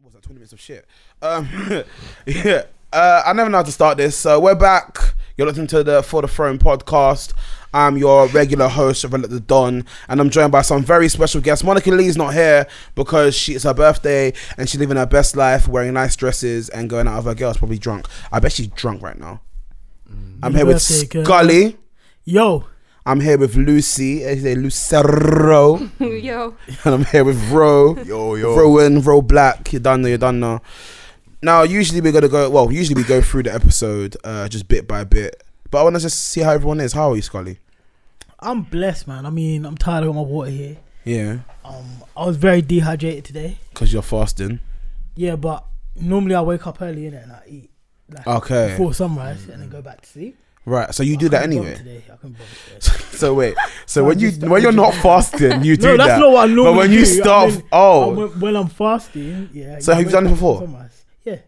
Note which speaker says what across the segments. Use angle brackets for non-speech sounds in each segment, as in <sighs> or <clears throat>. Speaker 1: What's that? Twenty minutes of shit. Um, <laughs> yeah. Uh, I never know how to start this. So we're back. You're listening to the For the Throne podcast. I'm your regular host, Reveal the Don, and I'm joined by some very special guests. Monica Lee's not here because she it's her birthday and she's living her best life, wearing nice dresses and going out with her girls. Probably drunk. I bet she's drunk right now. I'm here with
Speaker 2: Birthday girl.
Speaker 1: Scully.
Speaker 2: Yo,
Speaker 1: I'm here with Lucy, aka Lucero, and
Speaker 3: <laughs> Yo,
Speaker 1: <laughs> I'm here with Ro.
Speaker 4: Yo,
Speaker 1: Rowan, Roll Black, you done, you done now. Now, usually we're gonna go. Well, usually we go through the episode uh, just bit by bit. But I want to just see how everyone is. How are you, Scully?
Speaker 2: I'm blessed, man. I mean, I'm tired of my water here.
Speaker 1: Yeah,
Speaker 2: Um, I was very dehydrated today.
Speaker 1: because you're fasting.
Speaker 2: Yeah, but normally I wake up early innit, and I eat like
Speaker 1: Okay.
Speaker 2: before sunrise and then go back to sleep.
Speaker 1: Right, so Oh, you do
Speaker 2: I
Speaker 1: that
Speaker 2: couldn't bother <laughs>
Speaker 1: anyway.
Speaker 2: Today. I couldn't bother today.
Speaker 1: So wait, so
Speaker 2: <laughs> No,
Speaker 1: when you
Speaker 2: just-
Speaker 1: when you're not fasting, you do
Speaker 2: no, that's
Speaker 1: that.
Speaker 2: not what I normally
Speaker 1: but when you
Speaker 2: do. I
Speaker 1: start,
Speaker 2: mean, I
Speaker 1: oh,
Speaker 2: went- when I'm fasting, yeah.
Speaker 1: So
Speaker 2: yeah, I
Speaker 1: have you
Speaker 2: wake
Speaker 1: done it
Speaker 2: up
Speaker 1: before?
Speaker 2: Sunrise. Yeah,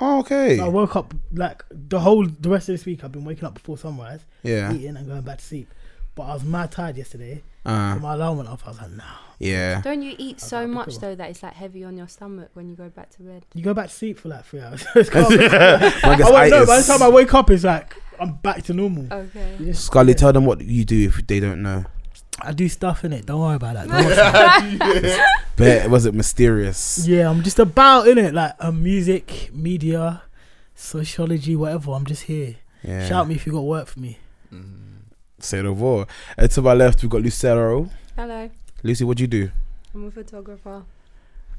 Speaker 1: oh, okay,
Speaker 2: I woke up like the whole the rest of this week. I've been waking up before sunrise,
Speaker 1: yeah,
Speaker 2: eating and going back to sleep. But I was mad tired yesterday.
Speaker 1: uh,
Speaker 2: So my alarm went off. I was like, nah. <laughs>
Speaker 1: yeah. <laughs>
Speaker 3: don't you eat so
Speaker 2: that'd be
Speaker 3: much
Speaker 2: cool.
Speaker 3: though that it's like heavy on your stomach when you go back to bed?
Speaker 2: You go back to sleep for like three hours. <laughs>
Speaker 1: <laughs>
Speaker 2: It's calm.
Speaker 1: I guess
Speaker 2: I
Speaker 1: I
Speaker 2: won't
Speaker 1: is-
Speaker 2: know. Oh, By the time I wake up, it's like I'm back to normal.
Speaker 3: Okay.
Speaker 1: <laughs>
Speaker 2: You just-
Speaker 1: Scully,
Speaker 2: yeah.
Speaker 1: tell them what you do if they don't know.
Speaker 2: I do stuff in it. Don't worry about that. Don't worry about
Speaker 1: But was it
Speaker 2: it.
Speaker 1: mysterious?
Speaker 2: <laughs> yeah, I'm just about in it, like um, music, media, sociology, whatever. I'm just here.
Speaker 1: Yeah.
Speaker 2: Shout me if you got work for
Speaker 1: <laughs>
Speaker 2: me.
Speaker 1: Say no more. And to my left, we've got Lucero.
Speaker 3: <laughs> Hello,
Speaker 1: Lucy, what do you do?
Speaker 3: I'm a photographer.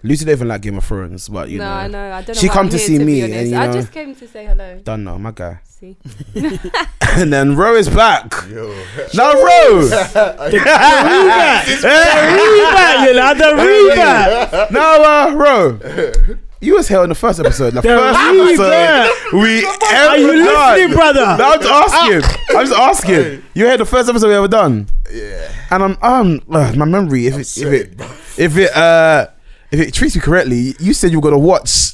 Speaker 1: Lucy don't even like Game of Thrones, but you
Speaker 3: no,
Speaker 1: know,
Speaker 3: I know. I don't know.
Speaker 1: She
Speaker 3: why
Speaker 1: come
Speaker 3: I'm
Speaker 1: to
Speaker 3: here,
Speaker 1: see
Speaker 3: be
Speaker 1: me
Speaker 3: honest.
Speaker 1: and, you
Speaker 3: I
Speaker 1: know-
Speaker 3: just came to say hello.
Speaker 1: don't know my guy. <laughs>
Speaker 3: See,
Speaker 1: and then Ro is back.
Speaker 4: Yo.
Speaker 1: Now Ro,
Speaker 2: <laughs> Rebound, you know, the rebound.
Speaker 1: now uh, Ro, you was here on the first episode. The
Speaker 2: The
Speaker 1: first
Speaker 2: rebound.
Speaker 1: episode we
Speaker 2: Are
Speaker 1: ever
Speaker 2: you listening,
Speaker 1: done.
Speaker 2: brother?
Speaker 1: Now I'm just asking. I'm just asking. You had the first episode we ever done,
Speaker 4: Yeah.
Speaker 1: and I'm um uh, my memory. If it if it if it uh if it treats you correctly, you said you were gonna watch.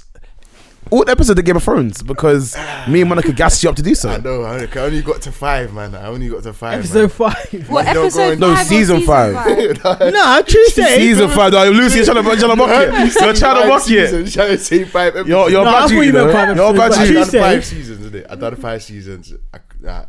Speaker 1: All the episodes of Game of Thrones because me and Monica gassed you up to do so.
Speaker 4: I know. I only- I only got to five, man. I only got to five.
Speaker 1: <laughs>
Speaker 2: Episode five.
Speaker 3: what
Speaker 4: Don't go
Speaker 3: episode?
Speaker 4: in-
Speaker 1: No,
Speaker 3: five or
Speaker 1: season five. <laughs>
Speaker 4: man.
Speaker 2: Nah, Tuesday.
Speaker 1: Season five, though. Lucy, you're trying to, you're trying to mock it. You're trying to mock it.
Speaker 4: <laughs> Trying to say five episodes.
Speaker 1: You're, you're
Speaker 2: No,
Speaker 1: about
Speaker 2: that's
Speaker 1: to,
Speaker 2: what
Speaker 1: you
Speaker 2: you meant
Speaker 1: know.
Speaker 2: by the
Speaker 1: You're about
Speaker 2: season,
Speaker 4: I've
Speaker 1: to.
Speaker 4: done
Speaker 2: Tuesday.
Speaker 4: five seasons, isn't it? I've done five seasons. I, I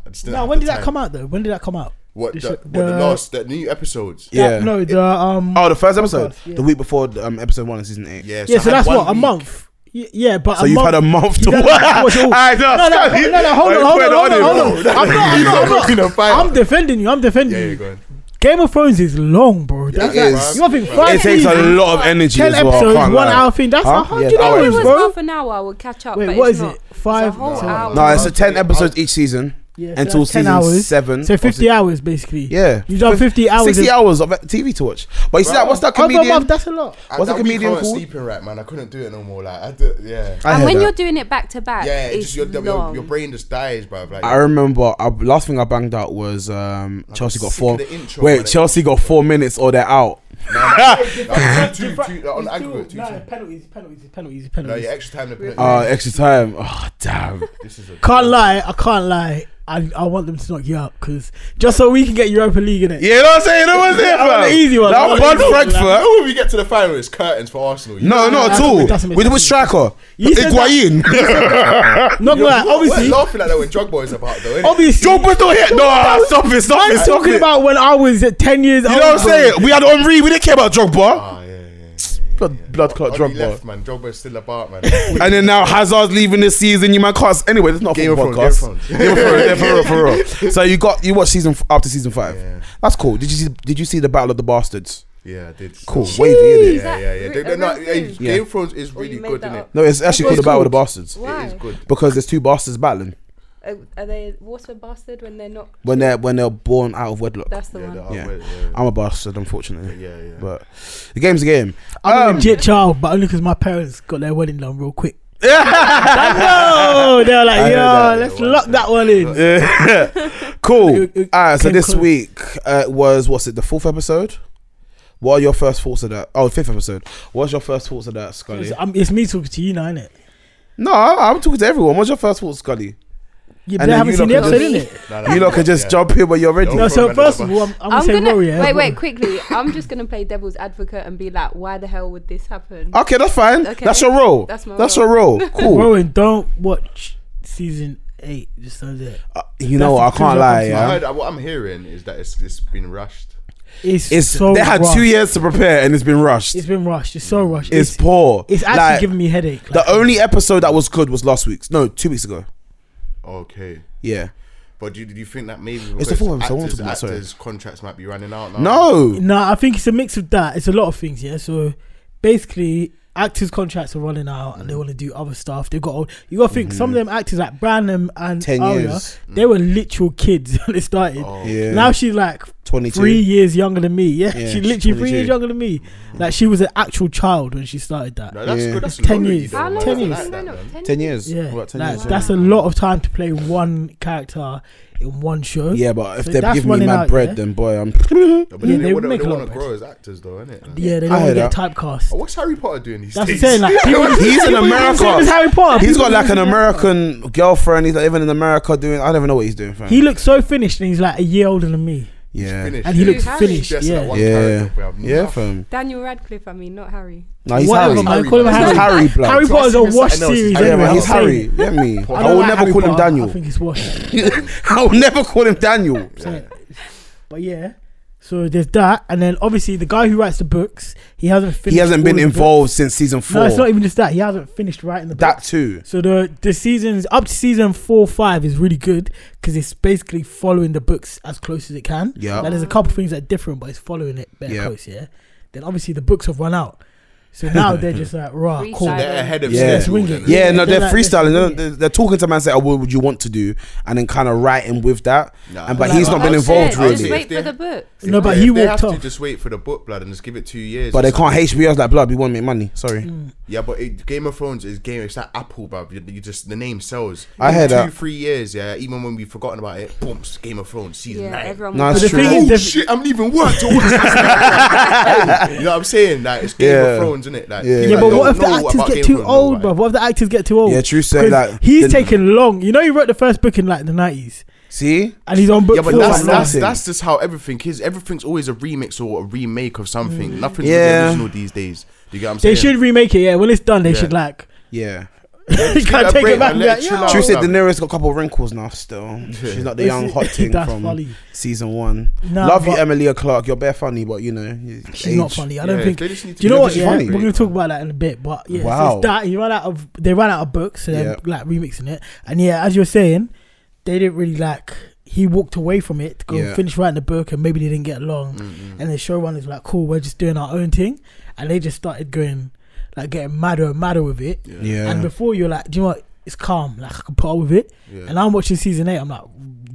Speaker 4: just didn't
Speaker 2: Nah,
Speaker 4: have
Speaker 2: when
Speaker 4: the
Speaker 2: did that
Speaker 4: time.
Speaker 2: come out though? When did that come out?
Speaker 4: What the,
Speaker 2: This-
Speaker 4: what the
Speaker 2: the-
Speaker 4: last, the new episodes?
Speaker 1: Yeah.
Speaker 2: That- No, the um.
Speaker 1: Oh, the first episode,
Speaker 2: Podcast, yeah.
Speaker 1: the week before um, episode one of season eight.
Speaker 4: Yeah,
Speaker 2: yeah, so
Speaker 4: I had
Speaker 2: that's
Speaker 4: one
Speaker 2: what a
Speaker 4: week. <laughs>
Speaker 2: month. Y- Yeah, but
Speaker 1: So
Speaker 2: a
Speaker 1: you've
Speaker 2: month.
Speaker 1: had a month to
Speaker 2: You
Speaker 1: watch.
Speaker 2: don't have to watch it
Speaker 1: <laughs>
Speaker 2: all.
Speaker 1: I know.
Speaker 2: No, no, no, no, hold on, hold on, hold on, hold on. I'm not, I'm not, I'm not.
Speaker 4: Looking on fire.
Speaker 2: I'm defending you. I'm defending
Speaker 4: Yeah, you're
Speaker 2: you.
Speaker 4: going.
Speaker 2: Game of Thrones is long, bro. That's
Speaker 1: It
Speaker 2: like-
Speaker 1: is.
Speaker 2: You want to think five
Speaker 1: It takes a
Speaker 2: seasons,
Speaker 1: lot of energy
Speaker 2: ten
Speaker 1: as well. I
Speaker 2: episodes,
Speaker 1: can't
Speaker 2: one
Speaker 1: lie.
Speaker 2: hour thing. That's
Speaker 1: Huh?
Speaker 2: a hundred
Speaker 1: Yeah, the
Speaker 3: If it
Speaker 2: hours,
Speaker 3: was
Speaker 2: bro.
Speaker 3: half an hour, I would catch up.
Speaker 2: Wait,
Speaker 3: but
Speaker 2: what
Speaker 3: it's
Speaker 2: is
Speaker 3: not.
Speaker 2: it? Five.
Speaker 3: It's a whole
Speaker 2: so-
Speaker 3: hour.
Speaker 1: No, it's a ten episodes each season
Speaker 2: yeah, so
Speaker 1: until
Speaker 2: that's
Speaker 1: season
Speaker 2: hours.
Speaker 1: seven.
Speaker 2: So
Speaker 1: of
Speaker 2: fifty
Speaker 1: season-
Speaker 2: hours, basically.
Speaker 1: Yeah,
Speaker 2: You've done fifty hours.
Speaker 1: sixty
Speaker 2: in-
Speaker 1: hours of TV to watch. But you see that? What's that
Speaker 2: Over a
Speaker 1: comedian?
Speaker 2: month, That's
Speaker 1: <laughs>
Speaker 2: a lot.
Speaker 4: I-
Speaker 1: What's
Speaker 4: that
Speaker 1: the
Speaker 4: week I
Speaker 1: comedian
Speaker 4: wasn't
Speaker 1: called?
Speaker 4: Sleeping right, man. I couldn't do it no more. Like I did, yeah.
Speaker 1: I
Speaker 3: and
Speaker 1: heard
Speaker 3: when
Speaker 1: that.
Speaker 3: you're doing it back to back,
Speaker 4: Yeah, it's
Speaker 3: it's
Speaker 4: just your, your,
Speaker 3: long.
Speaker 4: your brain just dies, bruv. Like,
Speaker 1: I remember uh, last thing I banged out was um, Chelsea got
Speaker 4: sick
Speaker 1: four.
Speaker 4: of the intro,
Speaker 1: Wait,
Speaker 4: man.
Speaker 1: Chelsea got four minutes or they're out. <laughs>
Speaker 4: like, two, two, like, on aggregate, two, two.
Speaker 2: penalties, penalties, penalties,
Speaker 4: No, yeah, extra time. to put it.
Speaker 1: Uh, extra time. Oh damn.
Speaker 4: this is a
Speaker 2: Can't lie, I can't lie. I, I want them to knock you out because just so we can get Europa League in it.
Speaker 1: Yeah, you know what I'm saying? That was it,
Speaker 2: I want
Speaker 1: fam.
Speaker 2: the easy one. I
Speaker 1: That
Speaker 2: want
Speaker 1: Bud
Speaker 2: the easy one.
Speaker 1: Frankfurt.
Speaker 4: Oh, when we get to the final, it's curtains for Arsenal. you
Speaker 1: No,
Speaker 4: know?
Speaker 1: not at
Speaker 2: Nah,
Speaker 1: all.
Speaker 2: it doesn't make
Speaker 1: With
Speaker 2: sense.
Speaker 1: with striker,
Speaker 2: <laughs> You said that-
Speaker 1: Higuain.
Speaker 2: Not gonna lie,
Speaker 4: We're
Speaker 2: obviously,
Speaker 4: laughing at that when Drogba is about
Speaker 1: <laughs>
Speaker 4: though. innit?
Speaker 2: obviously.
Speaker 1: Joe Bristol hit. No, stop it, stop
Speaker 2: I'm
Speaker 1: it, stop
Speaker 2: talking
Speaker 1: it.
Speaker 2: about when I was at ten years
Speaker 1: You
Speaker 2: old.
Speaker 1: know what I'm
Speaker 2: bro.
Speaker 1: saying? We had Henri. We didn't care about Drogba.
Speaker 4: Ah, yeah, yeah, yeah.
Speaker 1: Blood, blood clot
Speaker 4: Only
Speaker 1: Drogba.
Speaker 4: Oh, left, man. Drogba's still about, man. <laughs>
Speaker 1: And then now Hazard's leaving this season. You man can't. Anyway, it's not a
Speaker 4: Game of
Speaker 1: football
Speaker 4: Thrones,
Speaker 1: podcast.
Speaker 4: Game of
Speaker 1: Game of Thrones. yeah, for real, for
Speaker 4: <laughs>
Speaker 1: real. So you got you watched season f- up to season five.
Speaker 4: Yeah.
Speaker 1: That's cool. Did you see? Did you see the Battle of the Bastards?
Speaker 4: yeah, I did.
Speaker 1: Cool. Wavy, innit?
Speaker 3: Is
Speaker 4: Yeah,
Speaker 3: that
Speaker 4: yeah, yeah.
Speaker 3: re-
Speaker 4: They-
Speaker 3: a
Speaker 4: they're not-
Speaker 3: real
Speaker 4: hey,
Speaker 3: thing?
Speaker 1: Yeah.
Speaker 4: Game of Thrones is
Speaker 3: Or you
Speaker 4: really
Speaker 3: made
Speaker 4: good,
Speaker 3: that
Speaker 4: innit?
Speaker 3: up?
Speaker 1: No, it's actually
Speaker 3: What's
Speaker 1: called the
Speaker 3: it
Speaker 1: Battle of the
Speaker 3: called?
Speaker 1: Bastards
Speaker 3: Why?
Speaker 4: It is good.
Speaker 1: because there's two bastards battling
Speaker 3: Are, are they water bastard when they're not?
Speaker 1: when they're when they're born out of wedlock.
Speaker 3: That's the
Speaker 4: Yeah,
Speaker 3: one.
Speaker 4: the-
Speaker 1: Yeah.
Speaker 4: yeah, yeah.
Speaker 1: I'm a bastard, unfortunately.
Speaker 4: Yeah, yeah.
Speaker 1: But the game's a game.
Speaker 2: I'm
Speaker 1: Um, <laughs>
Speaker 2: a legit child, but only because my parents got their wedding done real <laughs> quick. no, they were
Speaker 1: I
Speaker 2: like,
Speaker 1: heard
Speaker 2: yo,
Speaker 1: that,
Speaker 2: let's
Speaker 4: yeah,
Speaker 2: lock
Speaker 4: one
Speaker 2: that one in.
Speaker 1: <laughs> cool.
Speaker 2: It- it
Speaker 1: Ah, so
Speaker 2: came
Speaker 1: this
Speaker 2: close.
Speaker 1: week uh, was what's it? The fourth episode. What are your first thoughts of that? Oh, fifth episode. What's your first thoughts of that, Scully?
Speaker 2: It's, I'm- it's me talking to you now, innit?
Speaker 1: No, I- I'm talking to everyone. What's your first thoughts, Scully?
Speaker 2: Yeah,
Speaker 1: And
Speaker 2: but they
Speaker 1: then
Speaker 2: haven't
Speaker 1: you
Speaker 2: seen the
Speaker 1: lot
Speaker 2: episode,
Speaker 1: can
Speaker 2: innit?
Speaker 4: No,
Speaker 1: You lot can just jump in when you're ready.
Speaker 2: No,
Speaker 4: No
Speaker 2: so
Speaker 4: problem,
Speaker 2: first
Speaker 4: no
Speaker 2: of all, I'm, I'm,
Speaker 3: I'm
Speaker 2: gonna say
Speaker 3: gonna
Speaker 2: Rory. Yeah,
Speaker 3: wait,
Speaker 2: go
Speaker 3: wait,
Speaker 2: on.
Speaker 3: quickly. I'm just gonna play devil's advocate and be like, why the hell would this happen?
Speaker 1: Okay, that's fine.
Speaker 3: Okay.
Speaker 1: That's your role.
Speaker 3: That's my
Speaker 1: That's your
Speaker 3: <laughs>
Speaker 1: role. Cool.
Speaker 2: Rowan, don't watch season eight. Just so that
Speaker 1: Uh, you know what? I
Speaker 2: That's the
Speaker 1: can't
Speaker 2: truth
Speaker 1: lie.
Speaker 2: of
Speaker 1: Yeah.
Speaker 4: I heard, what I'm hearing is that it's, it's been rushed.
Speaker 2: it's,
Speaker 1: It's
Speaker 2: so
Speaker 1: they had
Speaker 2: rushed.
Speaker 1: two years to prepare and it's been rushed.
Speaker 2: It's
Speaker 1: It's,
Speaker 2: been rushed. It's so rushed. It's it's,
Speaker 1: poor.
Speaker 2: actually
Speaker 1: Like,
Speaker 2: giving me headache.
Speaker 1: the only episode that was good was last week's. No, two weeks ago.
Speaker 4: Okay.
Speaker 1: Yeah.
Speaker 4: But do you, do you think that maybe
Speaker 1: It's
Speaker 4: because
Speaker 1: the fourth episode, I wanted
Speaker 4: actors,
Speaker 1: to be- sorry.
Speaker 4: actors' contracts might be running out now?
Speaker 1: No.
Speaker 2: No, I think it's a mix of that. It's a lot of things, yeah. So basically, actors' contracts are running out,
Speaker 1: Mm.
Speaker 2: and they want to do other stuff. They've got old. You got to think some of them actors like Branham and
Speaker 1: 10
Speaker 2: Arya,
Speaker 1: Mm-hmm. years.
Speaker 2: they were literal kids <laughs> when they started.
Speaker 4: Oh,
Speaker 1: Yeah.
Speaker 2: Now she's like
Speaker 1: 22.
Speaker 2: three years younger than me. <laughs> Yeah,
Speaker 1: Yeah,
Speaker 2: she's
Speaker 1: she's Mm.
Speaker 2: literally three
Speaker 1: 22.
Speaker 2: years younger than me. Like she was an actual child when she started that.
Speaker 4: No, that's
Speaker 1: Yeah.
Speaker 4: good.
Speaker 2: That's
Speaker 4: It's
Speaker 2: 10
Speaker 4: lorry,
Speaker 2: years.
Speaker 4: though,
Speaker 3: How
Speaker 4: man.
Speaker 3: long?
Speaker 2: Ten
Speaker 4: I
Speaker 2: years.
Speaker 4: like
Speaker 3: No,
Speaker 4: that,
Speaker 3: no,
Speaker 4: man.
Speaker 3: ten,
Speaker 1: Ten years.
Speaker 2: Yeah,
Speaker 1: What, 10
Speaker 2: like,
Speaker 1: years, yeah.
Speaker 2: that's a lot of time to play one character in one show.
Speaker 1: Yeah, but if
Speaker 2: So
Speaker 1: they
Speaker 2: that's
Speaker 1: give me
Speaker 2: running
Speaker 1: mad
Speaker 2: out,
Speaker 1: bread,
Speaker 2: yeah?
Speaker 1: then boy, I'm.
Speaker 4: No,
Speaker 2: Yeah,
Speaker 4: but then
Speaker 2: they
Speaker 4: they
Speaker 2: would make
Speaker 4: want
Speaker 2: a lot
Speaker 4: to
Speaker 2: of
Speaker 4: grow as actors, though, innit?
Speaker 2: yeah, they
Speaker 1: I
Speaker 2: don't want
Speaker 1: hear
Speaker 2: to get
Speaker 1: that.
Speaker 4: Oh,
Speaker 2: typecast.
Speaker 4: what's Harry Potter doing these
Speaker 2: That's what I'm
Speaker 4: days?
Speaker 1: <laughs>
Speaker 2: saying. Like <laughs>
Speaker 4: <laughs>
Speaker 2: people,
Speaker 1: He's in
Speaker 2: same as
Speaker 1: America.
Speaker 2: Harry Potter.
Speaker 1: He's got
Speaker 2: People
Speaker 1: like an American girlfriend. He's like even in America doing. I don't even know what he's doing. Fam.
Speaker 2: He looks so finished and he's like a year older than me.
Speaker 1: yeah.
Speaker 4: Finished.
Speaker 2: And he
Speaker 3: looks
Speaker 4: He's
Speaker 3: finished,
Speaker 4: just that
Speaker 2: yeah.
Speaker 4: one
Speaker 1: Yeah.
Speaker 4: character, bruv.
Speaker 1: Yeah,
Speaker 4: Nothing.
Speaker 1: fam.
Speaker 3: Daniel Radcliffe, I mean, not Harry.
Speaker 1: No, Oh, he's
Speaker 2: Whatever,
Speaker 1: Harry.
Speaker 2: man. Call him
Speaker 4: Harry.
Speaker 1: He's
Speaker 2: Harry.
Speaker 1: Harry, blood.
Speaker 2: Harry
Speaker 4: So
Speaker 2: Potter's
Speaker 4: I see
Speaker 2: a
Speaker 4: him as
Speaker 2: wash
Speaker 4: something else.
Speaker 2: series.
Speaker 4: Yeah,
Speaker 1: yeah,
Speaker 2: anyway,
Speaker 1: man,
Speaker 2: I'm
Speaker 1: he's
Speaker 2: saying.
Speaker 1: Harry. You get me?
Speaker 2: I
Speaker 1: I,
Speaker 2: don't
Speaker 1: will
Speaker 2: like
Speaker 1: never
Speaker 2: Harry
Speaker 1: call him
Speaker 2: Potter.
Speaker 1: Daniel.
Speaker 2: I think it's washed.
Speaker 1: I will never call him Daniel.
Speaker 2: So- But yeah, so there's that, and then obviously the guy who writes the books, he hasn't finished.
Speaker 1: He hasn't been
Speaker 2: all of the-
Speaker 1: involved since season four.
Speaker 2: No, it's not even just that. He hasn't finished writing the
Speaker 1: that
Speaker 2: books.
Speaker 1: too.
Speaker 2: So the the seasons up to season four five is really good because it's basically following the books as close as it can.
Speaker 1: Yeah.
Speaker 2: Like there's a couple things that are different, but it's following it very
Speaker 1: Yeah.
Speaker 2: close. Yeah. Then obviously the books have run out, so
Speaker 4: <laughs>
Speaker 2: now they're just like rah
Speaker 3: Freestyle.
Speaker 2: cool.
Speaker 3: Yeah.
Speaker 4: They're ahead of
Speaker 1: Yeah.
Speaker 4: schedule.
Speaker 2: Swing
Speaker 4: then,
Speaker 2: it.
Speaker 4: innit?
Speaker 1: Yeah,
Speaker 2: Yeah,
Speaker 1: no,
Speaker 2: they're
Speaker 1: they're,
Speaker 2: like-
Speaker 1: freestyling.
Speaker 2: they're-
Speaker 1: They're, they're, they're talking to man, say, oh, "What would you want to do?" And then kind of writing with that.
Speaker 4: Nah.
Speaker 1: and but
Speaker 2: Like
Speaker 1: he's
Speaker 2: what
Speaker 1: not been
Speaker 3: That's
Speaker 1: involved
Speaker 3: it.
Speaker 1: really.
Speaker 3: Just Oh, wait
Speaker 4: Yeah.
Speaker 3: for the books.
Speaker 2: No, but
Speaker 4: If
Speaker 2: he
Speaker 4: they
Speaker 2: walked
Speaker 4: have
Speaker 2: off.
Speaker 4: to just wait for the book, blood, and just give it two years.
Speaker 1: But
Speaker 4: or
Speaker 1: they can't. HBO's like blood. We won't make money. Sorry.
Speaker 2: Mm.
Speaker 4: Yeah, but it, Game of Thrones is game. It's like Apple, bruv. You, you just the name sells.
Speaker 1: I
Speaker 4: In
Speaker 1: heard
Speaker 4: two,
Speaker 1: that.
Speaker 4: three years. Yeah, even when we've forgotten about it, boom, Game of Thrones season
Speaker 3: Yeah,
Speaker 4: nine.
Speaker 3: everyone.
Speaker 1: No,
Speaker 3: was-
Speaker 1: it's
Speaker 2: the
Speaker 1: true.
Speaker 2: thing is-
Speaker 4: Oh
Speaker 2: Def-
Speaker 4: shit! I'm leaving work to
Speaker 2: <laughs>
Speaker 4: watch this. Hey, you know what I'm saying? Like it's Game
Speaker 1: Yeah.
Speaker 4: of Thrones, isn't it? Like,
Speaker 1: Yeah.
Speaker 4: people
Speaker 2: Yeah,
Speaker 4: that
Speaker 2: but
Speaker 4: don't
Speaker 2: what if the
Speaker 4: know
Speaker 2: actors
Speaker 4: about
Speaker 2: get
Speaker 4: Game
Speaker 2: too
Speaker 4: of Thrones know
Speaker 2: old,
Speaker 4: about
Speaker 2: bro?
Speaker 4: it.
Speaker 2: What if the actors get too old?
Speaker 1: Yeah, true say,
Speaker 2: 'Cause
Speaker 1: like,
Speaker 2: he's
Speaker 1: the-
Speaker 2: taking long. You know, he wrote the first book in like the nineties,
Speaker 1: See,
Speaker 2: and he's on book
Speaker 4: Yeah,
Speaker 2: four.
Speaker 4: but that's
Speaker 2: right now.
Speaker 4: that's,
Speaker 1: nothing.
Speaker 4: that's just how everything is. Everything's always a remix or a remake of something. Nothing's
Speaker 1: Mm. Yeah.
Speaker 4: the original these days. Do you get what I'm
Speaker 2: they
Speaker 4: saying?
Speaker 2: should remake it. Yeah, when it's done, they
Speaker 4: Yeah.
Speaker 2: should like. <laughs>
Speaker 1: yeah.
Speaker 2: you
Speaker 4: give it
Speaker 2: can't
Speaker 4: a
Speaker 2: take
Speaker 4: break
Speaker 2: it back. and
Speaker 4: and
Speaker 2: be
Speaker 4: let
Speaker 2: Like,
Speaker 4: it chill
Speaker 2: yeah.
Speaker 4: out.
Speaker 1: True
Speaker 4: Oh,
Speaker 1: said
Speaker 4: man.
Speaker 1: Daenerys got a couple of wrinkles now. Still, she's not the young
Speaker 2: <laughs>
Speaker 1: hot thing
Speaker 2: That's
Speaker 1: from
Speaker 2: funny.
Speaker 1: season one.
Speaker 2: Nah,
Speaker 1: Love you,
Speaker 2: but-
Speaker 1: Emilia Clark. You're bare funny, but you know you-
Speaker 2: She's not
Speaker 1: age.
Speaker 2: funny. I don't
Speaker 4: Yeah,
Speaker 2: think.
Speaker 4: they just need to
Speaker 2: Do you know
Speaker 1: be
Speaker 2: what?
Speaker 1: she's
Speaker 2: Yeah,
Speaker 1: funny.
Speaker 2: we're gonna talk about that in a bit. But yeah, so
Speaker 1: Wow.
Speaker 2: it's that he ran out of they ran out of books, so they're
Speaker 1: Yeah.
Speaker 2: like remixing it. And yeah, as you're saying, they didn't really like. He walked away from it to go
Speaker 1: Yeah. Mm.
Speaker 2: and finish writing the book, and maybe they didn't get along.
Speaker 4: Mm-hmm.
Speaker 2: And the showrunners were like, "Cool, we're just doing our own thing," and they just started going like getting madder and madder with it.
Speaker 1: Yeah.
Speaker 2: And before you're like, "Do you know what? It's calm. Like I can put up with it."
Speaker 4: Yeah.
Speaker 2: And I'm watching season eight. I'm like,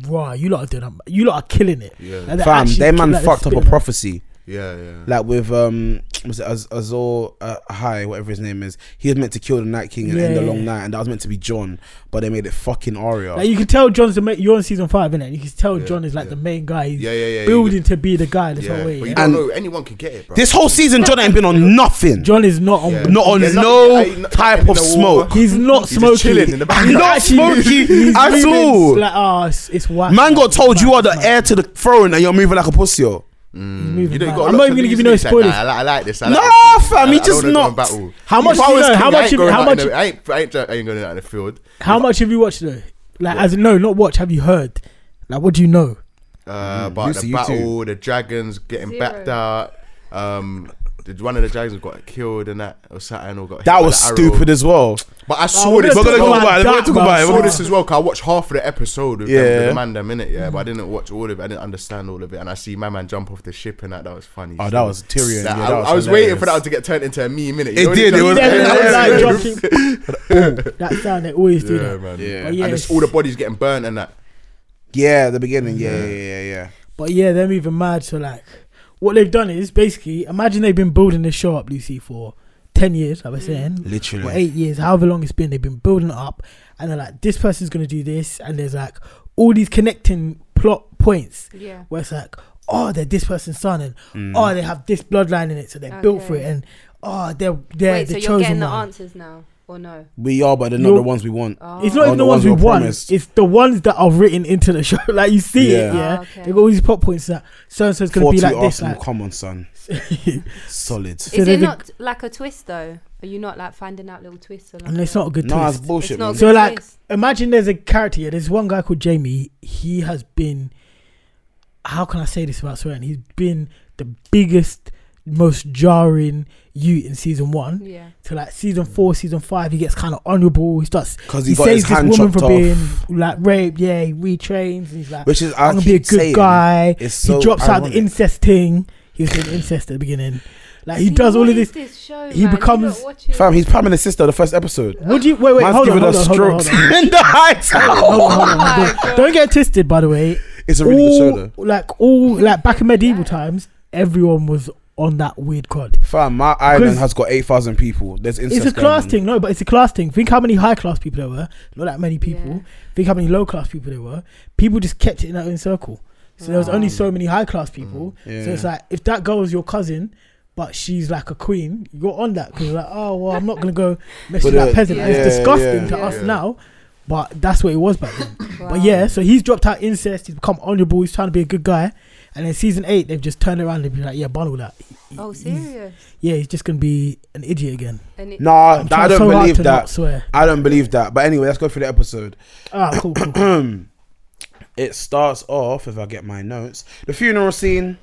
Speaker 2: "Wow, you lot are doing. You lot are killing it."
Speaker 4: Yeah.
Speaker 2: Like, they're
Speaker 1: Fam,
Speaker 2: actually
Speaker 1: their man
Speaker 2: killing- like, they're
Speaker 1: fucked up a
Speaker 2: spitting out.
Speaker 1: prophecy.
Speaker 4: Yeah, yeah.
Speaker 1: Like with um, was it Az- Azor uh, High, whatever his name is? He was meant to kill the Night King and end the
Speaker 2: Yeah.
Speaker 1: Long Night, and that was meant to be John, but they made it fucking Arya.
Speaker 2: Like you can tell John's the main. You're on season five, innit? You can tell
Speaker 4: Oh. Yeah,
Speaker 2: John is like
Speaker 4: yeah.
Speaker 2: the main guy. He's
Speaker 4: Yeah, yeah, yeah, you
Speaker 2: Building
Speaker 4: can-
Speaker 2: to be the guy this
Speaker 4: yeah.
Speaker 2: whole way.
Speaker 4: But you
Speaker 2: yeah.
Speaker 4: don't
Speaker 1: And-
Speaker 4: know anyone can get it, bro.
Speaker 1: this whole season, John ain't been on nothing.
Speaker 2: John is not on.
Speaker 4: Yeah.
Speaker 1: not on
Speaker 4: There's
Speaker 1: no
Speaker 4: nothing- ain't nothing
Speaker 1: type
Speaker 4: in
Speaker 1: of
Speaker 4: the water.
Speaker 1: smoke.
Speaker 2: He's not
Speaker 4: He's
Speaker 2: smoking.
Speaker 4: just chilling in the back.
Speaker 2: He's
Speaker 1: Not smoky
Speaker 2: he's
Speaker 1: at
Speaker 2: moving
Speaker 1: all.
Speaker 2: Like, oh, it's, it's whack.
Speaker 1: Man got told
Speaker 2: It's
Speaker 1: you are
Speaker 2: mad,
Speaker 1: the
Speaker 2: it's mad.
Speaker 1: heir to the throne and you're moving like a pussy. oh.
Speaker 2: He's moving
Speaker 4: You know,
Speaker 2: mad.
Speaker 4: you got a
Speaker 2: I'm
Speaker 4: lot
Speaker 2: not
Speaker 4: to
Speaker 2: even gonna give
Speaker 4: lose
Speaker 2: you no
Speaker 4: in this. Like,
Speaker 2: spoilers.
Speaker 4: nah, I like, I like this. I
Speaker 1: No,
Speaker 4: like this.
Speaker 1: fam,
Speaker 4: I-
Speaker 1: he
Speaker 4: I
Speaker 1: just
Speaker 4: wanna go and
Speaker 1: knocked.
Speaker 4: battle.
Speaker 2: How
Speaker 4: If
Speaker 2: much
Speaker 4: I
Speaker 2: you
Speaker 4: was
Speaker 2: know,
Speaker 4: king,
Speaker 2: how
Speaker 4: I
Speaker 2: much
Speaker 4: ain't
Speaker 2: you-
Speaker 4: going
Speaker 2: how
Speaker 4: out in
Speaker 2: much-
Speaker 4: the- I ain't, I ain't, I ain't going out in the field.
Speaker 2: How much have you watched though? Like, as in, no, not watch. Have you heard? Like, what do you know?
Speaker 4: Uh,
Speaker 1: Mm-hmm. you
Speaker 4: about
Speaker 1: see,
Speaker 4: the
Speaker 1: you too.
Speaker 4: battle, the dragons getting
Speaker 3: Zero.
Speaker 4: backed out. Um, did one of the dragons got killed and that or something or got hit by
Speaker 1: That was
Speaker 4: the arrow.
Speaker 1: stupid as well.
Speaker 4: But I saw
Speaker 2: we're
Speaker 4: this.
Speaker 2: gonna
Speaker 1: We're gonna
Speaker 4: as well.
Speaker 1: talk about it. We're gonna
Speaker 2: that,
Speaker 1: talk
Speaker 2: man.
Speaker 1: about it.
Speaker 4: I
Speaker 1: We're
Speaker 4: saw
Speaker 1: gonna-
Speaker 4: this as well. 'cause I watched half of the episode with, yeah. them,
Speaker 1: Yeah.
Speaker 4: with the man them in it, yeah. But I didn't watch all of it. I didn't understand all of it. And I see my man jump off the ship and that. That was funny.
Speaker 1: Oh, that was Tyrion.
Speaker 4: That-
Speaker 1: Yeah,
Speaker 4: I,
Speaker 1: that was
Speaker 4: I was waiting
Speaker 1: hilarious.
Speaker 4: for that to get turned into a meme minute.
Speaker 1: It did, it was-
Speaker 2: Yeah,
Speaker 1: yeah,
Speaker 2: yeah,
Speaker 1: yeah,
Speaker 2: like, dropping-
Speaker 1: <laughs>
Speaker 2: Boom. That sound they always do
Speaker 4: Yeah,
Speaker 2: that.
Speaker 4: man.
Speaker 1: Yeah.
Speaker 2: But yeah,
Speaker 4: And it's all the bodies getting burnt and that.
Speaker 1: Yeah, the beginning. Yeah, yeah, yeah, yeah.
Speaker 2: But yeah, they're moving mad. So like, what they've done is basically imagine they've been building this show up, Lucy, for ten years. Like I was
Speaker 1: Mm.
Speaker 2: saying,
Speaker 1: Literally.
Speaker 2: or eight years, however long it's been, they've been building it up, and they're like, this person's gonna do this, and there's like all these connecting plot points
Speaker 3: Yeah.
Speaker 1: Mm.
Speaker 2: where it's like, oh, they're this person's son, and oh, they have this bloodline in it, so they're built for it,
Speaker 3: Okay.
Speaker 2: and oh, they're they're
Speaker 3: Wait,
Speaker 2: the
Speaker 3: so you're
Speaker 2: chosen
Speaker 3: getting the
Speaker 2: one.
Speaker 3: answers now, or no?
Speaker 1: We are, but they're not
Speaker 2: You're-
Speaker 1: the ones we want.
Speaker 3: Oh.
Speaker 2: It's not
Speaker 1: Oh,
Speaker 2: even
Speaker 1: the
Speaker 2: the
Speaker 1: ones
Speaker 2: ones
Speaker 1: who
Speaker 2: we
Speaker 1: were
Speaker 2: won.
Speaker 1: promised.
Speaker 2: It's the ones that are written into the show. <laughs> like you see it,
Speaker 1: Yeah.
Speaker 2: yeah.
Speaker 3: Oh, okay.
Speaker 2: They got all these pop points that so and so's gonna be
Speaker 1: 40
Speaker 2: like this,
Speaker 1: Arsenal,
Speaker 2: like
Speaker 1: come on, son.
Speaker 2: <laughs>
Speaker 1: Solid.
Speaker 2: So
Speaker 3: Is
Speaker 2: there's
Speaker 3: it
Speaker 2: a-
Speaker 3: not like a twist though? Are you not like finding out little twists? Or like
Speaker 2: and it's not a good
Speaker 1: No, it's
Speaker 2: twist.
Speaker 1: bullshit,
Speaker 3: It's not
Speaker 1: man.
Speaker 3: good.
Speaker 2: So like,
Speaker 3: twist.
Speaker 2: imagine there's a character here. There's one guy called Jamie. He has been, how can I say this without swearing? He's been the biggest, most jarring you in season one.
Speaker 3: Yeah.
Speaker 2: to like season four, season five, he gets kind of honourable. He starts
Speaker 1: 'Cause he
Speaker 2: he,
Speaker 1: got his
Speaker 2: saves this
Speaker 1: hand
Speaker 2: woman
Speaker 1: chopped
Speaker 2: from
Speaker 1: off.
Speaker 2: being like raped. Yeah, he retrains. And he's like,
Speaker 1: Which is, I
Speaker 2: I'm gonna be a
Speaker 1: keep
Speaker 2: good
Speaker 1: saying,
Speaker 2: guy.
Speaker 1: It's
Speaker 2: He
Speaker 1: so
Speaker 2: drops out
Speaker 1: ironic.
Speaker 2: the incest thing. He was doing incest at the beginning. Like he
Speaker 3: See,
Speaker 2: does all
Speaker 3: what
Speaker 2: of
Speaker 3: is
Speaker 2: this.
Speaker 3: show,
Speaker 2: he
Speaker 3: man? You
Speaker 2: becomes-
Speaker 3: lot watch it.
Speaker 1: Fam, he's palming his sister the first episode.
Speaker 2: Would you wait? Wait,
Speaker 1: Man's
Speaker 2: hold on,
Speaker 1: giving
Speaker 2: hold
Speaker 1: her
Speaker 2: on, hold on,
Speaker 1: strokes
Speaker 2: hold
Speaker 1: <laughs>
Speaker 2: on.
Speaker 1: in the heights.
Speaker 2: Hold on, hold on,
Speaker 3: Oh
Speaker 2: hold on.
Speaker 3: my
Speaker 2: Don't get twisted, by the way.
Speaker 1: It's a really
Speaker 2: all,
Speaker 1: good show, though.
Speaker 2: Like all, like back in medieval times, everyone was on that weird quad.
Speaker 1: Fam, my island
Speaker 2: Because-
Speaker 1: has got 8,000 people. There's incest.
Speaker 2: It's a
Speaker 1: going
Speaker 2: class
Speaker 1: on.
Speaker 2: thing, no, but it's a class thing. Think how many high class people there were. Not that many people.
Speaker 3: Yeah.
Speaker 2: Think how many low class people there were. People just kept it in their own circle. So there was only so many high class people.
Speaker 1: Mm,
Speaker 2: So it's
Speaker 1: yeah.
Speaker 2: like if that girl was your cousin, but she's like a queen, you're on that because like, oh well, I'm not gonna go mess
Speaker 1: But,
Speaker 2: with that
Speaker 1: uh,
Speaker 2: peasant.
Speaker 3: yeah,
Speaker 2: it's disgusting
Speaker 1: yeah,
Speaker 2: to
Speaker 3: yeah.
Speaker 2: us now, but that's what it was back then.
Speaker 3: Wow.
Speaker 2: But yeah, so he's dropped out incest. He's become honourable. He's trying to be a good guy. And in season eight, they've just turned around and been like, yeah, bun all that. He-
Speaker 3: Oh,
Speaker 2: he's-
Speaker 3: serious.
Speaker 2: Yeah, he's just gonna be an idiot again.
Speaker 3: And it,
Speaker 1: Nah,
Speaker 2: I'm
Speaker 1: that- I
Speaker 2: trying so
Speaker 1: don't
Speaker 2: hard
Speaker 1: believe
Speaker 2: to not
Speaker 1: that.
Speaker 2: Swear.
Speaker 1: I don't believe that. But anyway, let's go through the episode. Um,
Speaker 2: Ah, cool, cool.
Speaker 1: <clears throat> it starts off, if I get my notes, the funeral scene.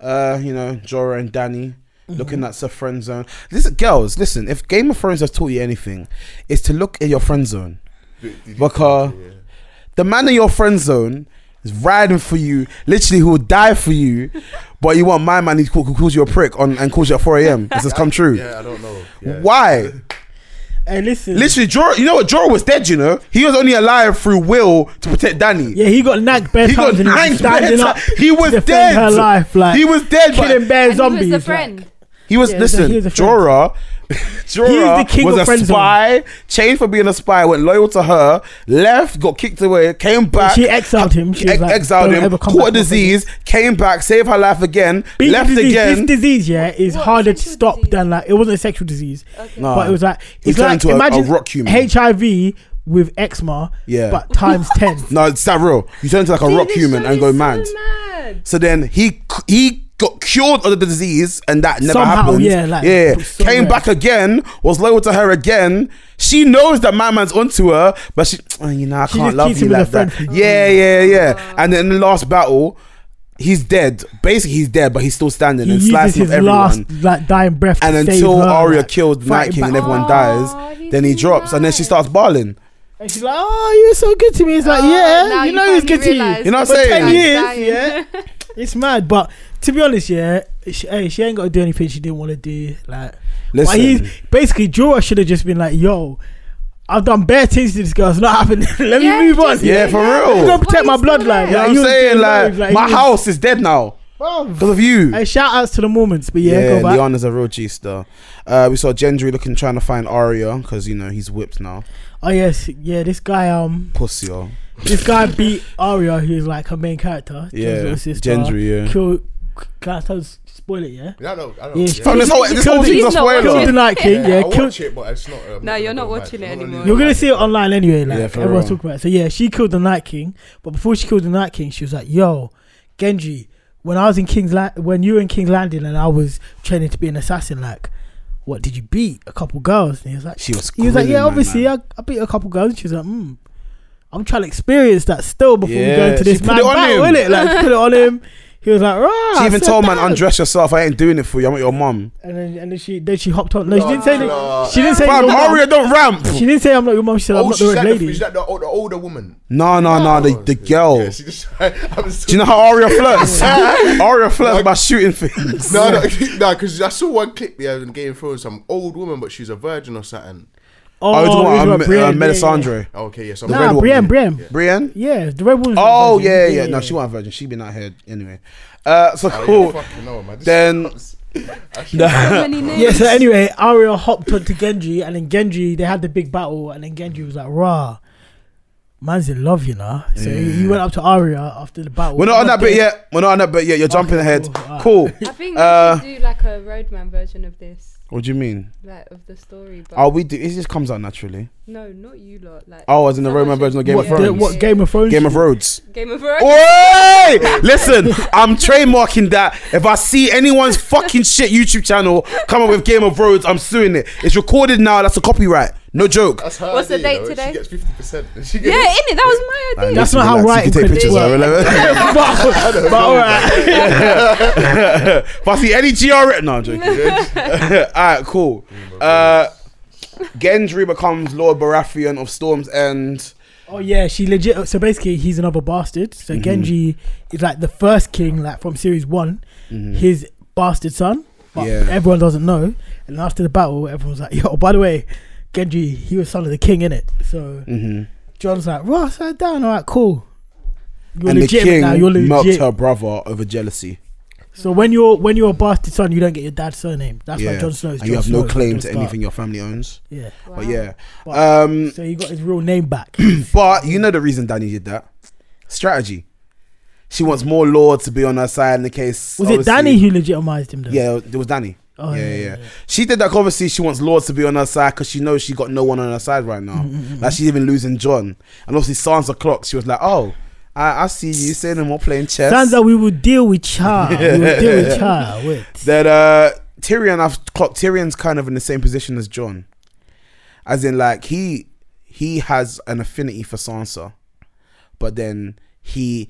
Speaker 1: Uh, you know, Jorah and Danny looking at their friend zone. This girls, listen, if Game of Thrones has taught you anything, it's to look at your friend zone. Because the man in your friend zone is riding for you, literally who will die for you, but you want my man who calls- who calls you a prick on and calls you at 4 a.m. This has come true.
Speaker 4: Yeah, I don't know. <laughs> Yeah.
Speaker 1: Why?
Speaker 2: Hey, listen.
Speaker 1: Literally, Jorah, you know what? Jorah was dead, you know? He was only alive through will to protect Danny.
Speaker 2: Yeah, he got nagged bare
Speaker 1: He got
Speaker 2: times and he
Speaker 1: nine
Speaker 2: was standing up.
Speaker 1: He was
Speaker 2: to defend
Speaker 1: dead.
Speaker 2: Her life, like
Speaker 1: he was dead. But
Speaker 2: killing bare
Speaker 3: and
Speaker 2: zombies.
Speaker 3: He was the
Speaker 2: like-
Speaker 3: friend.
Speaker 1: he was
Speaker 2: Yeah,
Speaker 1: listen.
Speaker 2: he was a friend. <laughs>
Speaker 1: Jorah,
Speaker 2: the
Speaker 1: Jorah
Speaker 2: king
Speaker 1: was
Speaker 2: of friend
Speaker 1: a spy. Changed for being a spy. Went loyal to her. Left. Got kicked away. Came back.
Speaker 2: she exiled him. She was
Speaker 1: ex-
Speaker 2: like,
Speaker 1: exiled
Speaker 2: "Don't
Speaker 1: him.
Speaker 2: ever
Speaker 1: Caught
Speaker 2: come
Speaker 1: a
Speaker 2: back to my
Speaker 1: disease. Came back. Saved her life again.
Speaker 2: Being
Speaker 1: left
Speaker 2: disease,
Speaker 1: again.
Speaker 2: This disease, yeah, is
Speaker 3: What,
Speaker 2: harder to
Speaker 3: sexual
Speaker 2: stop
Speaker 3: disease?
Speaker 2: than like it wasn't a sexual disease,
Speaker 3: Okay.
Speaker 1: Nah.
Speaker 2: but it was like
Speaker 1: He turned
Speaker 2: it's like
Speaker 1: into a- a
Speaker 2: imagine
Speaker 1: rock human.
Speaker 2: HIV with eczema,
Speaker 1: Yeah.
Speaker 2: but times
Speaker 1: <laughs>
Speaker 2: ten.
Speaker 1: no, it's that real. You turn into like a
Speaker 3: See,
Speaker 1: rock
Speaker 3: this
Speaker 1: human
Speaker 3: show
Speaker 1: and go
Speaker 3: is so
Speaker 1: mad. So then he he got cured of the disease, and that never
Speaker 2: Somehow,
Speaker 1: happened.
Speaker 2: yeah, like,
Speaker 1: yeah.
Speaker 2: somewhere.
Speaker 1: Came back again, was loyal to her again. She knows that my man's onto her, but she, "Oh, you know, I
Speaker 2: She
Speaker 1: can't
Speaker 2: just
Speaker 1: love
Speaker 2: keeps
Speaker 1: you
Speaker 2: him as a
Speaker 1: like that.
Speaker 2: friend.
Speaker 1: Yeah, yeah, yeah. And then the last battle, he's dead. Basically, he's dead, but he's still standing
Speaker 2: He
Speaker 1: and
Speaker 2: uses
Speaker 1: slicing
Speaker 2: his
Speaker 1: up everyone.
Speaker 2: last like dying breath.
Speaker 1: and
Speaker 2: to save
Speaker 1: until
Speaker 2: her,
Speaker 1: Arya
Speaker 2: like,
Speaker 1: killed the Night
Speaker 2: fighting
Speaker 1: King and
Speaker 2: back. Oh,
Speaker 1: everyone
Speaker 3: Aw,
Speaker 1: dies,
Speaker 3: he's
Speaker 1: then he
Speaker 3: so
Speaker 1: drops, and then she
Speaker 3: nice.
Speaker 1: starts bawling.
Speaker 2: And she's like, "Oh, you were so good to me." It's like,
Speaker 3: Oh,
Speaker 2: "Yeah,
Speaker 3: now
Speaker 2: you know he was good
Speaker 3: finally
Speaker 2: to you."
Speaker 3: realised
Speaker 1: You know what
Speaker 2: For
Speaker 1: I'm
Speaker 3: that
Speaker 1: saying?
Speaker 2: ten
Speaker 3: I'm
Speaker 2: years,
Speaker 3: dying. <laughs>
Speaker 2: yeah, it's mad. But to be honest, yeah, she, hey, she ain't got to do anything she didn't want to do. Like,
Speaker 1: Listen.
Speaker 2: but he basically Jorah should have just been like, "Yo, I've done bad things to this girl. It's not happening. <laughs> Let
Speaker 3: Yeah,
Speaker 2: me move on."
Speaker 3: just-
Speaker 1: Yeah, for real.
Speaker 2: I'm gonna protect my
Speaker 3: Why you still
Speaker 2: bloodline.
Speaker 1: Oh.
Speaker 3: there?
Speaker 1: You know
Speaker 2: Like,
Speaker 1: what I'm
Speaker 2: you was
Speaker 1: saying?
Speaker 2: doing
Speaker 1: Like,
Speaker 2: loads, like,
Speaker 1: my
Speaker 2: you was-
Speaker 1: house is dead now because of you.
Speaker 2: Hey, shout outs to the Mormons, but yeah,
Speaker 1: Yeah,
Speaker 2: go back.
Speaker 1: Leon is a real G star. Uh, we saw Gendry looking trying to find Arya because you know he's whipped now.
Speaker 2: Oh yes, yeah, this guy, um,
Speaker 1: Pussy, oh.
Speaker 2: this guy beat Arya, who's like her main character. John's
Speaker 1: Yeah,
Speaker 2: little sister.
Speaker 1: Gendry, yeah.
Speaker 2: Kill. Can I tell- spoil it? Yeah.
Speaker 4: I don't. I don't.
Speaker 2: Yeah.
Speaker 4: Yeah.
Speaker 1: Fam, this whole this whole
Speaker 2: Killed-
Speaker 1: thing's a
Speaker 3: he's not
Speaker 2: Killed
Speaker 1: spoiler.
Speaker 2: the Night King.
Speaker 4: Yeah,
Speaker 2: Yeah,
Speaker 4: I
Speaker 2: killed.
Speaker 4: watch it, but it's not. um,
Speaker 3: No, you're not
Speaker 4: going
Speaker 3: watching
Speaker 4: back.
Speaker 3: it
Speaker 4: I'm not
Speaker 3: anymore.
Speaker 2: You're gonna
Speaker 4: back.
Speaker 2: see it online anyway. Like
Speaker 1: Yeah, for
Speaker 2: everyone's
Speaker 1: real.
Speaker 2: talking about. It. So yeah, she killed the Night King, but before she killed the Night King, she was like, "Yo, Genji, when I was in King's Land, when you were in King's Landing, and I was training to be an assassin, like." What did you beat? A couple girls, and he was like,
Speaker 1: She was
Speaker 2: He was like,
Speaker 1: grilling,
Speaker 2: yeah,
Speaker 1: my
Speaker 2: obviously, I,
Speaker 1: man.
Speaker 2: I beat a couple girls. And she was like, hmm, I'm trying to experience that still before we
Speaker 1: Yeah,
Speaker 2: go into
Speaker 1: she
Speaker 2: this
Speaker 1: put
Speaker 2: man
Speaker 1: it on
Speaker 2: battle,
Speaker 1: him.
Speaker 2: innit? Like, she put it on him. He was like, right.
Speaker 1: She even told man, undress yourself. I ain't doing it for you. I'm not your mom.
Speaker 2: And then, and then she, then she hopped on. No, she didn't say
Speaker 4: Nah.
Speaker 2: that. She didn't say.
Speaker 1: Fam,
Speaker 2: your mum.
Speaker 1: Arya don't ramp.
Speaker 2: She didn't say I'm not your mom. She said I'm
Speaker 4: Oh,
Speaker 2: not
Speaker 4: she's
Speaker 2: the
Speaker 4: like
Speaker 2: red
Speaker 4: the,
Speaker 2: lady.
Speaker 4: she's like the, old, the older woman. Oh,
Speaker 1: No, no, no. The the girl.
Speaker 4: Yeah, she just. <laughs> I'm
Speaker 1: Do you know how Arya
Speaker 2: <laughs>
Speaker 1: flirts? Arya flirts by shooting things.
Speaker 4: No, no, <laughs> no, because I saw one clip yeah in Game of Thrones, some old woman, but she's a virgin or something.
Speaker 1: Oh, do you
Speaker 2: it was
Speaker 1: want, um,
Speaker 2: about
Speaker 1: uh,
Speaker 2: Brienne, yeah,
Speaker 1: Melisandre,
Speaker 4: Oh, okay, yeah, some
Speaker 1: The
Speaker 2: yeah.
Speaker 1: red
Speaker 2: Nah,
Speaker 1: woman.
Speaker 2: Brienne, Brienne.
Speaker 1: Brienne.
Speaker 2: Yeah, the red woman.
Speaker 1: Oh yeah, yeah. No, she wasn't a virgin. She been out here anyway. Uh, so
Speaker 4: Oh, yeah,
Speaker 1: cool.
Speaker 4: fucking hell, man. This
Speaker 1: Then-
Speaker 4: is-
Speaker 1: <laughs>
Speaker 3: So many names.
Speaker 2: Yeah, so anyway, Arya hopped onto Genji, and then Genji, they had the big battle, and then Genji was like, rah, man's in love, you know? So he, he went up to Arya after the battle.
Speaker 1: We're not on that bit
Speaker 2: Okay.
Speaker 1: yet. We're not on that bit yet. You're jumping ahead.
Speaker 2: cool, oh, alright.
Speaker 1: Cool.
Speaker 3: I think they
Speaker 1: Uh,
Speaker 3: should do like a roadman version of this.
Speaker 1: What do you mean?
Speaker 3: like of the story. But
Speaker 1: Oh, we do. It just comes out naturally.
Speaker 3: No, not you lot. Like
Speaker 1: Oh, as in the
Speaker 3: someone
Speaker 1: Roman
Speaker 3: should-
Speaker 1: version of Game
Speaker 2: what,
Speaker 1: of Thrones.
Speaker 2: the- what Game of Thrones?
Speaker 1: Game of Thrones.
Speaker 3: Game of Thrones.
Speaker 1: Oi! Listen, I'm trademarking that. If I see anyone's fucking shit YouTube channel come up with Game of Thrones, I'm suing it. It's recorded now. That's a copyright. No joke.
Speaker 4: That's her
Speaker 3: What's the
Speaker 4: idea,
Speaker 3: date
Speaker 4: though.
Speaker 3: today?
Speaker 4: She gets fifty percent. <laughs> She
Speaker 3: Yeah,
Speaker 4: gets.
Speaker 3: innit? That was my idea.
Speaker 2: That's not how
Speaker 1: Relax,
Speaker 2: writing
Speaker 1: You can take
Speaker 2: credits
Speaker 1: pictures.
Speaker 2: work.
Speaker 1: though, relax.
Speaker 2: <laughs> but,
Speaker 1: <laughs>
Speaker 2: but all right.
Speaker 1: if I see any GR, no, I'm joking. <laughs> All right, cool. Uh, Gendry becomes Lord Baratheon of Storm's End.
Speaker 2: Oh yeah, she legit. So basically, he's another bastard.
Speaker 1: Mm-hmm.
Speaker 2: So Genji is like the first king, like from series one, his bastard son. But
Speaker 1: Mm-hmm. Yeah.
Speaker 2: everyone doesn't know. And after the battle, everyone's like, "Yo, by the way, Genji, he was son of the king, innit?" So
Speaker 1: Mm-hmm.
Speaker 2: John's like, "Ross, sit down. All right, cool. You're
Speaker 1: And the
Speaker 2: legitimate
Speaker 1: king
Speaker 2: now. You're
Speaker 1: milked
Speaker 2: legit."
Speaker 1: her brother over jealousy.
Speaker 2: So when you're when you're a bastard son, you don't get your dad's surname. That's why
Speaker 1: Yeah.
Speaker 2: Jon Snow's.
Speaker 1: And you
Speaker 2: Jon
Speaker 1: have no
Speaker 2: Snow,
Speaker 1: claim
Speaker 2: Jon
Speaker 1: to
Speaker 2: Stark.
Speaker 1: anything your family owns.
Speaker 2: Yeah.
Speaker 3: Wow.
Speaker 1: But yeah.
Speaker 2: But-
Speaker 1: Um,
Speaker 2: So he got his real name
Speaker 1: <clears throat>
Speaker 2: back.
Speaker 1: But you know the reason Danny did that strategy. She wants more lords to be on her side in the case.
Speaker 2: Was it
Speaker 1: obviously-
Speaker 2: Danny who legitimized him? Though?
Speaker 1: Yeah, it was Danny.
Speaker 2: Oh,
Speaker 1: yeah,
Speaker 2: yeah,
Speaker 1: yeah,
Speaker 2: yeah,
Speaker 1: yeah. She did that. 'cause Obviously, she wants lords to be on her side because she knows she got no one on her side right now.
Speaker 2: Mm-hmm,
Speaker 1: Like she's even losing John, and obviously Sansa clock. She was like, "Oh, I, I see you saying them more playing chess."
Speaker 2: Sansa, we will deal with Char. We will deal with Char. Wait.
Speaker 1: that uh Tyrion I've clocked Tyrion's kind of in the same position as John. As in like he he has an affinity for Sansa. But then he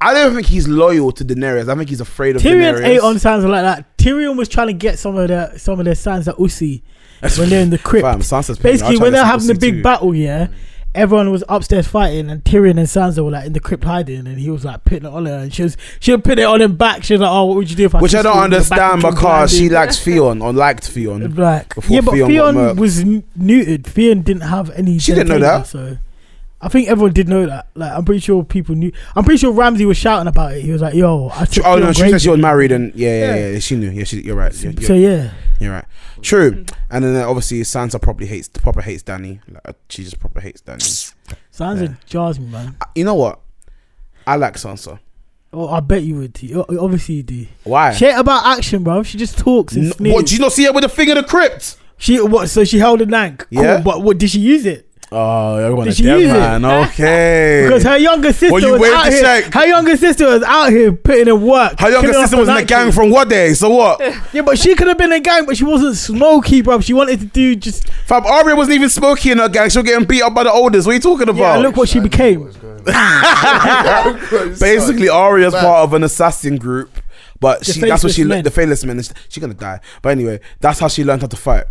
Speaker 1: I don't think he's loyal to Daenerys. I think he's afraid of
Speaker 2: Tyrion
Speaker 1: Daenerys. <laughs>
Speaker 2: ate on Sansa like that. Tyrion was trying to get some of the some of the Sansa Usi when they're in the crypt.
Speaker 1: Fam, Sansa's playing. I'll
Speaker 2: Basically,
Speaker 1: try
Speaker 2: when
Speaker 1: this
Speaker 2: they're having the
Speaker 1: pussy
Speaker 2: big
Speaker 1: too.
Speaker 2: battle, yeah, everyone was upstairs fighting, and Tyrion and Sansa were like in the crypt hiding, and he was like putting it on her, and she was she was putting it on him back. She was like, "Oh, what would you do if I?"
Speaker 1: Which I
Speaker 2: kissed
Speaker 1: don't
Speaker 2: you in the back
Speaker 1: understand
Speaker 2: and you
Speaker 1: because she
Speaker 2: blinded?"
Speaker 1: likes Theon or liked
Speaker 2: <laughs>
Speaker 1: Theon.
Speaker 2: Like,
Speaker 1: Before
Speaker 2: yeah, but
Speaker 1: Theon got
Speaker 2: Theon
Speaker 1: murked.
Speaker 2: was n- neutered. Theon didn't have any.
Speaker 1: She didn't know
Speaker 2: genitalia,
Speaker 1: that.
Speaker 2: So, I think everyone did know that. Like, I'm pretty sure people knew. I'm pretty sure Ramsey was shouting about it. He was like, "Yo, I took
Speaker 1: Oh
Speaker 2: Theon
Speaker 1: no, she said she
Speaker 2: Greyjoy."
Speaker 1: was married and yeah, yeah, yeah,
Speaker 2: Yeah.
Speaker 1: yeah. She knew. Yeah, she, you're right. You're,
Speaker 2: So
Speaker 1: you're,
Speaker 2: yeah,
Speaker 1: you're right. True. And then uh, obviously Sansa probably hates proper hates Danny. Like, uh, she just proper hates Danny.
Speaker 2: Sansa
Speaker 1: Yeah.
Speaker 2: jars me, man.
Speaker 1: you know what? I like Sansa.
Speaker 2: Oh, I bet you would. T. O- Obviously, you do.
Speaker 1: Why?
Speaker 2: She ain't about action, bro. She just talks and
Speaker 1: N-
Speaker 2: sneers.
Speaker 1: what, do you not see her with a thing in the crypt?
Speaker 2: she what? So she held a nank. Cool,
Speaker 1: Yeah.
Speaker 2: But what did she use it?
Speaker 1: Oh, everyone
Speaker 2: Did she use it?
Speaker 1: <laughs> Okay.
Speaker 2: Because her younger sister
Speaker 1: Well, you
Speaker 2: was
Speaker 1: waved
Speaker 2: out
Speaker 1: the
Speaker 2: here.
Speaker 1: check.
Speaker 2: Her younger sister was out here putting in work.
Speaker 1: her younger
Speaker 2: killing
Speaker 1: sister
Speaker 2: off
Speaker 1: was in the
Speaker 2: Nike.
Speaker 1: gang from what day? So what?
Speaker 2: Yeah, but she could have been a gang, but she wasn't smoky, bro. She wanted to do just
Speaker 1: Fam, Arya wasn't even smoky in her gang. She was getting beat up by the oldest. What are you talking about?
Speaker 2: yeah. and look what she became.
Speaker 1: <laughs>
Speaker 4: <laughs>
Speaker 1: Basically, Arya's
Speaker 4: Man.
Speaker 1: part of an assassin group, but
Speaker 2: The
Speaker 1: she, that's what she
Speaker 2: faceless
Speaker 1: le-
Speaker 2: men.
Speaker 1: the faithless men. is- She's gonna die. But anyway, that's how she learned how to fight.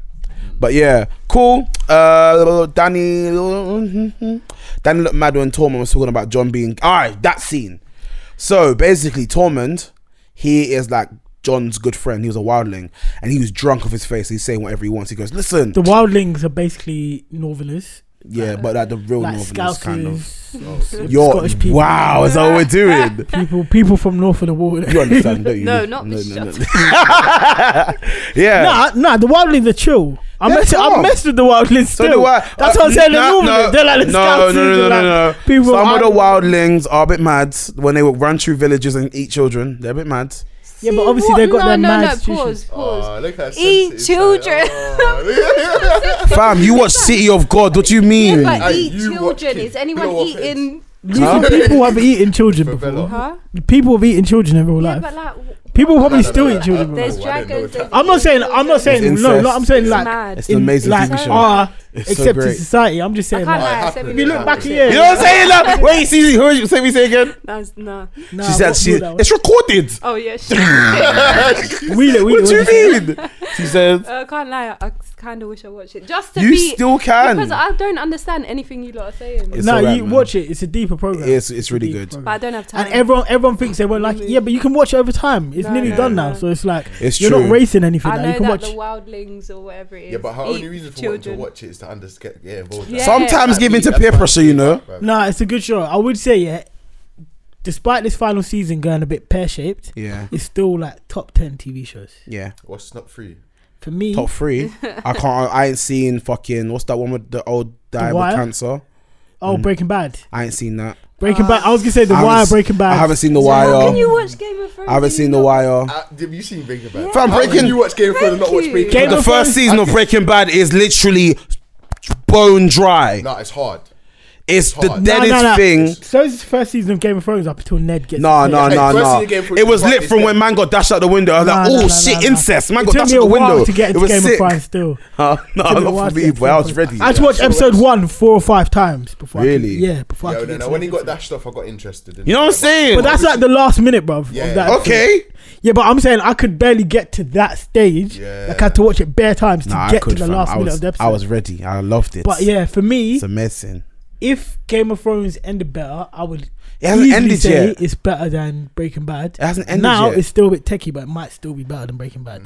Speaker 1: But yeah, cool. Uh, Danny, Danny looked mad when Tormund was talking about John being. All right, that scene. So basically, Tormund, he is like John's good friend. He was a wildling, and he was drunk off his face. He's saying whatever he wants. He goes, "Listen,
Speaker 2: The wildlings are basically northerners,
Speaker 1: yeah, but like the real
Speaker 2: like
Speaker 1: Northerners
Speaker 2: Scousers,
Speaker 1: kind of."
Speaker 2: Sc-
Speaker 1: You're,
Speaker 2: Scottish people.
Speaker 1: wow, is that what we're doing?
Speaker 2: <laughs> people, people from north of the
Speaker 1: <laughs>
Speaker 2: water.
Speaker 1: You understand, don't you?
Speaker 3: No, not me, shut
Speaker 1: <laughs> yeah.
Speaker 2: <laughs> Nah, nah, the wildlings are chill. I
Speaker 1: They're
Speaker 2: mess, I
Speaker 1: calm.
Speaker 2: messed with the wildlings
Speaker 1: So
Speaker 2: still.
Speaker 1: the wild,
Speaker 2: That's
Speaker 1: uh,
Speaker 2: what I'm saying. The
Speaker 1: nah,
Speaker 2: northerners,
Speaker 1: no,
Speaker 2: they're like the
Speaker 1: no,
Speaker 2: Scousers.
Speaker 1: no, no, no,
Speaker 2: they're
Speaker 1: no,
Speaker 2: like
Speaker 1: no.
Speaker 2: People
Speaker 1: Some of
Speaker 2: out-
Speaker 1: the wildlings are a bit mad when they would run through villages and eat children. They're a bit
Speaker 3: <laughs>
Speaker 1: mad.
Speaker 2: Yeah, but
Speaker 3: See
Speaker 2: obviously
Speaker 3: what?
Speaker 2: they got
Speaker 3: no,
Speaker 2: their
Speaker 3: no,
Speaker 2: mad
Speaker 3: no,
Speaker 2: institutions.
Speaker 3: Pause, pause.
Speaker 1: Uh,
Speaker 4: Oh, look how
Speaker 3: Eat
Speaker 4: sensitive she is.
Speaker 3: children.
Speaker 4: <laughs> Oh.
Speaker 1: Fam, you watch City of God. What do you mean?
Speaker 3: Yeah, but
Speaker 4: Hey,
Speaker 3: eat
Speaker 4: you what,
Speaker 3: children.
Speaker 4: kid?
Speaker 3: Is anyone
Speaker 4: No offense.
Speaker 3: eating?
Speaker 2: These are people who have eaten children
Speaker 4: Favela.
Speaker 2: before.
Speaker 3: Huh?
Speaker 2: People have eaten children in real
Speaker 3: Yeah,
Speaker 2: life.
Speaker 3: but like, w-
Speaker 2: people probably
Speaker 4: No, no,
Speaker 2: still
Speaker 4: no,
Speaker 2: eat
Speaker 4: no,
Speaker 2: children.
Speaker 4: no,
Speaker 2: in real
Speaker 4: no.
Speaker 2: life.
Speaker 3: there's
Speaker 4: Why they know
Speaker 3: dragons.
Speaker 4: that?
Speaker 3: there's
Speaker 2: I'm not saying.
Speaker 3: children.
Speaker 2: I'm not saying.
Speaker 1: It's
Speaker 2: No, no,
Speaker 1: incest.
Speaker 2: I'm saying
Speaker 3: It's
Speaker 2: like
Speaker 3: mad.
Speaker 1: It's an
Speaker 2: in-
Speaker 1: amazing
Speaker 2: like oh,
Speaker 1: TV show.
Speaker 2: our
Speaker 1: It's so
Speaker 2: accepted
Speaker 1: great.
Speaker 2: society. I'm just
Speaker 3: I
Speaker 2: saying.
Speaker 3: can't
Speaker 2: Like,
Speaker 4: it
Speaker 3: lie.
Speaker 4: happened.
Speaker 3: seven
Speaker 4: If
Speaker 2: you
Speaker 3: years
Speaker 2: look
Speaker 3: old.
Speaker 2: back a
Speaker 1: you
Speaker 2: year-
Speaker 1: know what I'm saying?
Speaker 3: <laughs>
Speaker 1: Like, wait, Cece, who is you? Say me say again.
Speaker 3: That's nah.
Speaker 2: nah,
Speaker 1: She said
Speaker 2: what-
Speaker 1: she.
Speaker 2: what that
Speaker 1: It's recorded.
Speaker 3: Oh
Speaker 1: <laughs>
Speaker 3: yeah. Shit.
Speaker 2: was. Wheel it, wheel it,
Speaker 1: What do
Speaker 2: wheel
Speaker 1: you
Speaker 2: it. <laughs>
Speaker 1: mean? She said,
Speaker 3: I can't lie. I kind of wish I watched it just to
Speaker 1: "You
Speaker 3: be
Speaker 1: still
Speaker 3: because
Speaker 1: can."
Speaker 3: I don't understand anything you lot are saying.
Speaker 1: It's
Speaker 2: Nah,
Speaker 1: alright,
Speaker 2: you
Speaker 1: man.
Speaker 2: watch it. It's a deeper program.
Speaker 1: It's it's
Speaker 2: a
Speaker 1: really
Speaker 2: deeper
Speaker 1: good.
Speaker 3: but I
Speaker 2: program.
Speaker 3: don't have time.
Speaker 2: And everyone, everyone thinks they won't like. it. Yeah, but you can watch it over time. It's
Speaker 3: No,
Speaker 2: nearly
Speaker 3: no,
Speaker 2: done
Speaker 3: no.
Speaker 2: now, so it's like
Speaker 1: It's
Speaker 2: you're
Speaker 1: true.
Speaker 2: not racing anything.
Speaker 3: I
Speaker 2: Now.
Speaker 3: know
Speaker 2: You can
Speaker 3: that
Speaker 2: watch.
Speaker 3: the wildlings or whatever it is.
Speaker 4: Yeah, but her
Speaker 3: eat
Speaker 4: only reason for
Speaker 3: children.
Speaker 4: wanting to watch it is to under- get, get involved.
Speaker 3: Yeah.
Speaker 1: Sometimes give in to peer pressure, you know.
Speaker 2: Nah, it's a good show. I would say yeah. Despite this final season going a bit pear shaped,
Speaker 1: Yeah,
Speaker 2: it's still like top ten TV shows
Speaker 1: yeah.
Speaker 4: What's not free?
Speaker 2: for me.
Speaker 1: Top three. I can't. I ain't seen fucking. What's that one with the old guy with
Speaker 2: Wire?
Speaker 1: cancer?
Speaker 2: Oh, Breaking Bad.
Speaker 1: I ain't seen that.
Speaker 2: Breaking
Speaker 3: Uh,
Speaker 4: Ah.
Speaker 2: Bad. I was gonna say The
Speaker 1: I haven't
Speaker 2: Wire.
Speaker 1: s-
Speaker 2: Breaking Bad.
Speaker 1: I haven't seen The
Speaker 3: How can
Speaker 1: Wire.
Speaker 3: you watch Game of Thrones?
Speaker 1: I haven't
Speaker 3: and
Speaker 1: seen
Speaker 3: you
Speaker 1: The
Speaker 3: not-
Speaker 1: Wire.
Speaker 4: Uh, have you seen Breaking Bad?
Speaker 3: Yeah.
Speaker 1: Fam,
Speaker 4: How can
Speaker 1: Breaking-
Speaker 4: You watch Game of Thrones and not watch
Speaker 3: Thank
Speaker 4: Breaking
Speaker 2: you.
Speaker 4: Bad.
Speaker 2: Game
Speaker 1: The
Speaker 2: of
Speaker 1: first
Speaker 2: Thrones-
Speaker 1: season of Breaking Bad is literally bone dry.
Speaker 4: No, it's hard.
Speaker 1: It's the
Speaker 4: hard.
Speaker 2: No,
Speaker 1: deadest
Speaker 2: no, no.
Speaker 1: thing.
Speaker 2: So this is the first season of Game of Thrones up until Ned gets.
Speaker 1: No,
Speaker 2: his
Speaker 1: no,
Speaker 2: head.
Speaker 4: Hey,
Speaker 1: no,
Speaker 4: first
Speaker 1: no.
Speaker 4: thing you get for
Speaker 1: It was
Speaker 4: Breaking
Speaker 1: lit
Speaker 4: Bad
Speaker 1: from
Speaker 4: is
Speaker 1: when
Speaker 4: that-
Speaker 1: man got dashed out the window. I was like,
Speaker 2: No, no,
Speaker 1: oh
Speaker 2: no,
Speaker 1: shit,
Speaker 2: no, no.
Speaker 1: incest. Man
Speaker 2: It
Speaker 1: got
Speaker 2: took
Speaker 1: dashed
Speaker 2: me
Speaker 1: out the
Speaker 2: a while
Speaker 1: window.
Speaker 2: to get
Speaker 1: it
Speaker 2: into
Speaker 1: was
Speaker 2: Game
Speaker 1: sick. <laughs>
Speaker 2: of Thrones. Still,
Speaker 1: Uh, no,
Speaker 2: Took me a
Speaker 1: not
Speaker 2: while
Speaker 1: for
Speaker 2: to
Speaker 1: me,
Speaker 2: get into
Speaker 1: but I
Speaker 2: Game
Speaker 1: was
Speaker 2: of
Speaker 1: ready.
Speaker 2: Thrones. I had to
Speaker 4: Yeah,
Speaker 2: watch
Speaker 4: sure.
Speaker 2: episode one four or five times before. I could-
Speaker 1: Really?
Speaker 2: yeah, before. I
Speaker 4: Yo,
Speaker 2: could
Speaker 4: no,
Speaker 2: get
Speaker 4: no.
Speaker 2: to
Speaker 4: When
Speaker 2: it.
Speaker 4: he got dashed off, I got interested. in
Speaker 1: You know what I'm
Speaker 4: it.
Speaker 1: saying?
Speaker 2: But that's like the last minute, bruv.
Speaker 4: Yeah.
Speaker 2: of that episode.
Speaker 1: okay.
Speaker 2: Yeah, but I'm saying I could barely get to that stage.
Speaker 4: Yeah.
Speaker 2: Like I had to watch it bare times to
Speaker 1: Nah,
Speaker 2: get
Speaker 1: I could.
Speaker 2: to the
Speaker 1: fam.
Speaker 2: last
Speaker 1: I
Speaker 2: minute
Speaker 1: was,
Speaker 2: of the episode.
Speaker 1: I was ready. I loved it.
Speaker 2: But yeah, for me,
Speaker 1: it's amazing.
Speaker 2: if Game of Thrones ended better, I would
Speaker 1: It hasn't
Speaker 2: easily
Speaker 1: ended
Speaker 2: say
Speaker 1: yet.
Speaker 2: it's better than Breaking Bad.
Speaker 1: It hasn't ended
Speaker 2: now
Speaker 1: yet. Mm.
Speaker 2: it's still a bit techie, but it might still be better than Breaking Bad.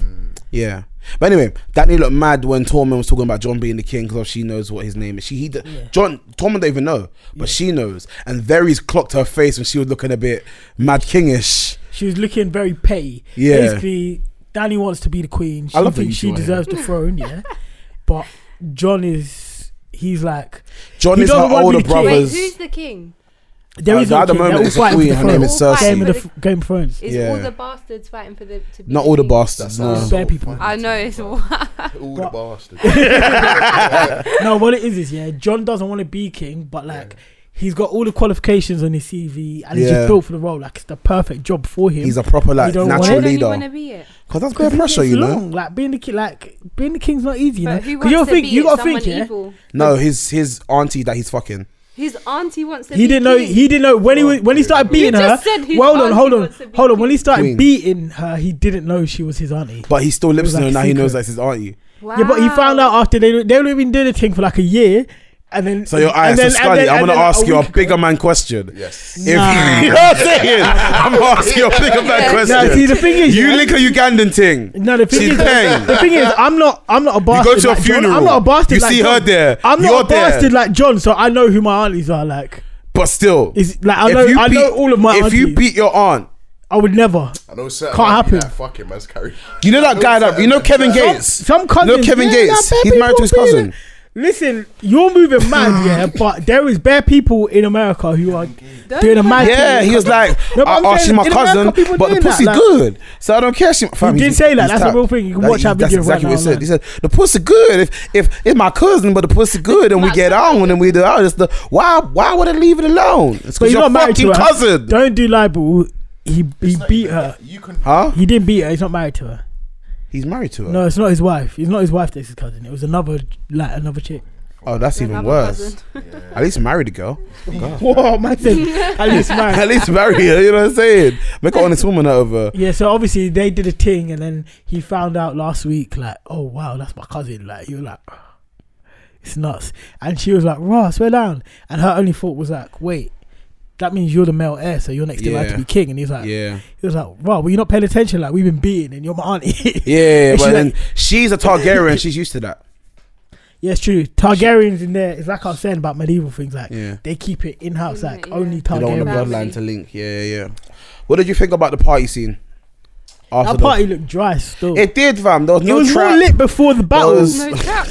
Speaker 1: Yeah. But anyway, Danny looked mad when Tormund was talking about John being the king because she knows what his name is. She he d-
Speaker 2: Yeah.
Speaker 1: John Tormund don't even know, but she knows. And Varys clocked her face when she was looking a bit mad kingish.
Speaker 2: She was looking very petty.
Speaker 1: Yeah.
Speaker 2: Basically, Danny wants to be the queen. She
Speaker 1: I love that
Speaker 2: thinks
Speaker 1: you
Speaker 2: she
Speaker 1: two are here.
Speaker 2: deserves
Speaker 1: <laughs>
Speaker 2: the throne, yeah. But John is he's like
Speaker 1: John
Speaker 2: He
Speaker 1: is her
Speaker 2: don't wanna be
Speaker 1: older
Speaker 2: the king.
Speaker 1: brother.
Speaker 3: Wait,
Speaker 1: brothers.
Speaker 3: who's the king?
Speaker 2: there
Speaker 1: Uh,
Speaker 2: is
Speaker 1: at
Speaker 2: no
Speaker 1: the
Speaker 2: king. They're
Speaker 1: moment
Speaker 2: all
Speaker 1: it's the
Speaker 2: fighting for
Speaker 1: queen. Her name
Speaker 2: throne.
Speaker 1: is
Speaker 3: All
Speaker 1: Cersei.
Speaker 3: fighting
Speaker 2: Game of,
Speaker 3: for
Speaker 2: the, F- Game of Thrones.
Speaker 3: Is
Speaker 1: Yeah.
Speaker 3: all the bastards fighting for the to be
Speaker 1: Not all the
Speaker 3: king?
Speaker 1: bastards.
Speaker 4: That sounds
Speaker 1: No.
Speaker 2: It's bare
Speaker 4: so
Speaker 2: people.
Speaker 4: funny
Speaker 3: I
Speaker 4: to
Speaker 3: know
Speaker 4: me,
Speaker 3: it's <laughs>
Speaker 4: fam.
Speaker 3: all.
Speaker 4: <laughs> All
Speaker 2: But-
Speaker 4: the bastards. <laughs>
Speaker 2: no, what it is is yeah, John doesn't want to be king, but like he's got all the qualifications on his CV and he's
Speaker 1: Yeah.
Speaker 2: just built for the role. Like it's the perfect job for him.
Speaker 1: He's a proper like
Speaker 2: You don't want
Speaker 3: Why
Speaker 1: natural
Speaker 2: it.
Speaker 3: don't you want to
Speaker 1: leader.
Speaker 3: be it?
Speaker 1: Because
Speaker 2: <laughs>
Speaker 1: that's
Speaker 2: Because
Speaker 1: great
Speaker 2: it
Speaker 1: pressure,
Speaker 2: gets
Speaker 1: you know.
Speaker 2: long. Like being the king, like being the king's not easy, you know.
Speaker 3: But who
Speaker 2: 'Cause
Speaker 3: wants
Speaker 2: you
Speaker 3: to
Speaker 2: think
Speaker 3: be
Speaker 2: you
Speaker 3: it?
Speaker 2: gotta think,
Speaker 3: Someone
Speaker 2: yeah.
Speaker 3: evil.
Speaker 1: No, his his auntie that he's fucking.
Speaker 3: His auntie wants to.
Speaker 2: He
Speaker 3: be
Speaker 2: didn't know.
Speaker 3: king.
Speaker 2: He didn't know when he was, when he started beating
Speaker 3: just
Speaker 2: her.
Speaker 3: said his
Speaker 2: well, hold on,
Speaker 3: auntie
Speaker 2: hold on,
Speaker 3: wants to be
Speaker 2: hold on. When he
Speaker 3: king.
Speaker 2: started
Speaker 1: Queen.
Speaker 2: beating her, he didn't know she was his auntie.
Speaker 1: But he still lives
Speaker 2: was
Speaker 1: to her
Speaker 2: like
Speaker 1: now. He knows
Speaker 2: secret.
Speaker 1: that's his auntie.
Speaker 3: Wow.
Speaker 2: Yeah, but he found out after they they only been doing the thing for like a year, and then
Speaker 1: So your eyes,
Speaker 2: and
Speaker 1: so
Speaker 2: then- and
Speaker 1: Scully,
Speaker 2: then-
Speaker 1: I'm
Speaker 2: and
Speaker 1: gonna
Speaker 2: then oh,
Speaker 1: ask you a
Speaker 2: week-
Speaker 1: bigger man question.
Speaker 4: yes.
Speaker 1: If <laughs> you know what I'm saying, I'm gonna ask you a bigger man
Speaker 3: Yeah.
Speaker 1: question.
Speaker 2: No, see the thing is,
Speaker 1: you
Speaker 2: yeah,
Speaker 1: link a Ugandan thing.
Speaker 2: No, the thing
Speaker 1: She's
Speaker 2: is,
Speaker 1: paying.
Speaker 2: the thing is, I'm not, I'm not a
Speaker 1: You
Speaker 2: bastard.
Speaker 1: go to
Speaker 2: like
Speaker 1: a
Speaker 2: John.
Speaker 1: funeral.
Speaker 2: I'm not a bastard.
Speaker 1: You
Speaker 2: like
Speaker 1: see
Speaker 2: John.
Speaker 1: her there.
Speaker 2: I'm not
Speaker 1: You're
Speaker 2: a bastard
Speaker 1: there.
Speaker 2: like John, so I know who my aunties are. Like,
Speaker 1: But still,
Speaker 2: Is- like, I know- I know all of my
Speaker 1: If you
Speaker 2: aunties.
Speaker 1: beat your aunt,
Speaker 2: I would never.
Speaker 4: I know certain
Speaker 2: Can't
Speaker 4: man be
Speaker 2: happen.
Speaker 4: Like, Fuck it, man's carry.
Speaker 1: you know that
Speaker 4: know
Speaker 1: guy that
Speaker 4: certain
Speaker 1: you know
Speaker 4: men.
Speaker 1: Kevin
Speaker 4: Some-
Speaker 1: Gates.
Speaker 2: Some cousins.
Speaker 1: No, Kevin Gates.
Speaker 2: nah, bare
Speaker 1: He's married to
Speaker 2: people
Speaker 1: his
Speaker 2: be
Speaker 1: cousin.
Speaker 2: there. Listen, you're moving
Speaker 1: <laughs>
Speaker 2: mad, yeah, but there is bare people in America who are
Speaker 3: Don't
Speaker 2: doing a mad.
Speaker 3: you-
Speaker 1: Yeah,
Speaker 2: thing.
Speaker 1: he was like,
Speaker 2: No, but
Speaker 1: "Oh,
Speaker 2: I'm
Speaker 1: oh,
Speaker 2: saying
Speaker 1: she's my
Speaker 2: in America,
Speaker 1: cousin, but
Speaker 2: people
Speaker 1: the
Speaker 2: doing that,
Speaker 1: pussy
Speaker 2: like-
Speaker 1: good, so I don't care." She, fam,
Speaker 2: did
Speaker 1: he's-
Speaker 2: say that,
Speaker 1: he's
Speaker 2: that's a
Speaker 1: tapped.
Speaker 2: real thing. You can
Speaker 1: That-
Speaker 2: watch that
Speaker 1: That's
Speaker 2: video right
Speaker 1: exactly
Speaker 2: now
Speaker 1: what he said.
Speaker 2: online.
Speaker 1: He said the pussy good. If if it's my cousin, but the pussy good, and we
Speaker 3: My
Speaker 1: get
Speaker 3: cousin.
Speaker 1: on and we do out. It's the why why would I leave it alone? It's
Speaker 2: But
Speaker 1: because
Speaker 2: you're
Speaker 1: you're
Speaker 2: not married
Speaker 1: fucking
Speaker 2: to her.
Speaker 1: cousin,
Speaker 2: Don't do libel. He he beat her.
Speaker 4: You can.
Speaker 1: huh?
Speaker 2: He didn't beat her. He's not married to her.
Speaker 1: He's married to her.
Speaker 2: No, it's not his wife. It's not his wife that's his cousin. It was another like another chick.
Speaker 1: Oh, that's
Speaker 3: Don't
Speaker 1: even
Speaker 3: have a
Speaker 1: worse.
Speaker 3: cousin.
Speaker 1: At least marry the
Speaker 2: <laughs>
Speaker 1: girl.
Speaker 2: Whoa, man said at least married.
Speaker 1: <laughs> At least marry her. You know what I'm saying? Make an honest woman out of her.
Speaker 2: Yeah, so obviously they did a thing, and then he found out last week, like, oh wow, that's my cousin. Like, you're like, <sighs> it's nuts. And she was like, Ross, swear down. And her only thought was like, wait, that means you're the male heir, so you're next in line
Speaker 1: Yeah.
Speaker 2: to be king. And he's like,
Speaker 1: Yeah,
Speaker 2: he was like, wow, well, you're not paying attention. Like, we've been beaten, and you're my auntie. <laughs>
Speaker 1: yeah.
Speaker 2: It's
Speaker 1: But
Speaker 2: like-
Speaker 1: then she's a Targaryen. She's used to that.
Speaker 2: yeah, it's true. Targaryens in there, it's like I was saying about medieval things, like,
Speaker 1: Yeah.
Speaker 2: they keep it in house,
Speaker 3: Yeah,
Speaker 2: like,
Speaker 3: yeah.
Speaker 2: only
Speaker 1: You don't want the
Speaker 2: Targaryens.
Speaker 3: Family.
Speaker 1: bloodline to link. Yeah, yeah, yeah. What did you think about the party scene? After
Speaker 2: Our
Speaker 1: the-
Speaker 2: party looked dry still. It,
Speaker 1: it did, fam. There was no
Speaker 2: was
Speaker 1: trap.
Speaker 2: more lit before the battles.
Speaker 1: was-
Speaker 3: <laughs> No trap.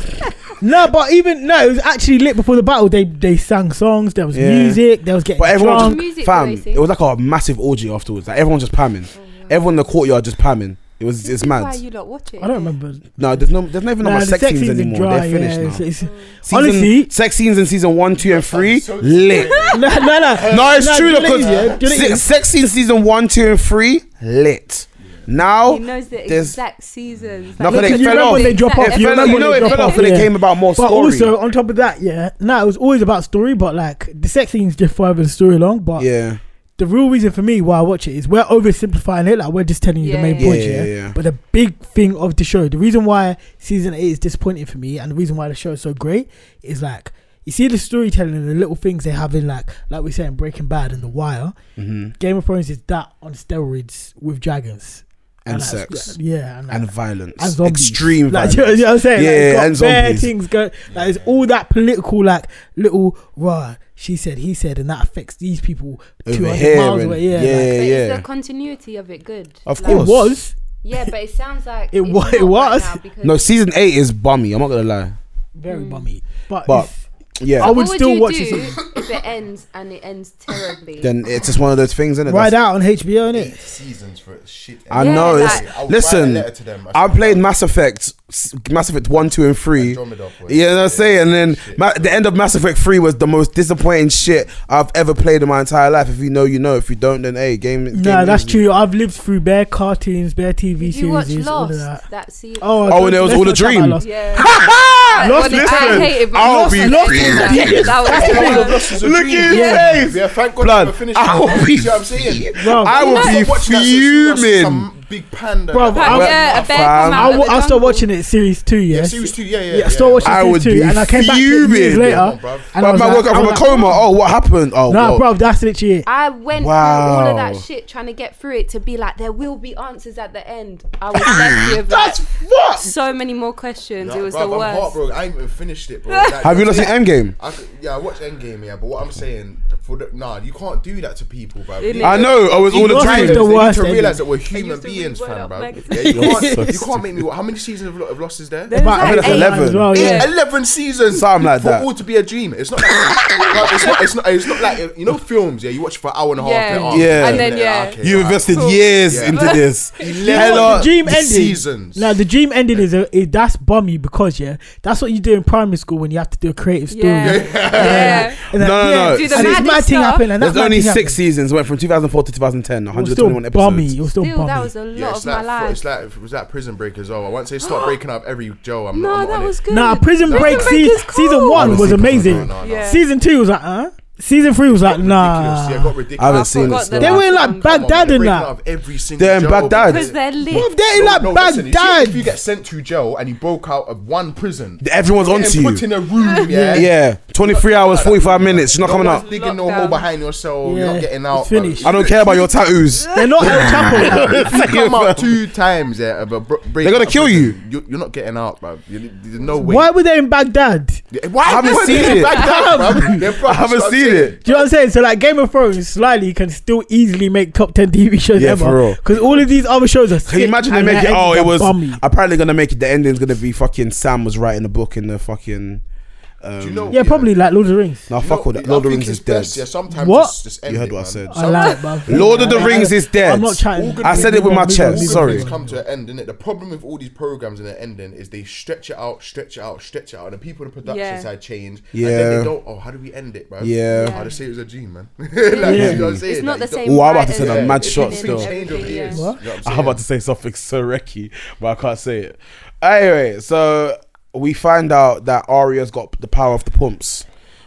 Speaker 2: No, but even no, it was actually lit before the battle. They they sang songs. There was
Speaker 1: Yeah.
Speaker 2: music. There was getting
Speaker 1: But everyone
Speaker 2: drunk.
Speaker 3: Music
Speaker 1: just fam.
Speaker 3: releasing.
Speaker 1: It was like a massive orgy afterwards. Like everyone just pamming. Everyone in the courtyard just pamming. It was
Speaker 3: This
Speaker 1: it's
Speaker 3: is Why
Speaker 1: mad.
Speaker 3: you lot watch it?
Speaker 2: I don't remember.
Speaker 1: no, there's no there's not even no
Speaker 2: Nah,
Speaker 1: more
Speaker 2: the
Speaker 1: sex scenes
Speaker 2: are
Speaker 1: anymore.
Speaker 2: dry,
Speaker 1: They're finished
Speaker 2: yeah,
Speaker 1: now.
Speaker 2: it's- it's- <laughs>
Speaker 1: Season-
Speaker 2: honestly-
Speaker 1: sex scenes in season one, two, and three
Speaker 4: so
Speaker 1: lit.
Speaker 2: no, no, no.
Speaker 1: No, it's
Speaker 2: Nah,
Speaker 1: true though,
Speaker 2: do you know what it is, yeah? Do you know what it
Speaker 1: because
Speaker 2: is?
Speaker 1: sex scenes season one, two, and three lit. Now
Speaker 3: He knows the
Speaker 1: Oh, there's-
Speaker 3: exact seasons.
Speaker 1: No,
Speaker 3: Like,
Speaker 1: but it fell
Speaker 3: look at the
Speaker 1: off.
Speaker 3: exact-
Speaker 1: When they
Speaker 2: drop off,
Speaker 1: it
Speaker 2: you
Speaker 1: fell,
Speaker 2: remember
Speaker 1: you
Speaker 2: when
Speaker 1: know
Speaker 2: they
Speaker 1: it
Speaker 2: drop
Speaker 1: fell
Speaker 2: off,
Speaker 1: off when it
Speaker 2: yeah.
Speaker 1: came about more
Speaker 2: But
Speaker 1: story.
Speaker 2: also on top of that, yeah, no, it was always about story. But like the sex scenes just further the story along. But
Speaker 1: yeah.
Speaker 2: the real reason for me why I watch it is we're oversimplifying it. Like we're just telling you the
Speaker 3: Yeah,
Speaker 2: main
Speaker 3: yeah,
Speaker 2: point.
Speaker 1: yeah,
Speaker 2: Yeah,
Speaker 1: yeah, yeah.
Speaker 2: But the big thing of the show, the reason why season eight is disappointing for me, and the reason why the show is so great is like you see the storytelling and the little things they have in like like we say in Breaking Bad and The Wire.
Speaker 1: hmm
Speaker 2: Game of Thrones is that on steroids with dragons
Speaker 1: And
Speaker 2: that's-
Speaker 1: sex.
Speaker 2: Yeah, and, like,
Speaker 1: and violence,
Speaker 2: and zombies.
Speaker 1: extreme
Speaker 2: Like,
Speaker 1: violence.
Speaker 2: <laughs> you know, you know what I'm saying? Like,
Speaker 1: Yeah,
Speaker 2: it's got
Speaker 1: and
Speaker 2: bare
Speaker 1: zombies.
Speaker 2: things go. Like, it's all that political, like little rah. She said, he said, and that affects these people two
Speaker 1: Over
Speaker 2: hundred
Speaker 1: here,
Speaker 2: miles
Speaker 1: and-
Speaker 2: away. Yeah,
Speaker 1: yeah,
Speaker 2: like,
Speaker 3: But
Speaker 1: yeah.
Speaker 3: is the continuity of it good?
Speaker 1: Of
Speaker 2: it
Speaker 1: course.
Speaker 2: was.
Speaker 3: Yeah, but it sounds like
Speaker 2: It
Speaker 3: it's
Speaker 2: wa- it
Speaker 3: not right
Speaker 2: was.
Speaker 3: now because
Speaker 1: no, season eight is bummy. I'm not gonna lie.
Speaker 2: very bummy. Mm. But,
Speaker 1: But
Speaker 2: it's-
Speaker 1: Yeah.
Speaker 2: I would
Speaker 3: what
Speaker 2: still
Speaker 3: would you
Speaker 2: watch
Speaker 3: do
Speaker 2: it.
Speaker 3: <laughs> if it ends and it ends terribly?
Speaker 1: Then it's just one of those things, isn't it?
Speaker 2: Right out on HBO,
Speaker 4: Eight
Speaker 2: innit?
Speaker 4: seasons for shit.
Speaker 1: I
Speaker 3: Yeah,
Speaker 1: know.
Speaker 3: like-
Speaker 1: it's-
Speaker 4: I would write a
Speaker 1: listen,
Speaker 4: letter to them.
Speaker 1: I played Mass Effect, s- Mass Effect one, two, and three.
Speaker 4: Andromeda, boy.
Speaker 1: Yeah, you know what I'm saying. And then
Speaker 4: Shit.
Speaker 1: ma- the end of Mass Effect three was the most disappointing shit I've ever played in my entire life. If you know, you know. If you don't, then hey, game.
Speaker 2: No,
Speaker 1: game
Speaker 2: that's
Speaker 1: is-
Speaker 2: true. I've lived through bare cartoons, bare TV
Speaker 3: Did you watch
Speaker 2: series, all of that.
Speaker 3: Lost? That season.
Speaker 2: Oh,
Speaker 1: Oh, and there was
Speaker 2: let's
Speaker 1: all
Speaker 2: not
Speaker 1: the
Speaker 2: talk about
Speaker 1: dream.
Speaker 2: Lost.
Speaker 3: yeah.
Speaker 1: <laughs> <laughs> Lost,
Speaker 3: I
Speaker 1: listen,
Speaker 3: hated my-
Speaker 1: I'll
Speaker 3: Lost
Speaker 1: be
Speaker 3: was
Speaker 1: lost.
Speaker 3: that. That was terrible.
Speaker 1: Look at his
Speaker 2: Yeah.
Speaker 1: face.
Speaker 4: Yeah, thank God
Speaker 1: Blood.
Speaker 4: for finishing.
Speaker 1: I will be.
Speaker 4: You know what I'm saying?
Speaker 2: Bro,
Speaker 1: I will
Speaker 4: Stop
Speaker 1: be
Speaker 4: watching that since- that's
Speaker 1: fuming.
Speaker 4: Some big panda.
Speaker 2: Bro,
Speaker 4: That-
Speaker 2: I-
Speaker 3: Like, <laughs> yeah, a
Speaker 1: Fam.
Speaker 3: bear come
Speaker 2: I,
Speaker 3: out
Speaker 2: w-
Speaker 3: of the
Speaker 2: I started
Speaker 3: jungle.
Speaker 2: watching it series two, yeah.
Speaker 4: yeah, series two. Yeah, yeah.
Speaker 2: yeah, I started watching
Speaker 1: I would
Speaker 2: series
Speaker 1: be
Speaker 2: two, and I came back to it years
Speaker 1: fuming.
Speaker 2: later.
Speaker 4: Come on, bruv.
Speaker 2: and
Speaker 1: But
Speaker 2: I was
Speaker 1: man
Speaker 2: like,
Speaker 1: woke up
Speaker 2: I
Speaker 1: from
Speaker 2: was
Speaker 1: a
Speaker 2: like,
Speaker 1: coma. Oh, what happened? Oh,
Speaker 2: Nah,
Speaker 1: whoa.
Speaker 2: bro, that's literally it.
Speaker 3: I went through all of that
Speaker 1: Wow.
Speaker 3: shit trying to get through it to be like, there will be answers at the end. I was left with like,
Speaker 1: That's fucked.
Speaker 3: so many more questions.
Speaker 4: Nah,
Speaker 3: it was
Speaker 4: bruv,
Speaker 3: the
Speaker 4: I'm
Speaker 3: worst.
Speaker 4: hot, bro. I ain't even
Speaker 3: <laughs>
Speaker 4: finished it, bro. Like,
Speaker 1: Have you not
Speaker 4: I'm
Speaker 1: seen
Speaker 4: saying-
Speaker 1: Endgame?
Speaker 4: I could, yeah, I watched Endgame, yeah, but what I'm saying, for the, nah, you can't do that to people, bro.
Speaker 3: Innit?
Speaker 1: I know. Oh, it's all the
Speaker 2: lost
Speaker 1: dream.
Speaker 2: it the
Speaker 4: they
Speaker 2: worst
Speaker 4: need to
Speaker 2: ending.
Speaker 4: realize that we're human
Speaker 3: used to read
Speaker 4: beings,
Speaker 3: Word
Speaker 4: fam,
Speaker 3: Up
Speaker 4: bro.
Speaker 3: magazine.
Speaker 4: Yeah,
Speaker 3: <laughs>
Speaker 4: you,
Speaker 1: You're
Speaker 4: can't,
Speaker 1: so
Speaker 4: you can't make me. How many seasons of, Lo- of Lost is there?
Speaker 3: There's
Speaker 2: About-
Speaker 1: I think
Speaker 3: like
Speaker 1: it's
Speaker 3: eight.
Speaker 1: 11.
Speaker 2: as
Speaker 3: Oh,
Speaker 2: well,
Speaker 4: It's
Speaker 2: yeah.
Speaker 4: Eleven seasons,
Speaker 1: Something like
Speaker 4: for
Speaker 1: that.
Speaker 4: all to be a dream. It's not. Like, <laughs> like, it's not. It's not. It's not like you know films. Yeah, you watch for an hour and a half.
Speaker 3: Yeah.
Speaker 4: then, oh,
Speaker 1: Yeah.
Speaker 4: okay,
Speaker 1: And
Speaker 3: then,
Speaker 4: okay,
Speaker 3: yeah.
Speaker 4: okay,
Speaker 1: You
Speaker 4: right.
Speaker 1: invested
Speaker 3: Cool.
Speaker 1: years
Speaker 4: Yeah.
Speaker 1: into
Speaker 4: <laughs>
Speaker 1: this.
Speaker 2: You know what
Speaker 1: Hello.
Speaker 2: the dream
Speaker 4: the
Speaker 2: ending.
Speaker 4: seasons.
Speaker 2: Now the dream ending is, a, is that's bummy because yeah, that's what you do in primary school when you have to do a creative story.
Speaker 3: Yeah. yeah.
Speaker 2: And then,
Speaker 1: No, no, no. Do the
Speaker 2: And this
Speaker 3: magic
Speaker 2: mad thing
Speaker 3: stuff.
Speaker 2: happened, and that
Speaker 1: There's
Speaker 2: mad
Speaker 1: only
Speaker 2: thing
Speaker 1: six
Speaker 2: happened.
Speaker 1: seasons. Went from 2004 to 2010.
Speaker 2: It was still
Speaker 1: 121
Speaker 2: bummy. It
Speaker 1: episodes.
Speaker 2: was still
Speaker 3: Still, that
Speaker 2: bummy.
Speaker 3: was a lot
Speaker 4: Yeah,
Speaker 3: of
Speaker 4: it's
Speaker 3: my
Speaker 4: like
Speaker 3: life.
Speaker 4: it's like it was that prison break as well. Once
Speaker 3: <gasps>
Speaker 4: they start breaking up every Joe, I'm
Speaker 3: no,
Speaker 4: not. I'm
Speaker 3: that
Speaker 4: on
Speaker 3: was
Speaker 4: it.
Speaker 3: good.
Speaker 2: Nah, Prison
Speaker 3: Prison
Speaker 2: Break
Speaker 3: Break
Speaker 2: se-
Speaker 3: is cool.
Speaker 2: season one was amazing.
Speaker 4: No, no, no.
Speaker 3: Yeah.
Speaker 2: Season two was like, huh? Season three was like,
Speaker 4: Ridiculous.
Speaker 2: nah.
Speaker 4: Yeah, it got
Speaker 1: I
Speaker 4: ridiculous.
Speaker 1: haven't seen
Speaker 3: forgot
Speaker 1: it.
Speaker 3: the
Speaker 1: still.
Speaker 2: they were in
Speaker 3: Come
Speaker 2: like
Speaker 3: on,
Speaker 2: Bad Dad and
Speaker 4: breaking
Speaker 2: that.
Speaker 4: Out of every single
Speaker 1: They're in
Speaker 4: jail,
Speaker 1: Baghdad.
Speaker 4: bro.
Speaker 3: Because they're lit.
Speaker 2: Bruv, they're in like Bad
Speaker 4: listen, if you-
Speaker 2: Dad.
Speaker 4: If you get sent to jail and you broke out of one prison,
Speaker 1: Everyone's
Speaker 4: getting
Speaker 1: onto you.
Speaker 4: Put in a room, yeah.
Speaker 1: Yeah, 23 hours, 45 minutes. She's not
Speaker 4: No
Speaker 1: coming
Speaker 4: one's
Speaker 1: out.
Speaker 4: digging no
Speaker 3: Lockdown.
Speaker 4: more behind yourself. You're
Speaker 2: Yeah,
Speaker 4: not getting out.
Speaker 2: it's finished.
Speaker 1: I don't
Speaker 4: <laughs>
Speaker 1: care about your tattoos.
Speaker 2: They're not El Chapo. like.
Speaker 4: If you come out two times, yeah, of a br- break
Speaker 1: They're gonna
Speaker 4: up
Speaker 1: kill
Speaker 4: prison,
Speaker 1: you.
Speaker 4: you. You're not getting out, bro. You, there's no way.
Speaker 2: Why were they in Baghdad?
Speaker 4: Why
Speaker 1: I haven't
Speaker 4: would
Speaker 1: seen
Speaker 4: they
Speaker 1: it.
Speaker 4: back
Speaker 2: <laughs>
Speaker 4: down, bro? Yeah, bro,
Speaker 1: I haven't
Speaker 4: that's what I'm
Speaker 1: seen
Speaker 4: saying.
Speaker 1: it.
Speaker 2: Do you know what I'm saying? So like Game of Thrones slightly can still easily make top ten TV shows
Speaker 1: Yeah,
Speaker 2: ever.
Speaker 1: for real.
Speaker 2: Because all of these other shows are.
Speaker 1: Can you
Speaker 2: sick
Speaker 1: imagine they
Speaker 2: and
Speaker 1: make it?
Speaker 2: their
Speaker 1: Oh,
Speaker 2: endings
Speaker 1: it
Speaker 2: are
Speaker 1: was
Speaker 2: bummy.
Speaker 1: apparently gonna make it. The ending's gonna be fucking Sam was writing a book in the fucking. Um,
Speaker 4: Do you know?
Speaker 2: Yeah, probably like Lord of the Rings.
Speaker 1: No,
Speaker 4: You
Speaker 1: Oh, fuck
Speaker 4: know,
Speaker 1: all that.
Speaker 4: I
Speaker 1: Lord of the
Speaker 4: think
Speaker 1: Rings is
Speaker 4: it's
Speaker 1: dead.
Speaker 4: best, Yeah, sometimes
Speaker 2: What?
Speaker 4: just- just end
Speaker 1: You heard
Speaker 4: it,
Speaker 1: what I
Speaker 4: man.
Speaker 1: said.
Speaker 2: I like, bruv.
Speaker 1: Lord of the
Speaker 2: I- I-
Speaker 1: Rings is dead.
Speaker 2: I'm not
Speaker 4: All
Speaker 2: chatting.
Speaker 4: good
Speaker 1: I said it with my chest,
Speaker 4: All good
Speaker 1: sorry.
Speaker 4: things come to an end, innit? The problem with all these programs and the ending is they stretch it out, stretch it out, stretch it out, and the people in the production
Speaker 3: Yeah.
Speaker 4: side change. And
Speaker 1: Yeah.
Speaker 4: then they don't. Oh, how do we end it, bro?
Speaker 1: Yeah.
Speaker 4: Oh, they say it was a dream, man. <laughs> like, you know what I'm saying?
Speaker 3: It's not the
Speaker 4: Like, you
Speaker 3: same.
Speaker 4: don't-
Speaker 1: Ooh, I'm about to
Speaker 3: writers
Speaker 1: say that
Speaker 3: and
Speaker 1: mad
Speaker 3: everything
Speaker 1: shot
Speaker 3: and
Speaker 1: still.
Speaker 3: everything,
Speaker 4: Change over the
Speaker 3: yeah.
Speaker 4: years.
Speaker 2: What?
Speaker 4: You know what
Speaker 1: I'm about to say something so recky, but I can't say it. Anyway, so we find out that Arya's got the power of the pumps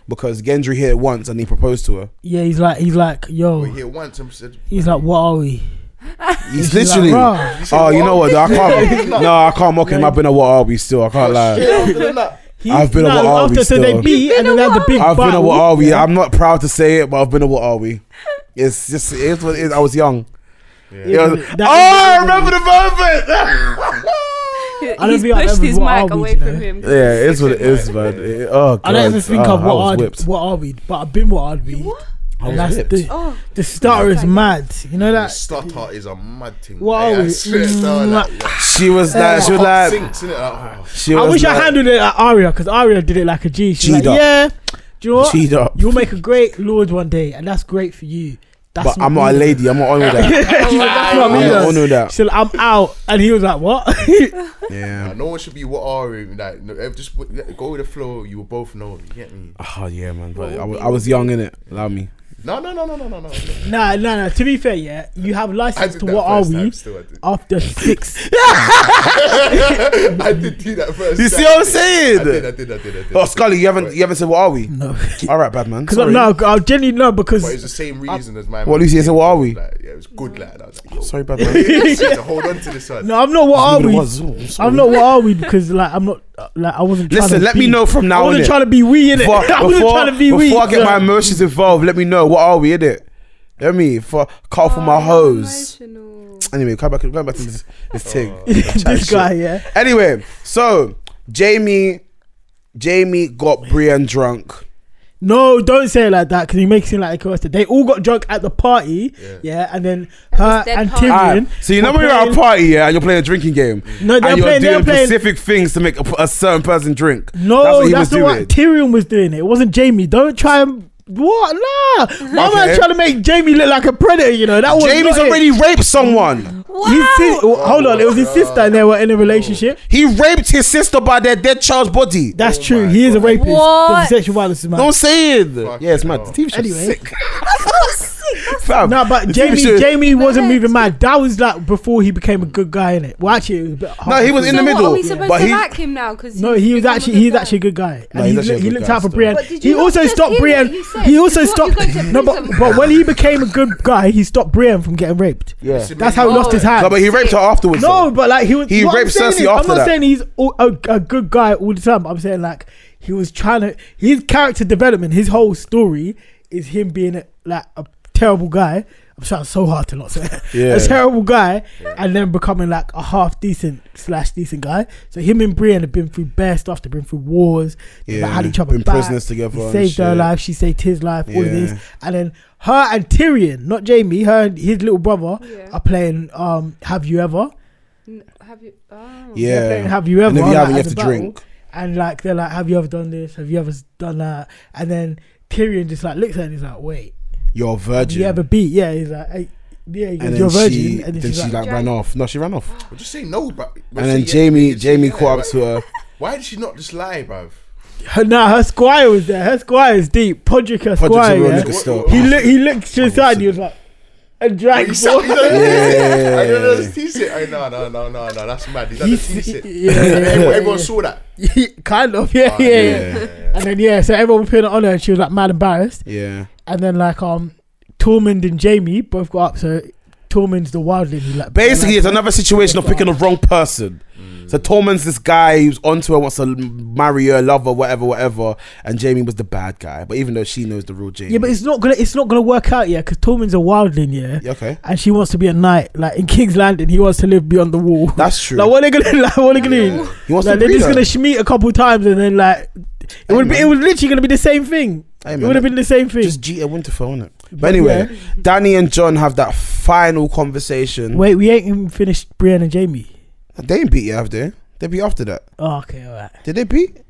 Speaker 1: because Gendry hit it once and he proposed to her.
Speaker 2: Yeah, he's like, he's like,
Speaker 4: We're
Speaker 2: yo.
Speaker 4: here once and said,
Speaker 2: He's like, what are we?
Speaker 1: He's
Speaker 2: She's
Speaker 1: literally.
Speaker 2: Like, "Bruh."
Speaker 1: oh, you know what? though, I
Speaker 4: <laughs>
Speaker 1: can't. no, I can't mock him. I've been a what are we still? I
Speaker 4: Oh,
Speaker 1: can't lie.
Speaker 4: "Yeah, other than that."
Speaker 2: He-
Speaker 1: I've been a what are we
Speaker 2: after, So
Speaker 1: still.
Speaker 2: they beat,
Speaker 3: You've
Speaker 2: and then
Speaker 3: been a
Speaker 2: they had the
Speaker 3: what?
Speaker 2: big.
Speaker 1: I've been a
Speaker 2: battle.
Speaker 1: what are we? I'm not proud to say it, but I've been a what are we? It's just it is what it is. I was young. It
Speaker 2: Yeah,
Speaker 1: was-
Speaker 2: but
Speaker 1: oh,
Speaker 2: that
Speaker 1: I
Speaker 2: is-
Speaker 1: remember the moment. <laughs>
Speaker 2: I don't
Speaker 3: He's
Speaker 2: think I've
Speaker 3: pushed
Speaker 2: ever
Speaker 3: his
Speaker 2: been what
Speaker 3: mic
Speaker 2: are we,
Speaker 3: away
Speaker 2: you know?
Speaker 3: from him.
Speaker 1: yeah, it's what it is, man. It- oh,
Speaker 2: I don't
Speaker 1: God.
Speaker 2: even think
Speaker 1: Oh,
Speaker 2: of
Speaker 1: I was
Speaker 2: what are
Speaker 1: whipped.
Speaker 2: what are we, but I've been what are we.
Speaker 3: What?
Speaker 2: And that's
Speaker 1: whipped.
Speaker 2: the,
Speaker 3: Oh,
Speaker 2: the starter is
Speaker 3: Okay.
Speaker 2: mad. You know
Speaker 4: The
Speaker 2: that
Speaker 4: stutter is a mad thing.
Speaker 2: What
Speaker 4: Hey,
Speaker 2: are
Speaker 4: I
Speaker 2: we?
Speaker 4: swear to God, like, yeah.
Speaker 1: She
Speaker 2: <laughs>
Speaker 1: was like, she was
Speaker 4: My
Speaker 1: like,
Speaker 4: heart sinks, innit? Like, oh,
Speaker 1: she
Speaker 2: I
Speaker 1: was
Speaker 2: wish
Speaker 1: like-
Speaker 2: I handled it like Aria because Aria did it like a G. She's
Speaker 1: G'd
Speaker 2: like,
Speaker 1: up.
Speaker 2: yeah, do you know what?
Speaker 1: G'd up.
Speaker 2: You'll make a great lord one day, and that's great for you. That's
Speaker 1: But I'm not a
Speaker 2: me.
Speaker 1: lady. I'm not on
Speaker 2: <laughs>
Speaker 1: with that.
Speaker 2: She's like, that's not
Speaker 1: I'm
Speaker 2: me.
Speaker 1: not
Speaker 2: though."
Speaker 1: on with that.
Speaker 2: She's like, I'm out, and he was like, what? <laughs>
Speaker 1: Yeah.
Speaker 4: Nah, no one should be what are we like. No, ev- just w- go with the flow. You will both know. You get me?
Speaker 1: Oh yeah, man. But I was, I was young in it. Allow me.
Speaker 4: No, no, no, no, no, no, no.
Speaker 2: nah, nah, nah. To be fair, yeah, you have
Speaker 4: I
Speaker 2: license
Speaker 4: did
Speaker 2: to
Speaker 4: that
Speaker 2: what are
Speaker 4: first time,
Speaker 2: we
Speaker 4: still I did.
Speaker 1: <laughs>
Speaker 2: after six.
Speaker 4: <laughs> I did do that first.
Speaker 1: You
Speaker 4: time.
Speaker 1: see what I'm
Speaker 4: I did, I
Speaker 1: saying?
Speaker 4: did, I did, I did.
Speaker 1: Oh, Scully, you haven't,
Speaker 4: But-
Speaker 1: you haven't said what are we?
Speaker 2: no,
Speaker 1: All right, bad man.
Speaker 2: because
Speaker 1: Sorry.
Speaker 2: no, I genuinely no
Speaker 4: But it's
Speaker 2: because
Speaker 4: the same reason as my.
Speaker 1: What,
Speaker 4: man.
Speaker 1: Lucy, so what are we?
Speaker 4: Like, yeah, it was good, lad. I was like,
Speaker 2: <laughs>
Speaker 4: yo,
Speaker 1: Sorry, bad man.
Speaker 4: I had to hold on to this one.
Speaker 2: no, I'm not what are
Speaker 1: Even it
Speaker 2: we.
Speaker 1: was, oh, I'm sorry.
Speaker 2: I'm not what are we because like I'm not uh, like I wasn't. trying
Speaker 1: Listen,
Speaker 2: to
Speaker 1: let
Speaker 2: be,
Speaker 1: me know from now
Speaker 2: I
Speaker 1: on.
Speaker 2: wasn't
Speaker 1: innit?
Speaker 2: trying to be we in <laughs> it.
Speaker 1: Before,
Speaker 2: I wasn't
Speaker 1: before-
Speaker 2: trying to be we.
Speaker 1: before I get
Speaker 2: so- <laughs>
Speaker 1: my emotions involved, let me know what are we in it. Let me for call for my hoes.
Speaker 3: Emotional.
Speaker 1: Anyway, come back, going back to this this thing.
Speaker 2: Oh. this guy, yeah.
Speaker 1: Anyway, so Jamie, Jamie got Brienne drunk.
Speaker 2: No, don't say it like that because he makes it seem like a character. They all got drunk at the party, yeah,
Speaker 4: Yeah.
Speaker 2: and then
Speaker 3: And
Speaker 2: her
Speaker 3: it's dead
Speaker 2: and
Speaker 3: party.
Speaker 2: Tyrion.
Speaker 1: Ah, so you
Speaker 2: were
Speaker 1: know when you're at a
Speaker 2: playing-
Speaker 1: party, yeah, and you're playing a drinking game.
Speaker 2: No, they're
Speaker 1: and you're
Speaker 2: playing- they're
Speaker 1: doing
Speaker 2: playing-
Speaker 1: specific things to make a, a certain person drink.
Speaker 2: No,
Speaker 1: he
Speaker 2: that's,
Speaker 1: was
Speaker 2: not what Tyrion was doing. It wasn't Jamie. Don't try and what?
Speaker 1: <laughs>
Speaker 2: Nah, my
Speaker 1: Okay.
Speaker 2: man trying to make Jamie look like a predator. You know that was
Speaker 1: Jamie's
Speaker 2: not it.
Speaker 1: already Oh, raped someone.
Speaker 2: His sis- Oh,
Speaker 3: Wow.
Speaker 2: hold on, it was his sister, and they were in a relationship.
Speaker 1: He raped his sister by their dead child's body.
Speaker 2: That's
Speaker 4: Oh
Speaker 2: true.
Speaker 4: my
Speaker 2: He is a
Speaker 4: God.
Speaker 2: rapist. The
Speaker 3: What?
Speaker 2: sexual violence is
Speaker 1: No, I'm
Speaker 2: man.
Speaker 1: saying.
Speaker 4: Fucking
Speaker 1: Yeah, it's mad.
Speaker 4: hell.
Speaker 1: The TV show's
Speaker 2: Anyway. <laughs>
Speaker 1: sick.
Speaker 2: No,
Speaker 1: Fam,
Speaker 2: but
Speaker 1: the TV
Speaker 2: Jamie,
Speaker 1: show-
Speaker 2: Jamie wasn't
Speaker 3: Correct.
Speaker 2: moving mad. That was like before he became a good guy in it. Well, actually, it was a bit hard
Speaker 1: No, he
Speaker 2: to
Speaker 1: was in
Speaker 3: so
Speaker 1: the
Speaker 2: say.
Speaker 3: what,
Speaker 1: middle,
Speaker 3: Are we supposed
Speaker 1: but
Speaker 3: to
Speaker 1: he-
Speaker 3: back him now? Cause
Speaker 2: No, he was actually he's actually a good guy, and
Speaker 1: No, he's
Speaker 2: he,
Speaker 1: actually
Speaker 2: look-
Speaker 1: a
Speaker 2: he
Speaker 1: good
Speaker 2: looked
Speaker 1: guy
Speaker 2: out for
Speaker 1: still.
Speaker 2: Brienne.
Speaker 3: But did
Speaker 2: He
Speaker 3: you not
Speaker 2: also
Speaker 3: just
Speaker 2: stopped
Speaker 3: hear what
Speaker 2: Brienne.
Speaker 3: you said?
Speaker 2: He also
Speaker 3: You thought you
Speaker 2: stopped.
Speaker 3: were going to
Speaker 2: No, but,
Speaker 3: prison.
Speaker 2: but when he became a good guy, he stopped Brienne from getting raped.
Speaker 1: Yeah.
Speaker 2: That's how he lost his
Speaker 3: Oh.
Speaker 2: hand.
Speaker 1: No, but he raped her afterwards.
Speaker 2: No,
Speaker 1: though.
Speaker 2: but like he was.
Speaker 1: He
Speaker 2: what I'm
Speaker 1: raped
Speaker 2: saying
Speaker 1: Cersei
Speaker 2: is- I'm
Speaker 1: after
Speaker 2: not
Speaker 1: that.
Speaker 2: saying he's all, a, a good guy all the time. I'm saying like he was trying to. His character development, his whole story is him being a, like a terrible guy. I'm trying so hard to not say it.
Speaker 1: Yeah.
Speaker 2: <laughs> a terrible guy, and then becoming like a half decent slash decent guy. So him and Brienne have been through bare stuff. They've been through wars. They've
Speaker 1: Yeah,
Speaker 2: had each other
Speaker 1: been
Speaker 2: back.
Speaker 1: prisoners together
Speaker 2: He
Speaker 1: and
Speaker 2: saved her
Speaker 1: shit.
Speaker 2: life. She saved his life. All of this,
Speaker 1: Yeah.
Speaker 2: and then her and Tyrion, not Jamie, her and his little brother
Speaker 3: Yeah.
Speaker 2: are playing. Um, have you ever?
Speaker 3: N- Have you? Oh.
Speaker 2: they're playing
Speaker 1: yeah.
Speaker 2: have you ever?
Speaker 1: And if you
Speaker 2: like,
Speaker 1: haven't, you
Speaker 2: as
Speaker 1: have to
Speaker 2: a battle.
Speaker 1: drink.
Speaker 2: And like they're like, have you ever done this? Have you ever s- done that? And then Tyrion just like looks at her and he's like, wait,
Speaker 1: You're a
Speaker 2: have
Speaker 1: virgin.
Speaker 2: you ever beat? Yeah, he's like, hey, yeah, he
Speaker 1: and
Speaker 2: goes,
Speaker 1: then
Speaker 2: you're a virgin.
Speaker 1: She,
Speaker 2: and
Speaker 1: then she like, ran
Speaker 3: Jamie-
Speaker 1: off. No, she ran off.
Speaker 4: Well, just say no, but and
Speaker 1: and then Jamie, Jamie caught up to her.
Speaker 4: Why did she not just lie, bruv?
Speaker 2: her, nah, her squire was there. Her squire is deep. Podrick, her
Speaker 1: Project
Speaker 2: squire.
Speaker 1: Zorro
Speaker 2: yeah.
Speaker 1: nigga still.
Speaker 2: He look, he looked to his side. He was like, a
Speaker 4: Wait,
Speaker 2: drag.
Speaker 4: you sound- you
Speaker 2: boy."
Speaker 4: <laughs> know-
Speaker 1: Yeah.
Speaker 4: I didn't know that's tease it. I no no no no no. That's mad. He's done
Speaker 2: <laughs> He
Speaker 4: the
Speaker 2: s-
Speaker 4: tease it.
Speaker 2: yeah, yeah,
Speaker 4: Everyone
Speaker 2: yeah, <laughs>
Speaker 4: everyone
Speaker 2: yeah.
Speaker 4: saw that.
Speaker 2: kind of, yeah,
Speaker 4: Ah,
Speaker 1: Oh,
Speaker 2: yeah,
Speaker 4: yeah,
Speaker 2: yeah. And then yeah, so everyone was putting it on her, and she was like mad embarrassed.
Speaker 1: Yeah.
Speaker 2: and then like um Tormund and Jamie both got up. So Tormund's the wildling. He, like
Speaker 1: Basically,
Speaker 2: like,
Speaker 1: it's another situation of picking the wrong person. So Tormund's this guy who's onto her, wants to marry her, love her, whatever, whatever. And Jamie was the bad guy, but even though she knows the real Jamie.
Speaker 2: yeah, but it's not gonna it's not gonna work out yeah because Tormund's a wildling yeah,
Speaker 1: Yeah, okay.
Speaker 2: and she wants to be a knight like in King's Landing. He wants to live beyond the wall. <laughs>
Speaker 1: That's true.
Speaker 2: like what they gonna like what they gonna do?
Speaker 1: He wants
Speaker 2: Like,
Speaker 1: to
Speaker 2: they're
Speaker 1: breed
Speaker 2: just
Speaker 1: her.
Speaker 2: gonna shmeet a couple times and then like it would be
Speaker 1: man.
Speaker 2: it was literally gonna be the same thing.
Speaker 1: Hey,
Speaker 2: it
Speaker 1: man,
Speaker 2: would have been the same thing.
Speaker 1: just G at Winterfell, innit? But anyway,
Speaker 2: yeah.
Speaker 1: Danny and John have that final conversation.
Speaker 2: Wait, we ain't even finished Brienne and Jamie.
Speaker 1: They didn't beat you, have they? They beat after that.
Speaker 2: Oh, okay, all right.
Speaker 1: Did they beat?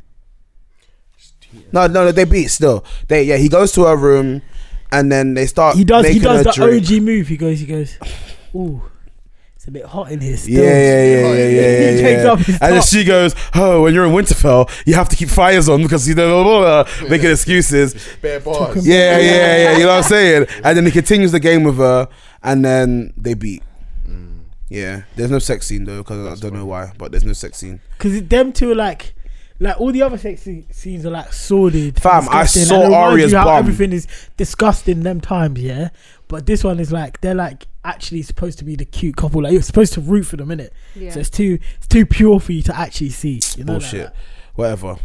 Speaker 1: No, no, no, they beat still. They yeah, he goes to her room and then they start
Speaker 2: He does. He
Speaker 1: making
Speaker 2: does
Speaker 1: her
Speaker 2: the
Speaker 1: drink.
Speaker 2: OG move. He goes. He goes. Ooh, it's a bit hot in here. Still.
Speaker 1: Yeah, yeah, yeah, yeah, yeah, yeah.
Speaker 2: <laughs> He takes
Speaker 1: yeah.
Speaker 2: off his
Speaker 1: and then
Speaker 2: top.
Speaker 1: she goes, "Oh, when you're in Winterfell, you have to keep fires on because you know blah, blah, blah, making excuses."
Speaker 4: Bare bars.
Speaker 1: Yeah, yeah, yeah. You know what I'm saying? And then he continues the game with her, and then they beat. Yeah, there's no sex scene though because I don't know why, but there's no sex scene.
Speaker 2: Because them two are like, like all the other sex se- scenes are like sordid.
Speaker 1: Fam, I
Speaker 2: disgusting,
Speaker 1: saw
Speaker 2: and it reminds
Speaker 1: Arya's
Speaker 2: you how
Speaker 1: bum.
Speaker 2: Everything is disgusting them times, yeah. But this one is like they're like actually supposed to be the cute couple. Like you're supposed to root for them, innit?
Speaker 3: Yeah.
Speaker 2: So it's too it's too pure for you to actually see. You know, like
Speaker 1: Bullshit,
Speaker 2: that.
Speaker 1: whatever.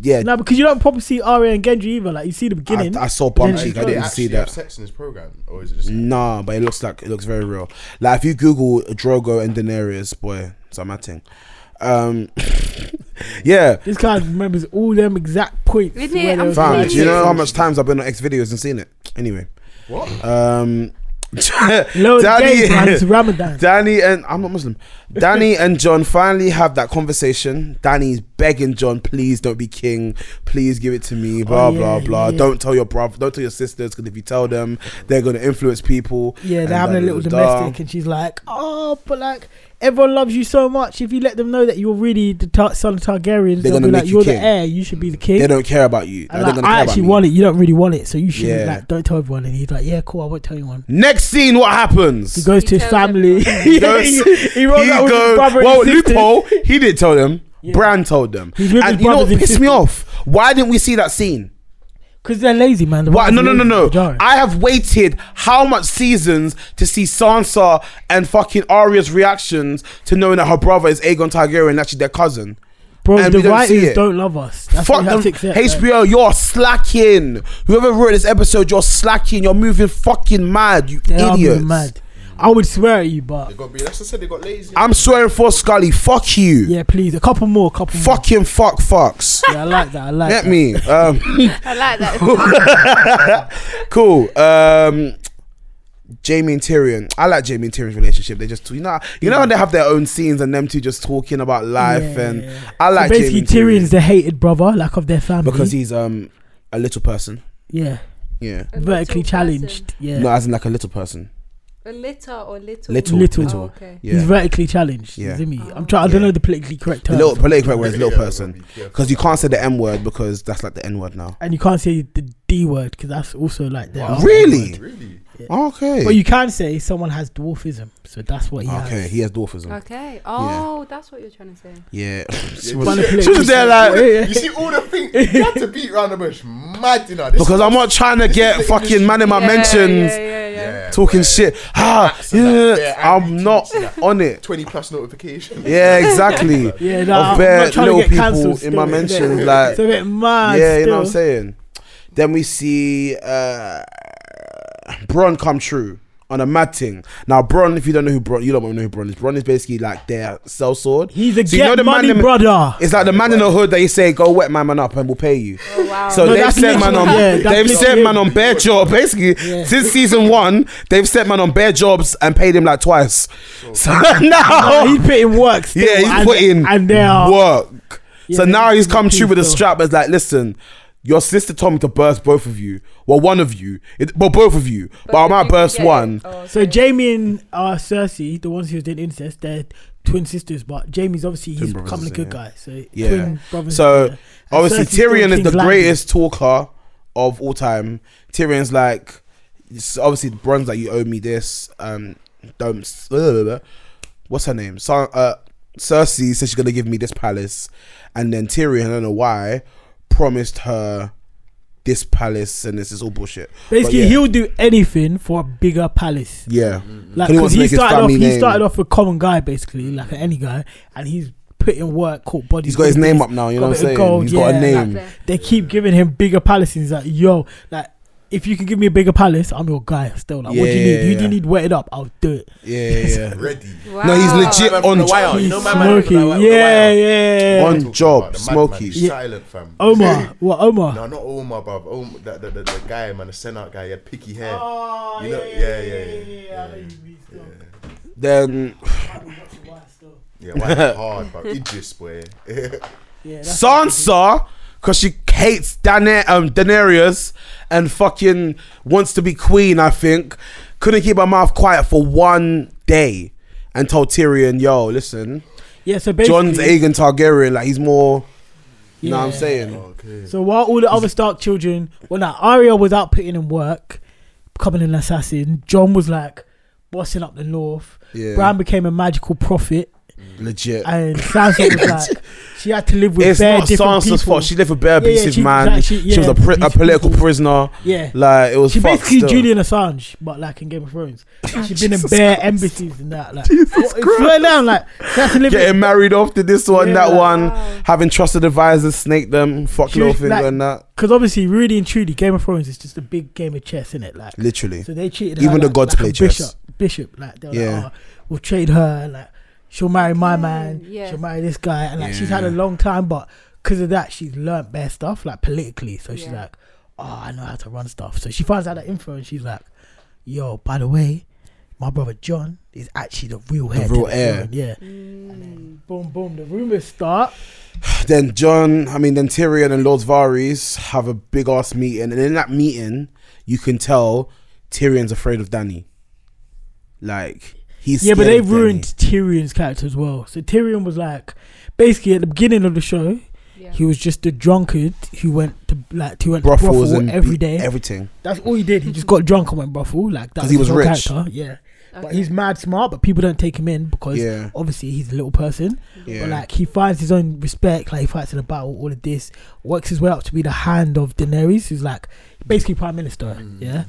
Speaker 1: Yeah,
Speaker 2: no, because you don't properly see Arya and Gendry either. Like you see the beginning.
Speaker 1: I, I saw bum
Speaker 2: then
Speaker 1: cheek. I
Speaker 2: she
Speaker 4: Do they
Speaker 1: didn't
Speaker 4: actually
Speaker 1: see
Speaker 4: have
Speaker 1: that.
Speaker 4: sex in this program, or is it just?
Speaker 1: Nah, but it looks like it looks very real. Like if you Google Drogo and Daenerys, boy, it's a mad thing. Um, <laughs> yeah,
Speaker 2: this guy remembers all them exact points.
Speaker 3: Isn't
Speaker 2: where
Speaker 3: it?
Speaker 2: they
Speaker 3: I'm
Speaker 2: was
Speaker 1: Fam,
Speaker 2: like-
Speaker 1: do you know how much times I've been on X videos and seen it? Anyway,
Speaker 4: What?
Speaker 1: um, <laughs>
Speaker 2: Loads of
Speaker 1: Danny-
Speaker 2: games,
Speaker 1: <laughs>
Speaker 2: man. It's Ramadan.
Speaker 1: Danny and I'm not Muslim.
Speaker 2: <laughs>
Speaker 1: Danny and John finally have that conversation. Danny's begging John, please don't be king. Please give it to me. Blah
Speaker 2: Oh, yeah,
Speaker 1: blah blah.
Speaker 2: yeah.
Speaker 1: Don't tell your brother. Don't tell your sisters because if you tell them, they're gonna influence people.
Speaker 2: Yeah,
Speaker 1: And
Speaker 2: they're having a
Speaker 1: da-
Speaker 2: little
Speaker 1: da- da-
Speaker 2: domestic, and she's like, "Oh, but like everyone loves you so much. If you let them know that you're really the tar- son of Targaryens,
Speaker 1: They're
Speaker 2: they'll
Speaker 1: gonna
Speaker 2: be like,
Speaker 1: make
Speaker 2: you're
Speaker 1: you
Speaker 2: the
Speaker 1: king.
Speaker 2: heir. You should be the
Speaker 1: They
Speaker 2: king."
Speaker 1: don't care about you.
Speaker 2: And,
Speaker 1: They're
Speaker 2: like,
Speaker 1: not gonna
Speaker 2: I
Speaker 1: care
Speaker 2: actually
Speaker 1: about
Speaker 2: want
Speaker 1: me.
Speaker 2: it. You don't really want it, so you should
Speaker 1: Yeah.
Speaker 2: like don't tell everyone. And he's like, "Yeah, cool. I won't tell anyone."
Speaker 1: Next scene, what happens?
Speaker 2: He goes <laughs>
Speaker 3: He
Speaker 2: to his
Speaker 3: tells
Speaker 2: family. he,
Speaker 1: goes-
Speaker 2: <laughs> he rolls
Speaker 1: he
Speaker 2: out with his
Speaker 1: go,
Speaker 2: brother
Speaker 1: well,
Speaker 2: and his sister.
Speaker 1: loophole. He didn't tell them.
Speaker 2: Yeah.
Speaker 1: Bran told them.
Speaker 2: He's with his
Speaker 1: and you know what
Speaker 2: brothers and
Speaker 1: pissed me
Speaker 2: sisters.
Speaker 1: off? Why didn't we see that scene?
Speaker 2: because they're lazy, man. The
Speaker 1: Why?
Speaker 2: brothers
Speaker 1: No,
Speaker 2: are
Speaker 1: no, no,
Speaker 2: lazy,
Speaker 1: no.
Speaker 2: they're jarring.
Speaker 1: I have waited how much seasons to see Sansa and fucking Arya's reactions to knowing that her brother is Aegon Targaryen, actually their cousin.
Speaker 2: Bro,
Speaker 1: and
Speaker 2: the
Speaker 1: we don't see
Speaker 2: writers
Speaker 1: it.
Speaker 2: don't love us. That's
Speaker 1: Fuck
Speaker 2: what we have
Speaker 1: them.
Speaker 2: to accept, man.
Speaker 1: HBO, you're slacking. Whoever wrote this episode, you're slacking. You're moving fucking mad, you
Speaker 2: They are moving
Speaker 1: idiots.
Speaker 2: mad. I would swear at you, but
Speaker 4: They got be. That's what I said. They got lazy.
Speaker 1: I'm swearing for Scully. Fuck you.
Speaker 2: yeah, please, a couple more, couple
Speaker 1: Fucking fuck
Speaker 2: <laughs>
Speaker 1: fucks.
Speaker 2: more. Yeah, I like that. I like
Speaker 1: Get
Speaker 2: that.
Speaker 1: me. Um, <laughs>
Speaker 3: I like that.
Speaker 1: cool. Um, Jamie and Tyrion. I like Jamie and Tyrion's relationship. They just, you know, you know, how they have their own scenes and them two just talking about life.
Speaker 2: Yeah.
Speaker 1: And I
Speaker 2: So
Speaker 1: like
Speaker 2: basically,
Speaker 1: Jamie and
Speaker 2: Tyrion's the hated brother, like of their family.
Speaker 1: because he's um a little person.
Speaker 2: yeah,
Speaker 1: Yeah.
Speaker 3: A
Speaker 2: vertically
Speaker 3: little
Speaker 2: challenged.
Speaker 3: person.
Speaker 2: Yeah,
Speaker 1: No, as in like a little person.
Speaker 3: A litter or little.
Speaker 1: Little.
Speaker 2: Little.
Speaker 3: Oh,
Speaker 1: Little.
Speaker 3: okay.
Speaker 1: Yeah.
Speaker 2: he's vertically challenged.
Speaker 1: Yeah.
Speaker 2: Yeah. I'm trying. I don't know the politically correct
Speaker 1: The
Speaker 2: term.
Speaker 1: little politically correct word is little
Speaker 4: Yeah,
Speaker 1: person
Speaker 4: be careful.
Speaker 1: because you can't say the M word because that's like the N word now.
Speaker 2: and you can't say the D word because that's also like the R
Speaker 1: Really?
Speaker 2: word.
Speaker 4: Really?
Speaker 1: Okay.
Speaker 2: Oh, But you can say someone has dwarfism, so that's what he
Speaker 1: okay.
Speaker 2: has.
Speaker 1: He has dwarfism.
Speaker 3: Okay. Oh, that's what you're trying to say. <laughs>
Speaker 1: Yeah. she,
Speaker 2: But
Speaker 1: <laughs>
Speaker 2: on
Speaker 1: was,
Speaker 2: the
Speaker 1: she was there
Speaker 2: politically-
Speaker 1: like
Speaker 2: Yeah, yeah.
Speaker 4: You see all the things you have to beat around the bush. Mad you know. This
Speaker 1: because I'm not trying to get
Speaker 4: the
Speaker 1: fucking
Speaker 4: industry.
Speaker 1: man in my
Speaker 3: yeah,
Speaker 1: mentions.
Speaker 3: Yeah, yeah, yeah.
Speaker 4: Yeah,
Speaker 1: talking
Speaker 4: but
Speaker 1: shit. Ah,
Speaker 4: Acts and
Speaker 1: yeah,
Speaker 4: that. Yeah,
Speaker 1: I'm
Speaker 4: and
Speaker 1: not
Speaker 4: tweets and that.
Speaker 1: on it.
Speaker 4: Twenty plus notifications. <laughs>
Speaker 1: Yeah, exactly.
Speaker 2: Yeah, <laughs> nah,
Speaker 1: of
Speaker 2: I'm
Speaker 1: bare
Speaker 2: not trying
Speaker 1: little
Speaker 2: to get
Speaker 1: people
Speaker 2: cancelled
Speaker 1: in my
Speaker 2: still, innit?
Speaker 1: mentions, like
Speaker 2: It's a bit mad.
Speaker 1: yeah, you know what I'm
Speaker 2: still.
Speaker 1: saying. Then we see uh, Bron come true on a mad thing. Now Bron, if you don't know who Bron, you don't know who Bron is. Bron is basically like their cell sword.
Speaker 2: He's a
Speaker 1: So you
Speaker 2: get
Speaker 1: know the man
Speaker 2: money
Speaker 1: in- <laughs>
Speaker 2: brother.
Speaker 1: It's like the man in the hood that you say, "Go wet my man up, and we'll pay you."
Speaker 3: Oh, wow.
Speaker 1: So
Speaker 2: Ah. No,
Speaker 1: they've
Speaker 2: that's
Speaker 1: sent man on
Speaker 2: literally- yeah, that's
Speaker 1: they've sent
Speaker 2: literally-
Speaker 1: man on bare job basically
Speaker 2: Yeah.
Speaker 1: since season one they've sent man on bare jobs and paid him like twice. So <laughs> now
Speaker 2: Oh, he's putting work. Still,
Speaker 1: yeah, he's
Speaker 2: and,
Speaker 1: putting
Speaker 2: and they are
Speaker 1: work. so
Speaker 2: Yeah,
Speaker 1: now he's
Speaker 2: he's
Speaker 1: come true with a
Speaker 2: still-
Speaker 1: strap as like, listen, your sister told me to burst both of you. Well, one of you. It, well, both of you. but I
Speaker 3: if
Speaker 1: might
Speaker 3: you
Speaker 1: burst
Speaker 3: get it-
Speaker 1: one.
Speaker 3: oh,
Speaker 2: So
Speaker 3: okay.
Speaker 2: Jamie and uh, Cersei, the ones who was doing incest, they're twin sisters. But Jamie's obviously he's
Speaker 1: brothers,
Speaker 2: becoming a good
Speaker 1: yeah.
Speaker 2: guy. So
Speaker 1: Yeah.
Speaker 2: twin brothers.
Speaker 1: So,
Speaker 2: yeah. And
Speaker 1: Obviously,
Speaker 2: Cersei's still
Speaker 1: Tyrion is the
Speaker 2: King's Landing.
Speaker 1: greatest talker of all time. Tyrion's like, it's obviously, Bronze like, you owe me this. Um, don't. What's her name? So, uh, Cersei says she's gonna give me this palace, and then Tyrion, I don't know why, promised her this palace, and this is all bullshit. But
Speaker 2: Basically,
Speaker 1: yeah.
Speaker 2: he'll do anything for a bigger palace.
Speaker 1: Yeah.
Speaker 2: Like
Speaker 1: He wants
Speaker 2: because
Speaker 1: to
Speaker 2: he,
Speaker 1: make his
Speaker 2: started off,
Speaker 1: family
Speaker 2: he
Speaker 1: name.
Speaker 2: started off a common guy basically, like any guy, and he's put in work, caught bodies.
Speaker 1: He's got his
Speaker 2: all
Speaker 1: name
Speaker 2: this.
Speaker 1: up now, you
Speaker 2: got
Speaker 1: know what
Speaker 2: a
Speaker 1: I'm
Speaker 2: bit of
Speaker 1: saying?
Speaker 2: gold,
Speaker 1: He's got a
Speaker 2: yeah,
Speaker 1: name.
Speaker 3: like-
Speaker 2: They keep giving him bigger palaces. Like yo, like if you can give me a bigger palace, I'm your guy. Still, like what do you
Speaker 1: Yeah,
Speaker 2: need? You
Speaker 1: yeah.
Speaker 2: do need wetted up. I'll do it.
Speaker 1: Yeah, yeah.
Speaker 2: <laughs>
Speaker 1: yeah.
Speaker 4: Ready.
Speaker 3: Wow.
Speaker 1: No, he's legit
Speaker 4: Man
Speaker 1: on
Speaker 4: from the wire,
Speaker 1: job.
Speaker 4: Oh, you
Speaker 2: He's
Speaker 4: know my man from
Speaker 2: smoky.
Speaker 4: the wire- the
Speaker 2: yeah,
Speaker 4: wire.
Speaker 2: yeah.
Speaker 1: On
Speaker 4: Talking
Speaker 1: job,
Speaker 4: about the
Speaker 1: Smokey.
Speaker 4: madman, he's
Speaker 2: Yeah.
Speaker 4: Silent fam.
Speaker 2: Omar, what Omar?
Speaker 4: No, not Omar, bruv. Omar, the, the, the, the guy, man, the Senate guy, he had picky hair.
Speaker 2: Oh,
Speaker 4: You know- yeah, yeah, yeah, yeah, yeah.
Speaker 1: Then
Speaker 4: Yeah, why is it hard, <laughs> bruv? Idris, boy.
Speaker 1: Sansa, because she hates Dana- um, Daenerys and fucking wants to be queen, I think, couldn't keep her mouth quiet for one day and told Tyrion, yo, listen,
Speaker 2: Yeah, so basically,
Speaker 1: John's Aegon Targaryen, like he's more, you know what I'm
Speaker 2: Yeah.
Speaker 1: saying?
Speaker 4: okay.
Speaker 2: So while all the other Stark children, well, now Arya was out putting in work, becoming an assassin. John was like bossing up the north.
Speaker 1: Yeah,
Speaker 2: Bran became a magical prophet,
Speaker 1: legit.
Speaker 2: and Sansa was like, she had to live with
Speaker 1: It's
Speaker 2: bare
Speaker 1: not
Speaker 2: different
Speaker 1: Sansa's
Speaker 2: people.
Speaker 1: fault. She lived a bare
Speaker 2: Yeah, yeah,
Speaker 1: abusive
Speaker 2: she-
Speaker 1: man.
Speaker 2: like,
Speaker 1: she,
Speaker 2: she-
Speaker 1: was
Speaker 2: yeah,
Speaker 1: a, pri- a
Speaker 2: abusive
Speaker 1: political
Speaker 2: people.
Speaker 1: prisoner.
Speaker 2: yeah.
Speaker 1: Like it was.
Speaker 2: She
Speaker 1: fucked
Speaker 2: basically
Speaker 1: still.
Speaker 2: Julian Assange, but like in Game of Thrones. She's been in
Speaker 1: Jesus
Speaker 2: bare embassies and that. Like, what- swear down, like, she had to live
Speaker 1: getting married off to this one,
Speaker 2: Yeah,
Speaker 1: that
Speaker 2: like,
Speaker 1: one,
Speaker 3: wow.
Speaker 1: having trusted advisors, snake them, fuck
Speaker 2: She
Speaker 1: little
Speaker 2: was
Speaker 1: finger
Speaker 2: like-
Speaker 1: and that.
Speaker 2: Because obviously, really and truly, Game of Thrones is just a big game of chess, isn't it? Like,
Speaker 1: Literally.
Speaker 2: so they treated her
Speaker 1: Even
Speaker 2: like,
Speaker 1: the gods
Speaker 2: like
Speaker 1: play
Speaker 2: a
Speaker 1: chess.
Speaker 2: Bishop, bishop, like they were
Speaker 1: Yeah.
Speaker 2: like, oh, we'll trade her, like she'll marry my man,
Speaker 3: yeah.
Speaker 2: she'll marry this guy, and like she's had a
Speaker 1: Yeah.
Speaker 2: long time, but because of that, she's learnt bare stuff, like politically. So she's
Speaker 3: Yeah.
Speaker 2: like, oh, I know how to run stuff. So she finds out that info, and she's like, yo, by the way, my brother John is actually the real heir. to
Speaker 1: real
Speaker 2: the
Speaker 1: heir.
Speaker 2: throne." yeah. Boom, boom. The rumors start.
Speaker 1: Then John, I mean, then Tyrion and Lord Varys have a big ass meeting, and in that meeting, you can tell Tyrion's afraid of Danny. Like he's
Speaker 2: yeah, but
Speaker 1: scared
Speaker 2: they
Speaker 1: of Dany.
Speaker 2: ruined Tyrion's character as well. So Tyrion was like, basically at the beginning of the show,
Speaker 3: Yeah.
Speaker 2: he was just a drunkard who went to like who went to
Speaker 1: brothels
Speaker 2: brothel
Speaker 1: and
Speaker 2: every
Speaker 1: be-
Speaker 2: day.
Speaker 1: everything.
Speaker 2: That's all he did. He
Speaker 3: <laughs>
Speaker 2: just got drunk and went brothel. Like that
Speaker 1: 'Cause he was
Speaker 2: his whole
Speaker 1: rich.
Speaker 2: Character. Yeah, but
Speaker 3: Okay.
Speaker 2: he's mad smart, but people don't take him in because
Speaker 1: Yeah.
Speaker 2: obviously he's a little person.
Speaker 1: Yeah.
Speaker 2: But like he finds his own respect. Like he fights in a battle. All of this
Speaker 1: Mm.
Speaker 2: works his way up to be the hand of Daenerys, who's like basically prime minister. Yeah.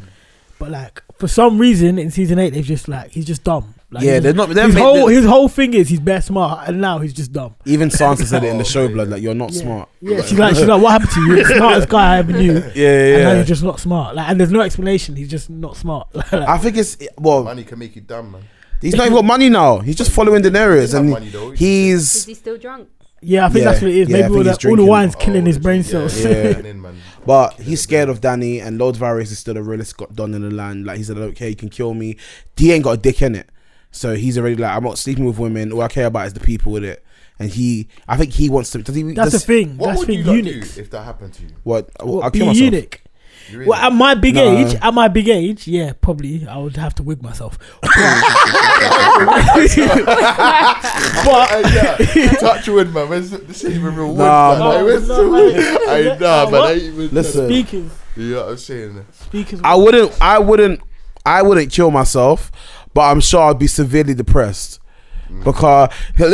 Speaker 2: But like for some reason in season eight, they've just like he's just dumb. Like,
Speaker 1: Yeah,
Speaker 2: he's-
Speaker 1: they're not- they're
Speaker 2: his
Speaker 1: ma-
Speaker 2: whole <laughs>
Speaker 1: they're-
Speaker 2: his whole thing is he's bare smart, and now he's just dumb.
Speaker 1: Even Sansa said it in the
Speaker 4: Oh,
Speaker 1: show,
Speaker 4: yeah.
Speaker 1: blood. Like you're not
Speaker 2: Yeah.
Speaker 1: smart.
Speaker 2: Yeah, she's like she's like, what happened to you? You're the smartest guy I ever knew,
Speaker 1: Yeah,
Speaker 2: and now
Speaker 1: yeah.
Speaker 2: you're just not smart. Like, and there's no explanation. He's just not smart. <laughs>
Speaker 1: I think it's well.
Speaker 4: Money can make you dumb, man.
Speaker 1: He's not even got money now. He's just following Daenerys,
Speaker 4: He have
Speaker 1: and
Speaker 4: money though.
Speaker 3: Is
Speaker 1: he's
Speaker 3: he still drunk?
Speaker 2: yeah, I think
Speaker 1: Yeah,
Speaker 2: that's what it is.
Speaker 1: yeah, I
Speaker 2: Maybe
Speaker 1: think
Speaker 2: all,
Speaker 1: he's
Speaker 2: that, all the
Speaker 1: drinking.
Speaker 2: wine's killing
Speaker 4: Oh,
Speaker 2: his brain
Speaker 4: yeah,
Speaker 2: cells.
Speaker 1: <laughs>
Speaker 4: yeah,
Speaker 1: Yeah.
Speaker 4: getting in, man.
Speaker 1: but he's scared of Danny, and Lord Varys is still the realest got done in the land. Like he said, okay, you can kill me. He ain't got a dick in it, so he's already like, I'm not sleeping with women. All I care about is the people with it. And he, I think he wants to. Does he?
Speaker 2: <laughs> That's the
Speaker 1: does,
Speaker 2: thing.
Speaker 4: What
Speaker 2: That's the
Speaker 4: would you
Speaker 2: thing.
Speaker 4: like do
Speaker 2: Eunuchs.
Speaker 4: if that happened to you?
Speaker 1: What?
Speaker 2: What,
Speaker 1: I'll
Speaker 2: be
Speaker 1: kill
Speaker 2: a
Speaker 1: myself.
Speaker 2: eunuch.
Speaker 4: You really?
Speaker 2: Well, at my big
Speaker 1: No.
Speaker 2: age, at my big age, yeah, probably I would have to wig myself.
Speaker 4: But <laughs> uh,
Speaker 1: <laughs>
Speaker 4: yeah, touch wood, man. Where's the- this ain't even real wood,
Speaker 1: Nah,
Speaker 4: man.
Speaker 1: man.
Speaker 4: Like, where's
Speaker 2: No,
Speaker 4: the
Speaker 2: no,
Speaker 1: <laughs>
Speaker 4: wood?
Speaker 2: man.
Speaker 4: I nah, man. I
Speaker 2: What?
Speaker 4: ain't even
Speaker 1: Listen.
Speaker 2: speakers,
Speaker 4: You know what I'm saying?
Speaker 2: speakers.
Speaker 1: I wouldn't. I wouldn't. I wouldn't kill myself, but I'm sure I'd be severely depressed
Speaker 2: Mm.
Speaker 1: because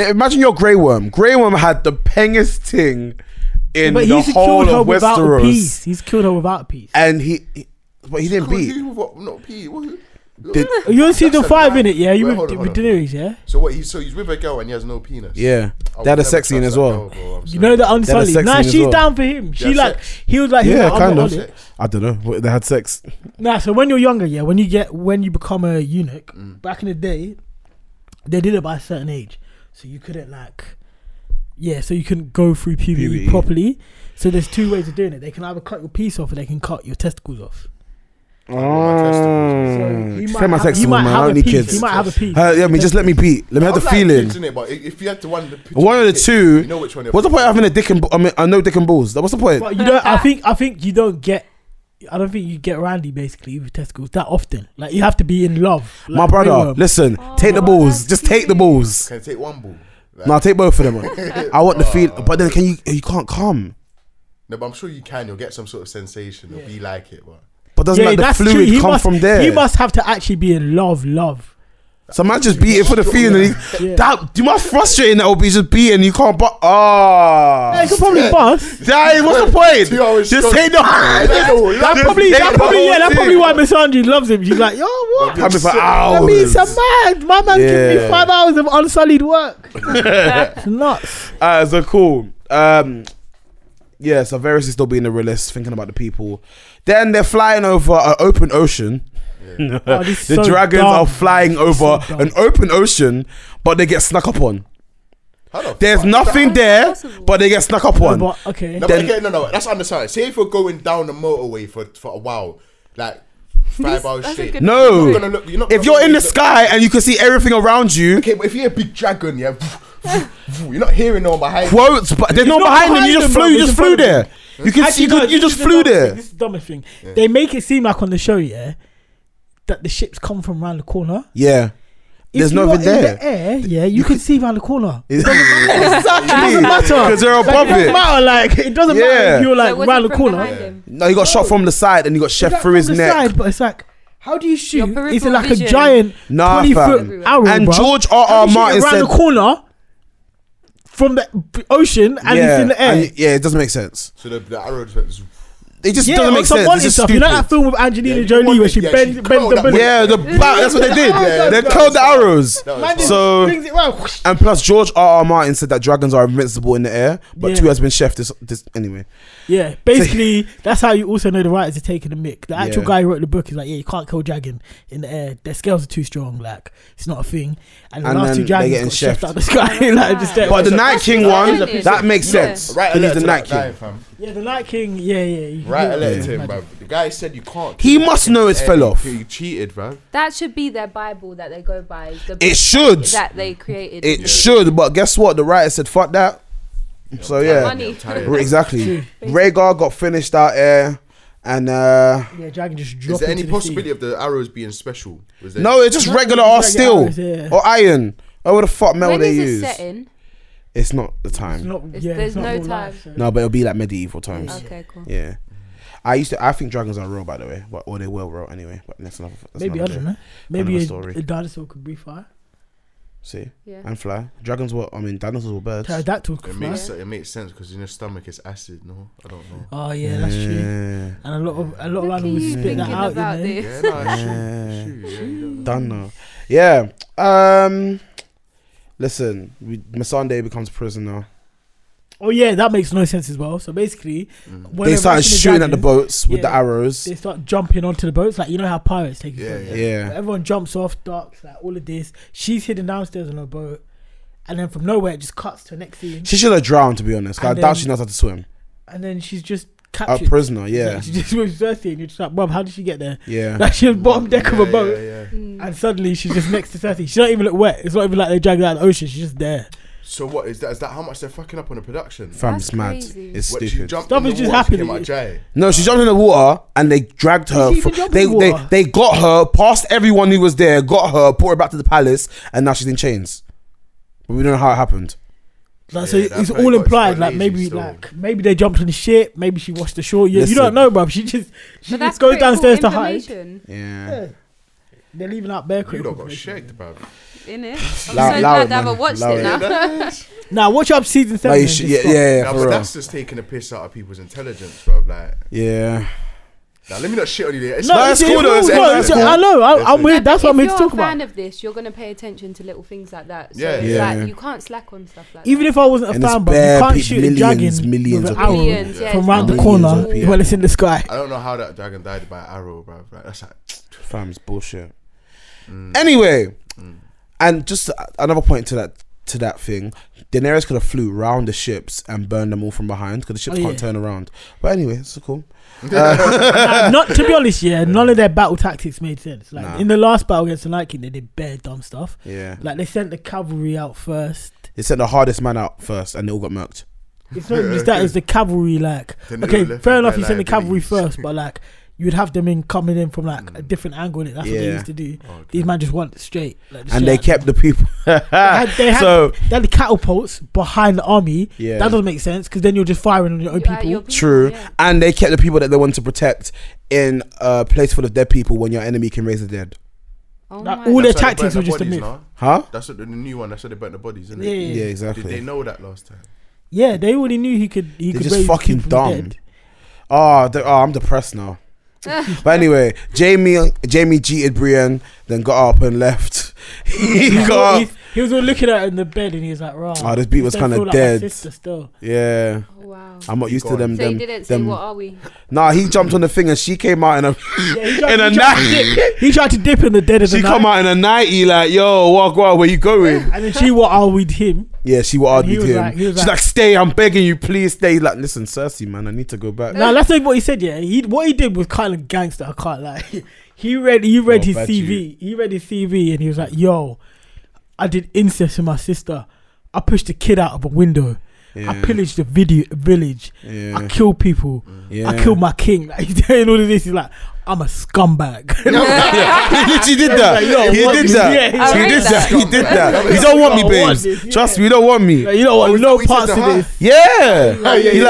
Speaker 1: imagine your Grey Worm. Grey Worm had the pengest thing in
Speaker 2: but
Speaker 1: the
Speaker 2: he's
Speaker 1: whole
Speaker 2: killed her
Speaker 1: of
Speaker 2: without a
Speaker 1: Westeros,
Speaker 2: piece. He's killed her without a piece.
Speaker 1: and he, he- but he didn't
Speaker 4: Come on,
Speaker 1: beat.
Speaker 4: you What, not pee. What?
Speaker 1: Did-
Speaker 2: You in season
Speaker 4: a
Speaker 2: five
Speaker 4: lie.
Speaker 2: in it, yeah? You
Speaker 4: Wait,
Speaker 2: with,
Speaker 4: hold on,
Speaker 2: with
Speaker 4: hold on.
Speaker 2: Daenerys, yeah?
Speaker 4: So what? He, so he's with a girl and he has no penis.
Speaker 1: Yeah,
Speaker 2: Oh,
Speaker 4: I would
Speaker 1: they had a
Speaker 4: never
Speaker 1: sex scene
Speaker 4: touch
Speaker 1: as
Speaker 4: that
Speaker 1: well.
Speaker 4: girl, bro, I'm
Speaker 2: You know
Speaker 4: sorry.
Speaker 2: that
Speaker 1: They had a
Speaker 2: unsullied.
Speaker 1: sex
Speaker 2: Nah,
Speaker 1: scene as
Speaker 2: she's
Speaker 1: well.
Speaker 2: down for him. She
Speaker 4: had
Speaker 2: like
Speaker 4: sex.
Speaker 2: he was like he was
Speaker 1: Yeah,
Speaker 2: like, I'm
Speaker 1: kind
Speaker 2: not
Speaker 1: of.
Speaker 2: on it.
Speaker 1: I don't know. What- They had sex.
Speaker 2: Nah, so when you're younger, yeah, when you get when you become a eunuch, back in the day, they did it by a certain age, so you couldn't like, yeah, so you couldn't go through puberty,
Speaker 1: Puberty.
Speaker 2: properly. So there's two ways of doing it. They can either cut your piece off, or they can cut your testicles off. So
Speaker 1: Mm.
Speaker 2: you
Speaker 1: Take
Speaker 2: might
Speaker 1: my
Speaker 2: have-
Speaker 1: testicles,
Speaker 2: you might
Speaker 1: man. I
Speaker 2: have
Speaker 1: don't
Speaker 2: a
Speaker 1: need
Speaker 2: piece,
Speaker 1: kids.
Speaker 2: You might have a piece.
Speaker 1: Uh, yeah, I mean, just let me beat. Let me have the
Speaker 4: I'm like
Speaker 1: feeling.
Speaker 4: kids, innit, but i- if you had to one, the picture
Speaker 1: One of the
Speaker 4: kids,
Speaker 1: two.
Speaker 4: You know which one?
Speaker 1: What's the point of having a dick and b- I mean, I know dick and balls. What's the point?
Speaker 2: But you don't. I think. I think you don't get. I don't think you get randy basically with testicles that often. Like you have to be in love.
Speaker 1: My
Speaker 2: Like,
Speaker 1: brother,
Speaker 2: Grey Worm.
Speaker 1: listen, take the
Speaker 3: Oh,
Speaker 1: balls.
Speaker 3: that's
Speaker 1: Just take the
Speaker 3: cute.
Speaker 1: balls.
Speaker 4: Can I take one ball? Like,
Speaker 1: No, take both of
Speaker 2: <laughs>
Speaker 1: them. I want the feel,
Speaker 2: Oh.
Speaker 1: but then can you? You can't come.
Speaker 4: No, but I'm sure you can. You'll get some sort of sensation. It'll be like it, but
Speaker 1: But doesn't like the
Speaker 2: that's true.
Speaker 1: fluid
Speaker 2: He
Speaker 1: come
Speaker 2: must-
Speaker 1: from there?
Speaker 2: He must have to actually be in love, love.
Speaker 1: So man just beat it for the feeling. and he-
Speaker 2: <laughs> Yeah.
Speaker 1: That you must frustrating that will be just beating. You can't. But ah,
Speaker 2: Yeah, he could probably bust.
Speaker 1: Dang, what's the point?
Speaker 4: Two hours
Speaker 1: Just
Speaker 4: strong.
Speaker 1: take the.
Speaker 4: That
Speaker 1: Just
Speaker 2: Probably,
Speaker 1: take
Speaker 2: that
Speaker 1: the
Speaker 2: probably,
Speaker 1: whole
Speaker 2: yeah, that's
Speaker 1: thing.
Speaker 2: probably why Miss Andrew loves him. She's like, yo,
Speaker 1: <laughs>
Speaker 2: what?
Speaker 1: Coming for
Speaker 2: I mean, it's
Speaker 1: hours.
Speaker 2: a man. My man give
Speaker 1: Yeah.
Speaker 2: me five hours of
Speaker 1: <laughs>
Speaker 2: unsullied work. it's nuts.
Speaker 1: Uh, so cool. Um, yeah, so Varys is still being the realist, thinking about the people. Then they're flying over an open ocean. <laughs>
Speaker 2: Oh, this
Speaker 1: the
Speaker 2: is so
Speaker 1: dragons
Speaker 2: dumb.
Speaker 1: are flying over
Speaker 2: so dumb.
Speaker 1: an open ocean, but they get snuck up on.
Speaker 4: how the
Speaker 1: There's
Speaker 4: fuck-
Speaker 1: nothing
Speaker 3: How is that
Speaker 1: there,
Speaker 3: possible?
Speaker 1: but they get snuck up on.
Speaker 2: But, okay.
Speaker 4: No,
Speaker 1: Then-
Speaker 4: but again, no, no, that's understandable. Say if we're going down the motorway for for a while, like five hours
Speaker 3: that's a
Speaker 4: straight.
Speaker 3: good
Speaker 1: No.
Speaker 4: you're gonna look- you're not
Speaker 1: if
Speaker 4: gonna
Speaker 1: you're in the
Speaker 4: look-
Speaker 1: sky and you can see everything around you,
Speaker 4: okay, but if you're a big dragon, yeah, you're not hearing no one behind. you.
Speaker 1: quotes, but there's no
Speaker 2: not
Speaker 1: behind them.
Speaker 2: behind
Speaker 1: You just
Speaker 2: them,
Speaker 1: flew.
Speaker 2: bro.
Speaker 1: You
Speaker 2: There's
Speaker 1: just flew
Speaker 2: in front of
Speaker 1: there. You can see.
Speaker 2: Actually,
Speaker 1: You,
Speaker 2: no,
Speaker 1: could, you
Speaker 2: this
Speaker 1: just
Speaker 2: is the
Speaker 1: flew
Speaker 2: dumbest thing.
Speaker 1: there.
Speaker 2: This is the dumbest thing. They make it seem like on the show, yeah, that the ships come from around the corner.
Speaker 1: Yeah.
Speaker 2: If
Speaker 1: There's
Speaker 2: you
Speaker 1: nothing
Speaker 2: are in
Speaker 1: there.
Speaker 2: the air, yeah, you, can see around the corner. <laughs>
Speaker 1: exactly.
Speaker 2: It
Speaker 1: <laughs>
Speaker 2: doesn't matter.
Speaker 1: Because they're
Speaker 2: Like,
Speaker 1: above
Speaker 2: it doesn't
Speaker 1: it.
Speaker 2: matter. Like it doesn't matter
Speaker 1: Yeah.
Speaker 2: if you're
Speaker 3: So
Speaker 2: like
Speaker 3: was
Speaker 2: round
Speaker 3: it
Speaker 2: the
Speaker 3: from
Speaker 2: corner.
Speaker 3: behind him?
Speaker 1: No, he got shot from the side and he got
Speaker 2: It's
Speaker 1: chef
Speaker 2: like
Speaker 1: through
Speaker 2: from
Speaker 1: his
Speaker 2: the
Speaker 1: neck.
Speaker 2: Side, but it's like, how do you shoot?
Speaker 3: peripheral
Speaker 2: Is it like
Speaker 3: vision.
Speaker 2: a giant
Speaker 1: Nah,
Speaker 2: twenty-foot
Speaker 1: fam.
Speaker 2: arrow?
Speaker 1: And
Speaker 2: bruv?
Speaker 1: George
Speaker 2: How do
Speaker 1: R.R.
Speaker 2: you shoot it
Speaker 1: Martin
Speaker 2: round
Speaker 1: said-
Speaker 2: the corner from the b- ocean and
Speaker 1: yeah,
Speaker 2: it's in the air.
Speaker 1: and y- yeah, it doesn't make sense.
Speaker 4: So the, the arrow just went zoom.
Speaker 1: It just
Speaker 2: yeah,
Speaker 1: doesn't
Speaker 2: on
Speaker 1: make
Speaker 2: some
Speaker 1: sense.
Speaker 2: wanted
Speaker 1: It's just
Speaker 2: stuff.
Speaker 1: stupid.
Speaker 2: You know that film with Angelina
Speaker 4: Yeah, you
Speaker 2: Jolie where
Speaker 4: wanted-
Speaker 2: she
Speaker 4: yeah,
Speaker 2: bends
Speaker 4: she
Speaker 2: bends
Speaker 4: curled
Speaker 2: the
Speaker 4: that
Speaker 2: bullet.
Speaker 1: yeah, the
Speaker 4: Yeah.
Speaker 1: bow, that's what they
Speaker 2: <laughs>
Speaker 1: did.
Speaker 2: Yeah.
Speaker 1: They curled the arrows.
Speaker 4: That was
Speaker 2: Man just
Speaker 1: So-
Speaker 2: brings it round, whoosh.
Speaker 1: And plus, George R. R. Martin said that dragons are invincible in the air, but
Speaker 2: Yeah.
Speaker 1: two has been chef this, this anyway.
Speaker 2: Yeah, basically that's how you also know the writers are taking the mick. The actual
Speaker 1: Yeah.
Speaker 2: guy who wrote the book is like, yeah, you can't kill dragon in the air. Their scales are too strong. Like it's not a thing. And the
Speaker 1: And
Speaker 2: last
Speaker 1: then
Speaker 2: two
Speaker 1: they
Speaker 2: dragons
Speaker 1: getting
Speaker 2: got chefed
Speaker 1: chefed.
Speaker 2: out the sky. <laughs> like,
Speaker 3: Ah.
Speaker 2: just
Speaker 1: But the Night
Speaker 3: That's
Speaker 1: King
Speaker 3: what
Speaker 1: one,
Speaker 3: I did.
Speaker 1: that makes
Speaker 3: Yeah.
Speaker 1: sense.
Speaker 4: Right
Speaker 1: He needs
Speaker 4: alert
Speaker 1: the
Speaker 4: to
Speaker 1: Night
Speaker 4: that
Speaker 1: King.
Speaker 4: guy, fam.
Speaker 2: yeah, the Night King. Yeah, yeah. you-
Speaker 4: Right
Speaker 2: yeah,
Speaker 4: alert to
Speaker 2: yeah.
Speaker 4: him, bruv. The guy said you can't.
Speaker 1: He
Speaker 4: kill
Speaker 1: must
Speaker 4: him.
Speaker 1: know it's
Speaker 4: Yeah,
Speaker 1: fell
Speaker 4: he-
Speaker 1: off.
Speaker 4: He cheated, bruv.
Speaker 3: That should be their Bible that they go by. is The book
Speaker 1: It should.
Speaker 3: That they created.
Speaker 1: It should, but guess what? The writer said, fuck that. So, Oh, yeah.
Speaker 3: Money.
Speaker 4: tired.
Speaker 1: Re- Exactly. Rhaegar got finished out there, and uh,
Speaker 2: Yeah, dragon just
Speaker 4: Is
Speaker 2: dropped.
Speaker 4: there any
Speaker 2: into the sea.
Speaker 4: possibility of the arrows being special? Was there
Speaker 1: no, it's just regular
Speaker 2: regular
Speaker 1: or steel
Speaker 2: arrows, yeah.
Speaker 1: or iron. Oh, what the fuck metal
Speaker 3: When
Speaker 1: they
Speaker 3: is
Speaker 1: use?
Speaker 3: it set in?
Speaker 1: It's not the
Speaker 2: It's
Speaker 1: time.
Speaker 2: not,
Speaker 3: It's-
Speaker 2: yeah,
Speaker 3: there's
Speaker 2: it's not
Speaker 3: no
Speaker 2: real
Speaker 3: time.
Speaker 2: life, so-
Speaker 1: No, but it'll be like medieval times.
Speaker 3: Okay, cool.
Speaker 1: Yeah. I used to. I think dragons are real, by the way, but or they were real anyway. But that's another. That's
Speaker 2: Maybe I
Speaker 1: another
Speaker 2: don't
Speaker 1: day.
Speaker 2: know. Maybe a,
Speaker 1: story.
Speaker 2: a dinosaur could breathe fire.
Speaker 1: See?
Speaker 3: Yeah.
Speaker 1: And fly. Dragons were, I mean, dinosaurs were birds.
Speaker 2: Pterodactyl
Speaker 4: It
Speaker 2: could fly.
Speaker 4: makes it makes sense because in your stomach is acid. No, I don't know.
Speaker 2: Oh yeah, that's true.
Speaker 1: Yeah.
Speaker 2: And a lot of a lot
Speaker 3: Look
Speaker 2: of
Speaker 3: at
Speaker 2: animals
Speaker 3: you
Speaker 2: spit
Speaker 3: thinking
Speaker 2: that out.
Speaker 3: about
Speaker 2: You know?
Speaker 3: this.
Speaker 4: Yeah, no, it's true.
Speaker 1: Yeah.
Speaker 4: It's true, yeah, you don't know.
Speaker 1: Done now. Yeah. Um, listen, we, Masande becomes prisoner.
Speaker 2: Oh yeah, that makes no sense as well. So basically, when
Speaker 1: they started shooting at the boats with the
Speaker 2: yeah.
Speaker 1: arrows.
Speaker 2: They start jumping onto the boats, like you know how pirates take.
Speaker 4: Yeah,
Speaker 2: Yeah,
Speaker 4: yeah.
Speaker 1: Yeah.
Speaker 2: Everyone jumps off, ducks, like all of this. She's hidden downstairs on her boat, and then from nowhere it just cuts to the next scene,
Speaker 1: She should have drowned, to be honest. 'cause I
Speaker 2: And
Speaker 1: doubt
Speaker 2: then-
Speaker 1: she knows how to swim.
Speaker 2: and then she's just
Speaker 1: A
Speaker 2: captured.
Speaker 1: prisoner, yeah.
Speaker 2: She just was thirsty, and you're just like, "Mom, how did she get there?"
Speaker 1: Yeah.
Speaker 2: Like
Speaker 1: <laughs>
Speaker 2: she was bottom deck of
Speaker 4: Yeah,
Speaker 2: a boat,
Speaker 4: yeah, yeah.
Speaker 3: Mm.
Speaker 2: and suddenly she's just next to Cersei. She don't even look wet. It's not even like they dragged her out of the ocean. She's just there.
Speaker 4: So what is that? Is that how much they're fucking up on the production?
Speaker 1: Fam,
Speaker 3: That's
Speaker 1: it's mad.
Speaker 3: crazy.
Speaker 1: It's
Speaker 4: What, she
Speaker 1: stupid.
Speaker 4: jumped
Speaker 2: Stuff
Speaker 4: in the
Speaker 2: is just
Speaker 4: water, she
Speaker 2: happening.
Speaker 4: came out
Speaker 2: <laughs>
Speaker 4: dry.
Speaker 1: No, she jumped in the water and they dragged her.
Speaker 2: She
Speaker 1: fro-
Speaker 2: even jumped
Speaker 1: they,
Speaker 2: in the
Speaker 1: they
Speaker 2: water.
Speaker 1: they got her past everyone who was there, got her, brought her back to the palace, and now she's in chains. But we don't know how it happened.
Speaker 2: Like, so
Speaker 4: Yeah, that
Speaker 2: it's
Speaker 4: probably
Speaker 2: all
Speaker 4: got- it's
Speaker 2: implied.
Speaker 4: quite
Speaker 2: Like
Speaker 4: lazy
Speaker 2: maybe
Speaker 4: still.
Speaker 2: like maybe they jumped on the ship. Maybe she washed ashore. You, you
Speaker 1: Listen.
Speaker 2: don't know, bruv. She just she just
Speaker 3: But that's
Speaker 2: goes
Speaker 3: critical
Speaker 2: downstairs to hide.
Speaker 3: information,
Speaker 1: Yeah.
Speaker 2: Yeah. They're leaving out bare
Speaker 4: You
Speaker 2: critical.
Speaker 4: lot got
Speaker 2: information.
Speaker 4: shagged, bruv.
Speaker 3: innit? I'm
Speaker 1: Loud-
Speaker 3: so
Speaker 1: loud,
Speaker 3: glad I haven't
Speaker 1: man.
Speaker 3: watched
Speaker 1: Loud.
Speaker 3: it now.
Speaker 1: <laughs>
Speaker 2: Now watch up season
Speaker 1: Like,
Speaker 2: seven.
Speaker 1: you
Speaker 2: and
Speaker 1: should-
Speaker 2: just
Speaker 1: yeah,
Speaker 2: stop.
Speaker 1: yeah, yeah,
Speaker 4: Now,
Speaker 1: for
Speaker 4: but
Speaker 1: real.
Speaker 4: that's just taking the piss out of people's intelligence, bruv. Like,
Speaker 1: Yeah.
Speaker 4: now let me not shit on you there. It's
Speaker 2: No,
Speaker 1: No,
Speaker 4: not-
Speaker 1: it's
Speaker 2: it's
Speaker 1: cool though, it's-
Speaker 2: cool, no,
Speaker 1: it's
Speaker 2: it's-
Speaker 1: cool.
Speaker 2: I know. I, I'm
Speaker 4: Listen.
Speaker 2: weird. That's
Speaker 3: But
Speaker 2: what I'm here
Speaker 3: if
Speaker 2: to
Speaker 3: you're
Speaker 2: talk
Speaker 3: a fan
Speaker 2: about.
Speaker 3: of this, you're gonna pay attention to little things like that. So
Speaker 4: Yeah.
Speaker 3: it's
Speaker 1: Yeah.
Speaker 3: like you can't slack on stuff like
Speaker 2: Even
Speaker 3: that.
Speaker 2: if I wasn't a
Speaker 1: And it's
Speaker 2: fan, but you
Speaker 1: bare
Speaker 2: can't
Speaker 1: peop-
Speaker 2: shoot
Speaker 1: millions,
Speaker 2: a dragon
Speaker 1: millions
Speaker 2: with
Speaker 1: of
Speaker 2: an arrow
Speaker 3: Millions, yeah,
Speaker 2: from
Speaker 3: it's
Speaker 2: round the
Speaker 1: not
Speaker 2: corner
Speaker 1: millions of people.
Speaker 2: while it's in the sky.
Speaker 4: I don't know how that dragon died by arrow, bruv. Like, that's like,
Speaker 1: Fam, it's bullshit.
Speaker 4: Mm.
Speaker 1: Anyway, and just a- another point to that to that thing, Daenerys could have flew round the ships and burned them all from behind because the ships
Speaker 2: Oh,
Speaker 1: can't
Speaker 2: yeah.
Speaker 1: turn around. But anyway, it's cool.
Speaker 2: Nah, not to be honest, yeah, none of their battle tactics made sense. Like
Speaker 1: Nah.
Speaker 2: in the last battle against the Night King, they did bare dumb stuff.
Speaker 1: Yeah,
Speaker 2: Like they sent the cavalry out first.
Speaker 1: they sent the hardest man out first, and they all got murked.
Speaker 2: It's not just that; it's the cavalry. Like
Speaker 4: Then they
Speaker 2: okay,
Speaker 4: were left
Speaker 2: fair
Speaker 4: with
Speaker 2: enough,
Speaker 4: bare
Speaker 2: you send the cavalry
Speaker 4: liabilities.
Speaker 2: first, but like you would have them in coming in from like a different angle, and that's what they
Speaker 1: Hmm. Yeah.
Speaker 2: used to do.
Speaker 4: oh, okay.
Speaker 2: These man just went straight, like, just
Speaker 1: and
Speaker 2: straight
Speaker 1: they
Speaker 2: out.
Speaker 1: kept the people. <laughs>
Speaker 2: had- they had-
Speaker 1: so
Speaker 2: They had the catapults behind the army.
Speaker 1: Yeah.
Speaker 2: that doesn't make sense because then you're just firing on your own
Speaker 3: You- at
Speaker 2: people.
Speaker 3: your
Speaker 1: true,
Speaker 3: yeah.
Speaker 1: and they kept the people that they wanted to protect in a place full of dead people when your enemy can raise the dead.
Speaker 3: Oh
Speaker 2: Like,
Speaker 3: my
Speaker 2: all
Speaker 3: God.
Speaker 2: their
Speaker 4: That's how they
Speaker 2: tactics
Speaker 4: burnt
Speaker 2: were
Speaker 4: the
Speaker 2: just a
Speaker 4: bodies,
Speaker 2: myth.
Speaker 4: no?
Speaker 1: Huh?
Speaker 4: That's what the the new one. That's how they burnt the bodies, isn't
Speaker 2: Yeah,
Speaker 4: it?
Speaker 2: yeah,
Speaker 1: Yeah,
Speaker 4: Did they
Speaker 1: exactly.
Speaker 4: know that last time?
Speaker 2: Yeah, they already knew he could. He
Speaker 1: They're
Speaker 2: could
Speaker 1: just
Speaker 2: raise
Speaker 1: fucking
Speaker 2: people from the
Speaker 1: dumb.
Speaker 2: dead.
Speaker 1: Oh, they- oh, I'm depressed now. but anyway, Jamie Jamie cheated Brienne, then got up and left. <laughs> he
Speaker 2: He was all-
Speaker 1: got
Speaker 2: he-
Speaker 1: up.
Speaker 2: he was all looking at her in the bed, and he was like, "Rah."
Speaker 1: Oh, this beat was
Speaker 2: don't
Speaker 1: kinda
Speaker 2: feel like my
Speaker 1: dead.
Speaker 2: sister still.
Speaker 1: Yeah,
Speaker 3: Oh, wow.
Speaker 1: I'm not
Speaker 4: He
Speaker 1: used to
Speaker 4: gone.
Speaker 1: them.
Speaker 3: So you
Speaker 1: them,
Speaker 3: didn't say
Speaker 1: them.
Speaker 3: what are we?
Speaker 1: Nah, he jumped on the thing and she came out in a
Speaker 2: Yeah, <laughs>
Speaker 1: <laughs>
Speaker 2: he tried,
Speaker 1: in a
Speaker 2: he, tried to
Speaker 1: night.
Speaker 2: dip, he tried to dip in the dead of the
Speaker 1: She come
Speaker 2: night,
Speaker 1: out in a nighty like, yo, walk, walk, where you
Speaker 2: <laughs>
Speaker 1: going?
Speaker 2: and then she what are with him?
Speaker 1: Yeah, she would argue
Speaker 2: he was
Speaker 1: him.
Speaker 2: like- he was
Speaker 1: She's like,
Speaker 2: like-
Speaker 1: stay, I'm begging you, please stay. He's Like, listen, Cersei, man, I need to go back.
Speaker 2: <laughs> Now let's say what he said. Yeah, he what he did was kind of gangster. I can't lie. <laughs> He read he read
Speaker 1: Oh,
Speaker 2: his
Speaker 1: bad
Speaker 2: CV. He read his CV and he was like, "Yo, I did incest with my sister. I pushed a kid out of a window. I
Speaker 1: Yeah.
Speaker 2: pillaged a video village. I
Speaker 1: Yeah,
Speaker 2: killed people.
Speaker 1: yeah.
Speaker 2: I killed my king." <laughs> Like he's saying all of this. He's like, "I'm a scumbag." <laughs>
Speaker 1: yeah, he literally did that.
Speaker 2: Like, yo,
Speaker 1: he
Speaker 2: what
Speaker 1: did
Speaker 2: is-
Speaker 1: that.
Speaker 2: yeah, yeah.
Speaker 1: he
Speaker 3: I
Speaker 1: did
Speaker 3: read
Speaker 1: that.
Speaker 3: that.
Speaker 1: He did that. He
Speaker 2: Yeah.
Speaker 1: don't want me,
Speaker 2: Yo, I want
Speaker 1: babes.
Speaker 2: this, yeah.
Speaker 1: Trust me, he don't want me.
Speaker 2: Like, you know
Speaker 4: Oh,
Speaker 2: what?
Speaker 4: is that
Speaker 2: No
Speaker 4: what he said
Speaker 2: parts
Speaker 4: to
Speaker 2: of
Speaker 4: her?
Speaker 2: this.
Speaker 1: Yeah.
Speaker 4: yeah,
Speaker 1: He
Speaker 4: yeah,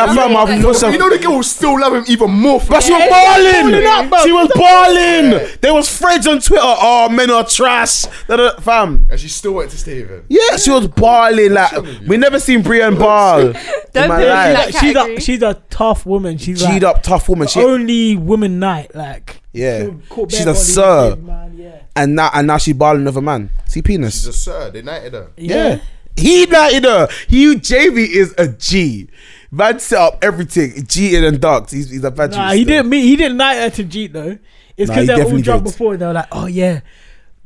Speaker 1: like,
Speaker 4: yeah.
Speaker 1: fam, I've
Speaker 3: Like,
Speaker 1: pushed
Speaker 4: So
Speaker 1: her.
Speaker 4: you know the girl will still love him even more. fam.
Speaker 1: But she was
Speaker 2: Yeah,
Speaker 1: balling.
Speaker 2: balling up, bro.
Speaker 1: She was balling. There was threads on Twitter. Oh, men are trash. Da, da, da. Fam.
Speaker 4: and she still went to stay with him.
Speaker 1: Yeah, she was balling. Like we never seen Brienne
Speaker 2: <laughs>
Speaker 1: ball. in
Speaker 3: Don't
Speaker 1: my
Speaker 3: put it
Speaker 1: life.
Speaker 3: like-
Speaker 2: she's a
Speaker 3: category.
Speaker 2: she's a tough woman. She's like
Speaker 1: G'd up, tough woman. She
Speaker 2: only woman knight. Like
Speaker 1: Yeah.
Speaker 2: she'll court
Speaker 1: She's
Speaker 2: Oh, bare
Speaker 1: a
Speaker 2: bodies,
Speaker 1: sir.
Speaker 2: man, yeah.
Speaker 1: and now and now she balling with a man. See penis.
Speaker 4: She's a sir. They knighted her.
Speaker 1: Yeah. He knighted her. He JV is a G. Man set up everything. G in and ducks. He's, he's a bad
Speaker 2: Nah, he didn't mean he didn't knight her to Jeet though. It's
Speaker 1: Nah,
Speaker 2: because
Speaker 1: he
Speaker 2: they were all
Speaker 1: definitely
Speaker 2: drunk
Speaker 1: did.
Speaker 2: before and they were like, oh yeah,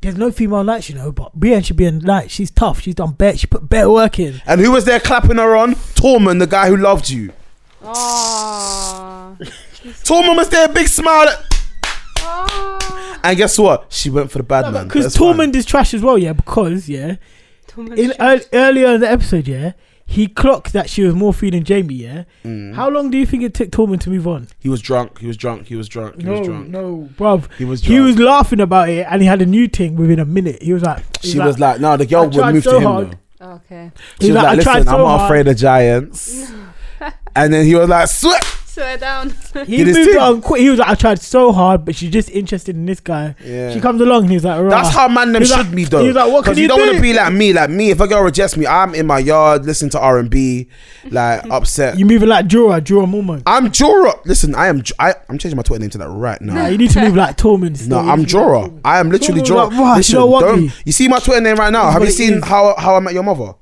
Speaker 2: there's no female knights, you know, but Brienne should be a knight. She's tough. She's done better. She put better work in.
Speaker 1: And who was there clapping her on? Tormund, the guy who loved you.
Speaker 3: Oh.
Speaker 1: Tormund was there, big smile.
Speaker 3: Oh.
Speaker 1: And guess what? She went for the bad man.
Speaker 2: Because
Speaker 1: That's fine.
Speaker 2: Tormund is trash as well, yeah. Because yeah,
Speaker 3: Thomas
Speaker 2: in
Speaker 3: Shelby.
Speaker 2: ear earlier in the episode, yeah, he clocked that she was more free than Jamie, yeah.
Speaker 1: Mm.
Speaker 2: How long do you think it took Tormund to move on?
Speaker 1: He was drunk. He was drunk. He was drunk. He was drunk.
Speaker 2: no, bruv.
Speaker 1: He was drunk.
Speaker 2: He was laughing about it, and he had a new thing within a minute. He was like, he
Speaker 1: She was like, no, the girl
Speaker 2: I
Speaker 1: would
Speaker 2: tried
Speaker 1: move
Speaker 2: so
Speaker 1: to him.
Speaker 2: hard.
Speaker 1: Though.
Speaker 3: Okay.
Speaker 1: She
Speaker 2: He's
Speaker 1: was
Speaker 2: like,
Speaker 1: like,
Speaker 2: "I tried
Speaker 1: listen,
Speaker 2: so
Speaker 1: I'm not
Speaker 2: hard."
Speaker 1: afraid of giants. and then he was like, sweat.
Speaker 3: Swear down.
Speaker 2: He
Speaker 1: Did his
Speaker 2: moved
Speaker 1: thing.
Speaker 2: on quick. He was like, I tried so hard, but she's just interested in this guy.
Speaker 1: Yeah.
Speaker 2: She comes along and he's like,
Speaker 1: That's
Speaker 2: "Rah."
Speaker 1: how man them
Speaker 2: He's
Speaker 1: should
Speaker 2: like-
Speaker 1: be though.
Speaker 2: he's like, what can
Speaker 1: 'Cause
Speaker 2: you
Speaker 1: don't
Speaker 2: do?
Speaker 1: want to be like me. Like me, if a girl rejects me, I'm in my yard, listening to R and B,
Speaker 2: <laughs>
Speaker 1: like upset.
Speaker 2: You moving like Jura, Jura Mormon.
Speaker 1: I'm Jora. Listen, I am. J- I, am changing my Twitter name to that right
Speaker 2: Nah,
Speaker 1: now.
Speaker 2: you need to move like Tormund.
Speaker 1: No,
Speaker 2: still.
Speaker 1: I'm Jora. I am literally
Speaker 2: Jora,
Speaker 1: Jora.
Speaker 2: like, right,
Speaker 1: Listen,
Speaker 2: you know what,
Speaker 1: don't-
Speaker 2: me?
Speaker 1: you see my Twitter name right now?
Speaker 2: That's
Speaker 1: Have
Speaker 2: what
Speaker 1: you
Speaker 2: it
Speaker 1: seen
Speaker 2: is.
Speaker 1: how how I met your mother?
Speaker 2: <laughs>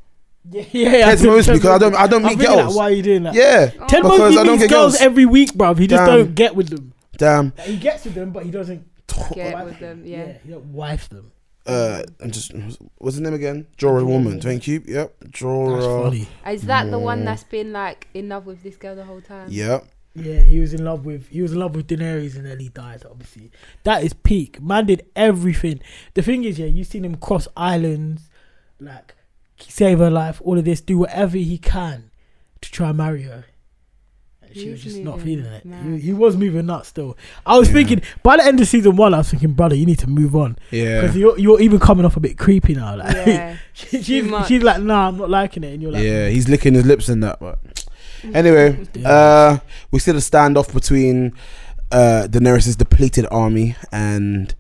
Speaker 2: Yeah, yeah.
Speaker 1: Ted
Speaker 2: I think
Speaker 1: Mosby,
Speaker 2: Ted
Speaker 1: because I don't- I don't
Speaker 2: I'm
Speaker 1: meet
Speaker 2: really like,
Speaker 1: girls.
Speaker 2: why are you doing that?
Speaker 1: Yeah,
Speaker 2: Ted
Speaker 1: because
Speaker 2: Mosby
Speaker 1: I don't
Speaker 2: meets
Speaker 1: get
Speaker 2: girls
Speaker 1: girls.
Speaker 2: every week, bruv. He just
Speaker 1: Damn.
Speaker 2: don't get with them.
Speaker 1: Damn.
Speaker 2: Like, he gets with them, but he doesn't
Speaker 3: Get with them, yeah.
Speaker 2: he don't wife them.
Speaker 1: Uh, I'm just. What's his name again? Jora woman. Thank you. Yep.
Speaker 2: That's
Speaker 1: Jora.
Speaker 2: funny.
Speaker 3: Is that the one that's been like in love with this girl the whole time?
Speaker 1: Yep.
Speaker 2: Yeah, he was in love with he was in love with Daenerys and then he dies. Obviously, that is peak. Man did everything. The thing is, yeah, you seen him cross islands, like save her life, all of this, do whatever he can to try and marry her. And she
Speaker 3: He
Speaker 2: was
Speaker 3: is
Speaker 2: just not
Speaker 3: moving
Speaker 2: feeling it. He,
Speaker 3: mad.
Speaker 2: he was moving nuts still. I was
Speaker 1: Yeah.
Speaker 2: thinking by the end of season one, I was thinking, brother, you need to move on
Speaker 1: Yeah.
Speaker 2: because you're you're even coming off a bit creepy now. Like,
Speaker 3: Yeah.
Speaker 2: she, <laughs>
Speaker 3: too
Speaker 2: she's
Speaker 3: much.
Speaker 2: she's like, nah, I'm not liking it, and you're like, Mm.
Speaker 1: Yeah. He's licking his lips in that. But anyway, uh, we see the standoff between uh Daenerys's depleted army and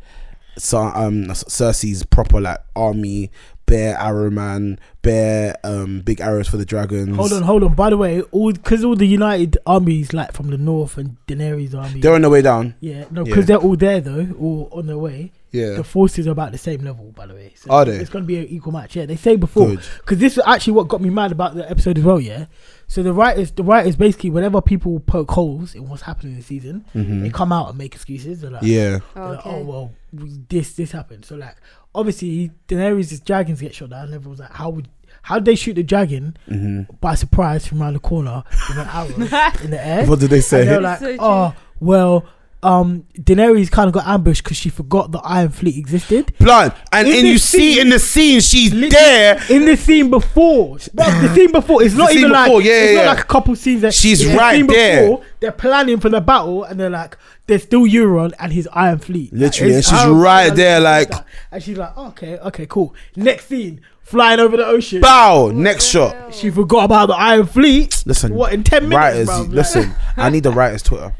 Speaker 1: Cer- um Cersei's proper like army. Bear arrow man, bear um big arrows for the dragons.
Speaker 2: Hold on, hold on. By the way, all because all the United armies, like from the north and Daenerys army,
Speaker 1: They're on their way down.
Speaker 2: yeah, no,
Speaker 1: Yeah.
Speaker 2: because they're all there though, all on their way.
Speaker 1: Yeah.
Speaker 2: The forces are about the same level, by the way. So
Speaker 1: Are they?
Speaker 2: It's gonna be an equal match. Yeah, they say before
Speaker 1: Good.
Speaker 2: because this is actually what got me mad about the episode as well. Yeah, so the writers, the writers basically, whenever people poke holes in what's happening in the season, they
Speaker 1: Mhm.
Speaker 2: come out and make excuses. They're like,
Speaker 1: Yeah.
Speaker 3: Oh,
Speaker 2: they're like,
Speaker 3: okay.
Speaker 2: oh well, we- this this happened. So like, obviously, Daenerys' dragons get shot down. And everyone's like, how would how would they shoot the dragon?
Speaker 1: hmm
Speaker 2: by surprise from around the corner with an
Speaker 3: <laughs>
Speaker 2: arrow in the air.
Speaker 1: <laughs> What did they
Speaker 2: And they were
Speaker 1: say?
Speaker 2: like,
Speaker 3: So true.
Speaker 2: oh, well, um, Daenerys kind of got ambushed because she forgot the Iron Fleet existed.
Speaker 1: Blood. And,
Speaker 2: In
Speaker 1: and
Speaker 2: this
Speaker 1: you see
Speaker 2: scene-
Speaker 1: in the scene, she's
Speaker 2: Literally,
Speaker 1: there.
Speaker 2: in the scene before. Bro,
Speaker 1: <clears throat>
Speaker 2: the scene before. It's not
Speaker 1: The scene
Speaker 2: even
Speaker 1: before,
Speaker 2: like
Speaker 1: yeah,
Speaker 2: it's
Speaker 1: yeah, yeah.
Speaker 2: not like a couple scenes. That,
Speaker 1: She's
Speaker 2: it's the
Speaker 1: right
Speaker 2: scene
Speaker 1: there.
Speaker 2: They're planning for the battle, and they're like, there's still Euron and his Iron Fleet. Like,
Speaker 1: Literally,
Speaker 2: it's
Speaker 1: and she's
Speaker 2: Iron Fleet
Speaker 1: right
Speaker 2: and
Speaker 1: there,
Speaker 2: stuff
Speaker 1: like-
Speaker 2: that. and she's like, okay, okay, cool. Next scene, flying over the ocean.
Speaker 1: Bow. Next shot.
Speaker 2: She forgot about the Iron Fleet.
Speaker 1: Listen.
Speaker 2: What in ten minutes?
Speaker 1: writers,
Speaker 2: bruv? Like-
Speaker 1: listen. I need the writers' Twitter.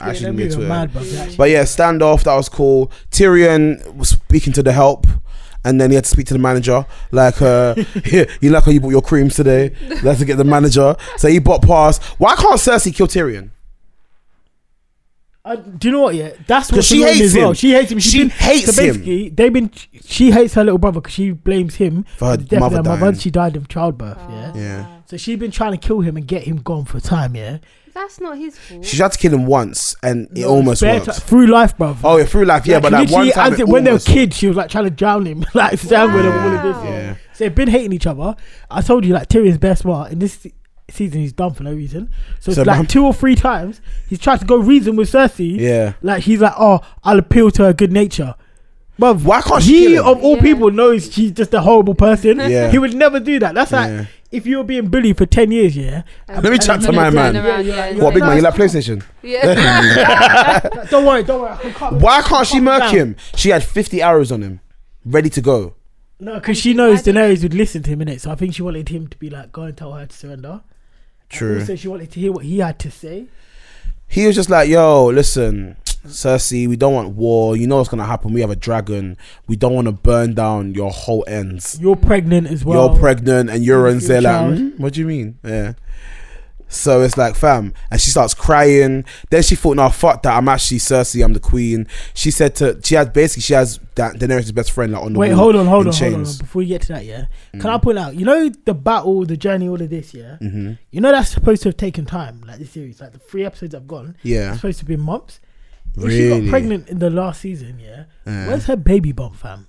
Speaker 1: I
Speaker 2: <laughs> Yeah,
Speaker 1: actually
Speaker 2: them
Speaker 1: need
Speaker 2: niggas
Speaker 1: Twitter.
Speaker 2: mad, bruv, they actually-
Speaker 1: But yeah, standoff. That was cool. Tyrion was speaking to the help. And then he had to speak to the manager, like,
Speaker 2: <laughs>
Speaker 1: uh, <laughs> you like how you bought your creams today? Let's get the manager. So he bought past. Why can't Cersei kill Tyrion?
Speaker 2: I, Uh, do you know what? Yeah, that's what
Speaker 1: 'Cause
Speaker 2: she hates him. Well. She hates him. She's
Speaker 1: She
Speaker 2: been-
Speaker 1: hates
Speaker 2: so
Speaker 1: him.
Speaker 2: basically, They've been. She hates her little brother because she blames him
Speaker 1: For her
Speaker 2: the death of
Speaker 1: mother
Speaker 2: their
Speaker 1: dying.
Speaker 2: She died of childbirth. Yeah.
Speaker 1: Yeah.
Speaker 2: So she's been trying to kill him and get him gone for time. Yeah.
Speaker 3: That's not his fault.
Speaker 1: She tried to kill him once, and it
Speaker 2: No,
Speaker 1: almost
Speaker 2: spare
Speaker 1: worked.
Speaker 2: ti- through life, bruv.
Speaker 1: Oh, yeah, through life, yeah,
Speaker 2: Like,
Speaker 1: but like one
Speaker 2: literally,
Speaker 1: time
Speaker 2: as
Speaker 1: it
Speaker 2: it- when they were
Speaker 1: almost
Speaker 2: kids, she was like trying to drown him, <laughs> like strangle him, all of this.
Speaker 3: Wow.
Speaker 1: Yeah.
Speaker 2: So they've been hating each other. I told you, like Tyrion's best smart in this se- season. He's dumb for no reason. So,
Speaker 1: So,
Speaker 2: it's like
Speaker 1: man-
Speaker 2: two or three times he's tried to go reason with Cersei.
Speaker 1: Yeah.
Speaker 2: Like he's like, oh, I'll appeal to her good nature. But
Speaker 1: Why can't she
Speaker 2: he
Speaker 1: kill him?
Speaker 2: of all
Speaker 3: Yeah.
Speaker 2: people knows she's just a horrible person?
Speaker 1: Yeah.
Speaker 2: <laughs> He would never do that. That's
Speaker 1: Yeah.
Speaker 2: like if you were being bullied for ten years, yeah.
Speaker 1: Let me chat to my man. What, big man? You like PlayStation?
Speaker 2: <laughs>
Speaker 3: Yeah.
Speaker 2: Like, don't worry, don't worry. I can't-
Speaker 1: Why can't she
Speaker 2: calm
Speaker 1: murk
Speaker 2: down.
Speaker 1: him? She had 50 arrows on him, ready to go.
Speaker 2: No, because she knows Daenerys would listen to him in it, so I think she wanted him to be like, go and tell her to surrender.
Speaker 1: True.
Speaker 2: Also, she wanted to hear what he had to say.
Speaker 1: He was just like, yo, listen, Cersei, we don't want war. You know what's going to happen. We have a dragon. We don't want to burn down your whole ends.
Speaker 2: You're pregnant as well.
Speaker 1: You're pregnant, and Euron's there like,
Speaker 2: child.
Speaker 1: "Hmm? what do you mean? Yeah. So it's like, fam. And she starts crying. Then she thought, no, fuck that. I'm actually Cersei. I'm the queen. She said to, she has basically, she has da- Daenerys' best friend like, on the
Speaker 2: Wait,
Speaker 1: wall
Speaker 2: hold on, hold
Speaker 1: in
Speaker 2: on, hold on.
Speaker 1: chains. Mm.
Speaker 2: Before we get to that, yeah, can I point out? You know the battle, the journey, all of this, yeah.
Speaker 1: hmm
Speaker 2: You know that's supposed to have taken time, like this series, like the three episodes I've gone.
Speaker 1: Yeah.
Speaker 2: It's supposed to be months. If she
Speaker 1: Really? Mm.
Speaker 2: got pregnant in the last season, yeah,
Speaker 1: Yeah.
Speaker 2: where's her baby bump, fam?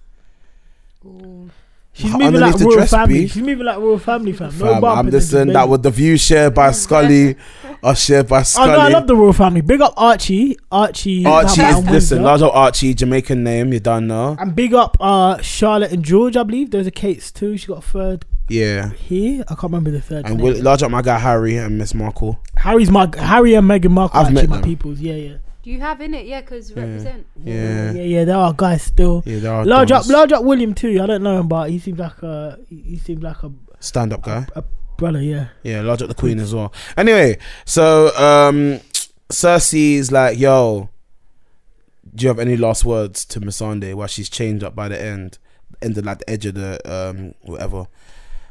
Speaker 3: Ooh.
Speaker 2: She's
Speaker 1: Her
Speaker 2: moving
Speaker 1: underneath
Speaker 2: like
Speaker 1: the
Speaker 2: royal
Speaker 1: dress,
Speaker 2: family.
Speaker 1: B.
Speaker 2: She's moving like royal family, fam. No
Speaker 1: Fam,
Speaker 2: bump.
Speaker 1: I'm
Speaker 2: and then
Speaker 1: just saying
Speaker 2: baby.
Speaker 1: that with the view shared by
Speaker 2: <laughs>
Speaker 1: Scully, are shared by
Speaker 2: Oh
Speaker 1: Scully.
Speaker 2: no, I love the royal family. Big up Archie. Archie.
Speaker 1: Archie
Speaker 2: Batman
Speaker 1: is listen,
Speaker 2: Windsor.
Speaker 1: large up Archie, Jamaican name, you don't know.
Speaker 2: And big up uh Charlotte and George, I believe. Those are Kate's too. She got a third
Speaker 1: Yeah.
Speaker 2: here. I can't remember the third.
Speaker 1: And
Speaker 2: name.
Speaker 1: Will, large up my guy Harry and Miss Markle.
Speaker 2: Harry's my Harry and Meghan Markle
Speaker 1: I've
Speaker 2: actually
Speaker 1: met
Speaker 2: my
Speaker 1: them.
Speaker 2: peoples. Yeah, yeah,
Speaker 3: Do you have in it? Yeah, because represent.
Speaker 1: Yeah.
Speaker 2: yeah, yeah. They are guys still.
Speaker 1: Yeah, there are
Speaker 2: large up,
Speaker 1: those
Speaker 2: large up William too. I don't know him, but he seems like a he he seems like a,
Speaker 1: stand up guy.
Speaker 2: a brother. Yeah.
Speaker 1: Yeah, large up the queen as well. Anyway, so um Cersei's like, yo, do you have any last words to Missandei while she's chained up by the end, end of like the edge of the um whatever,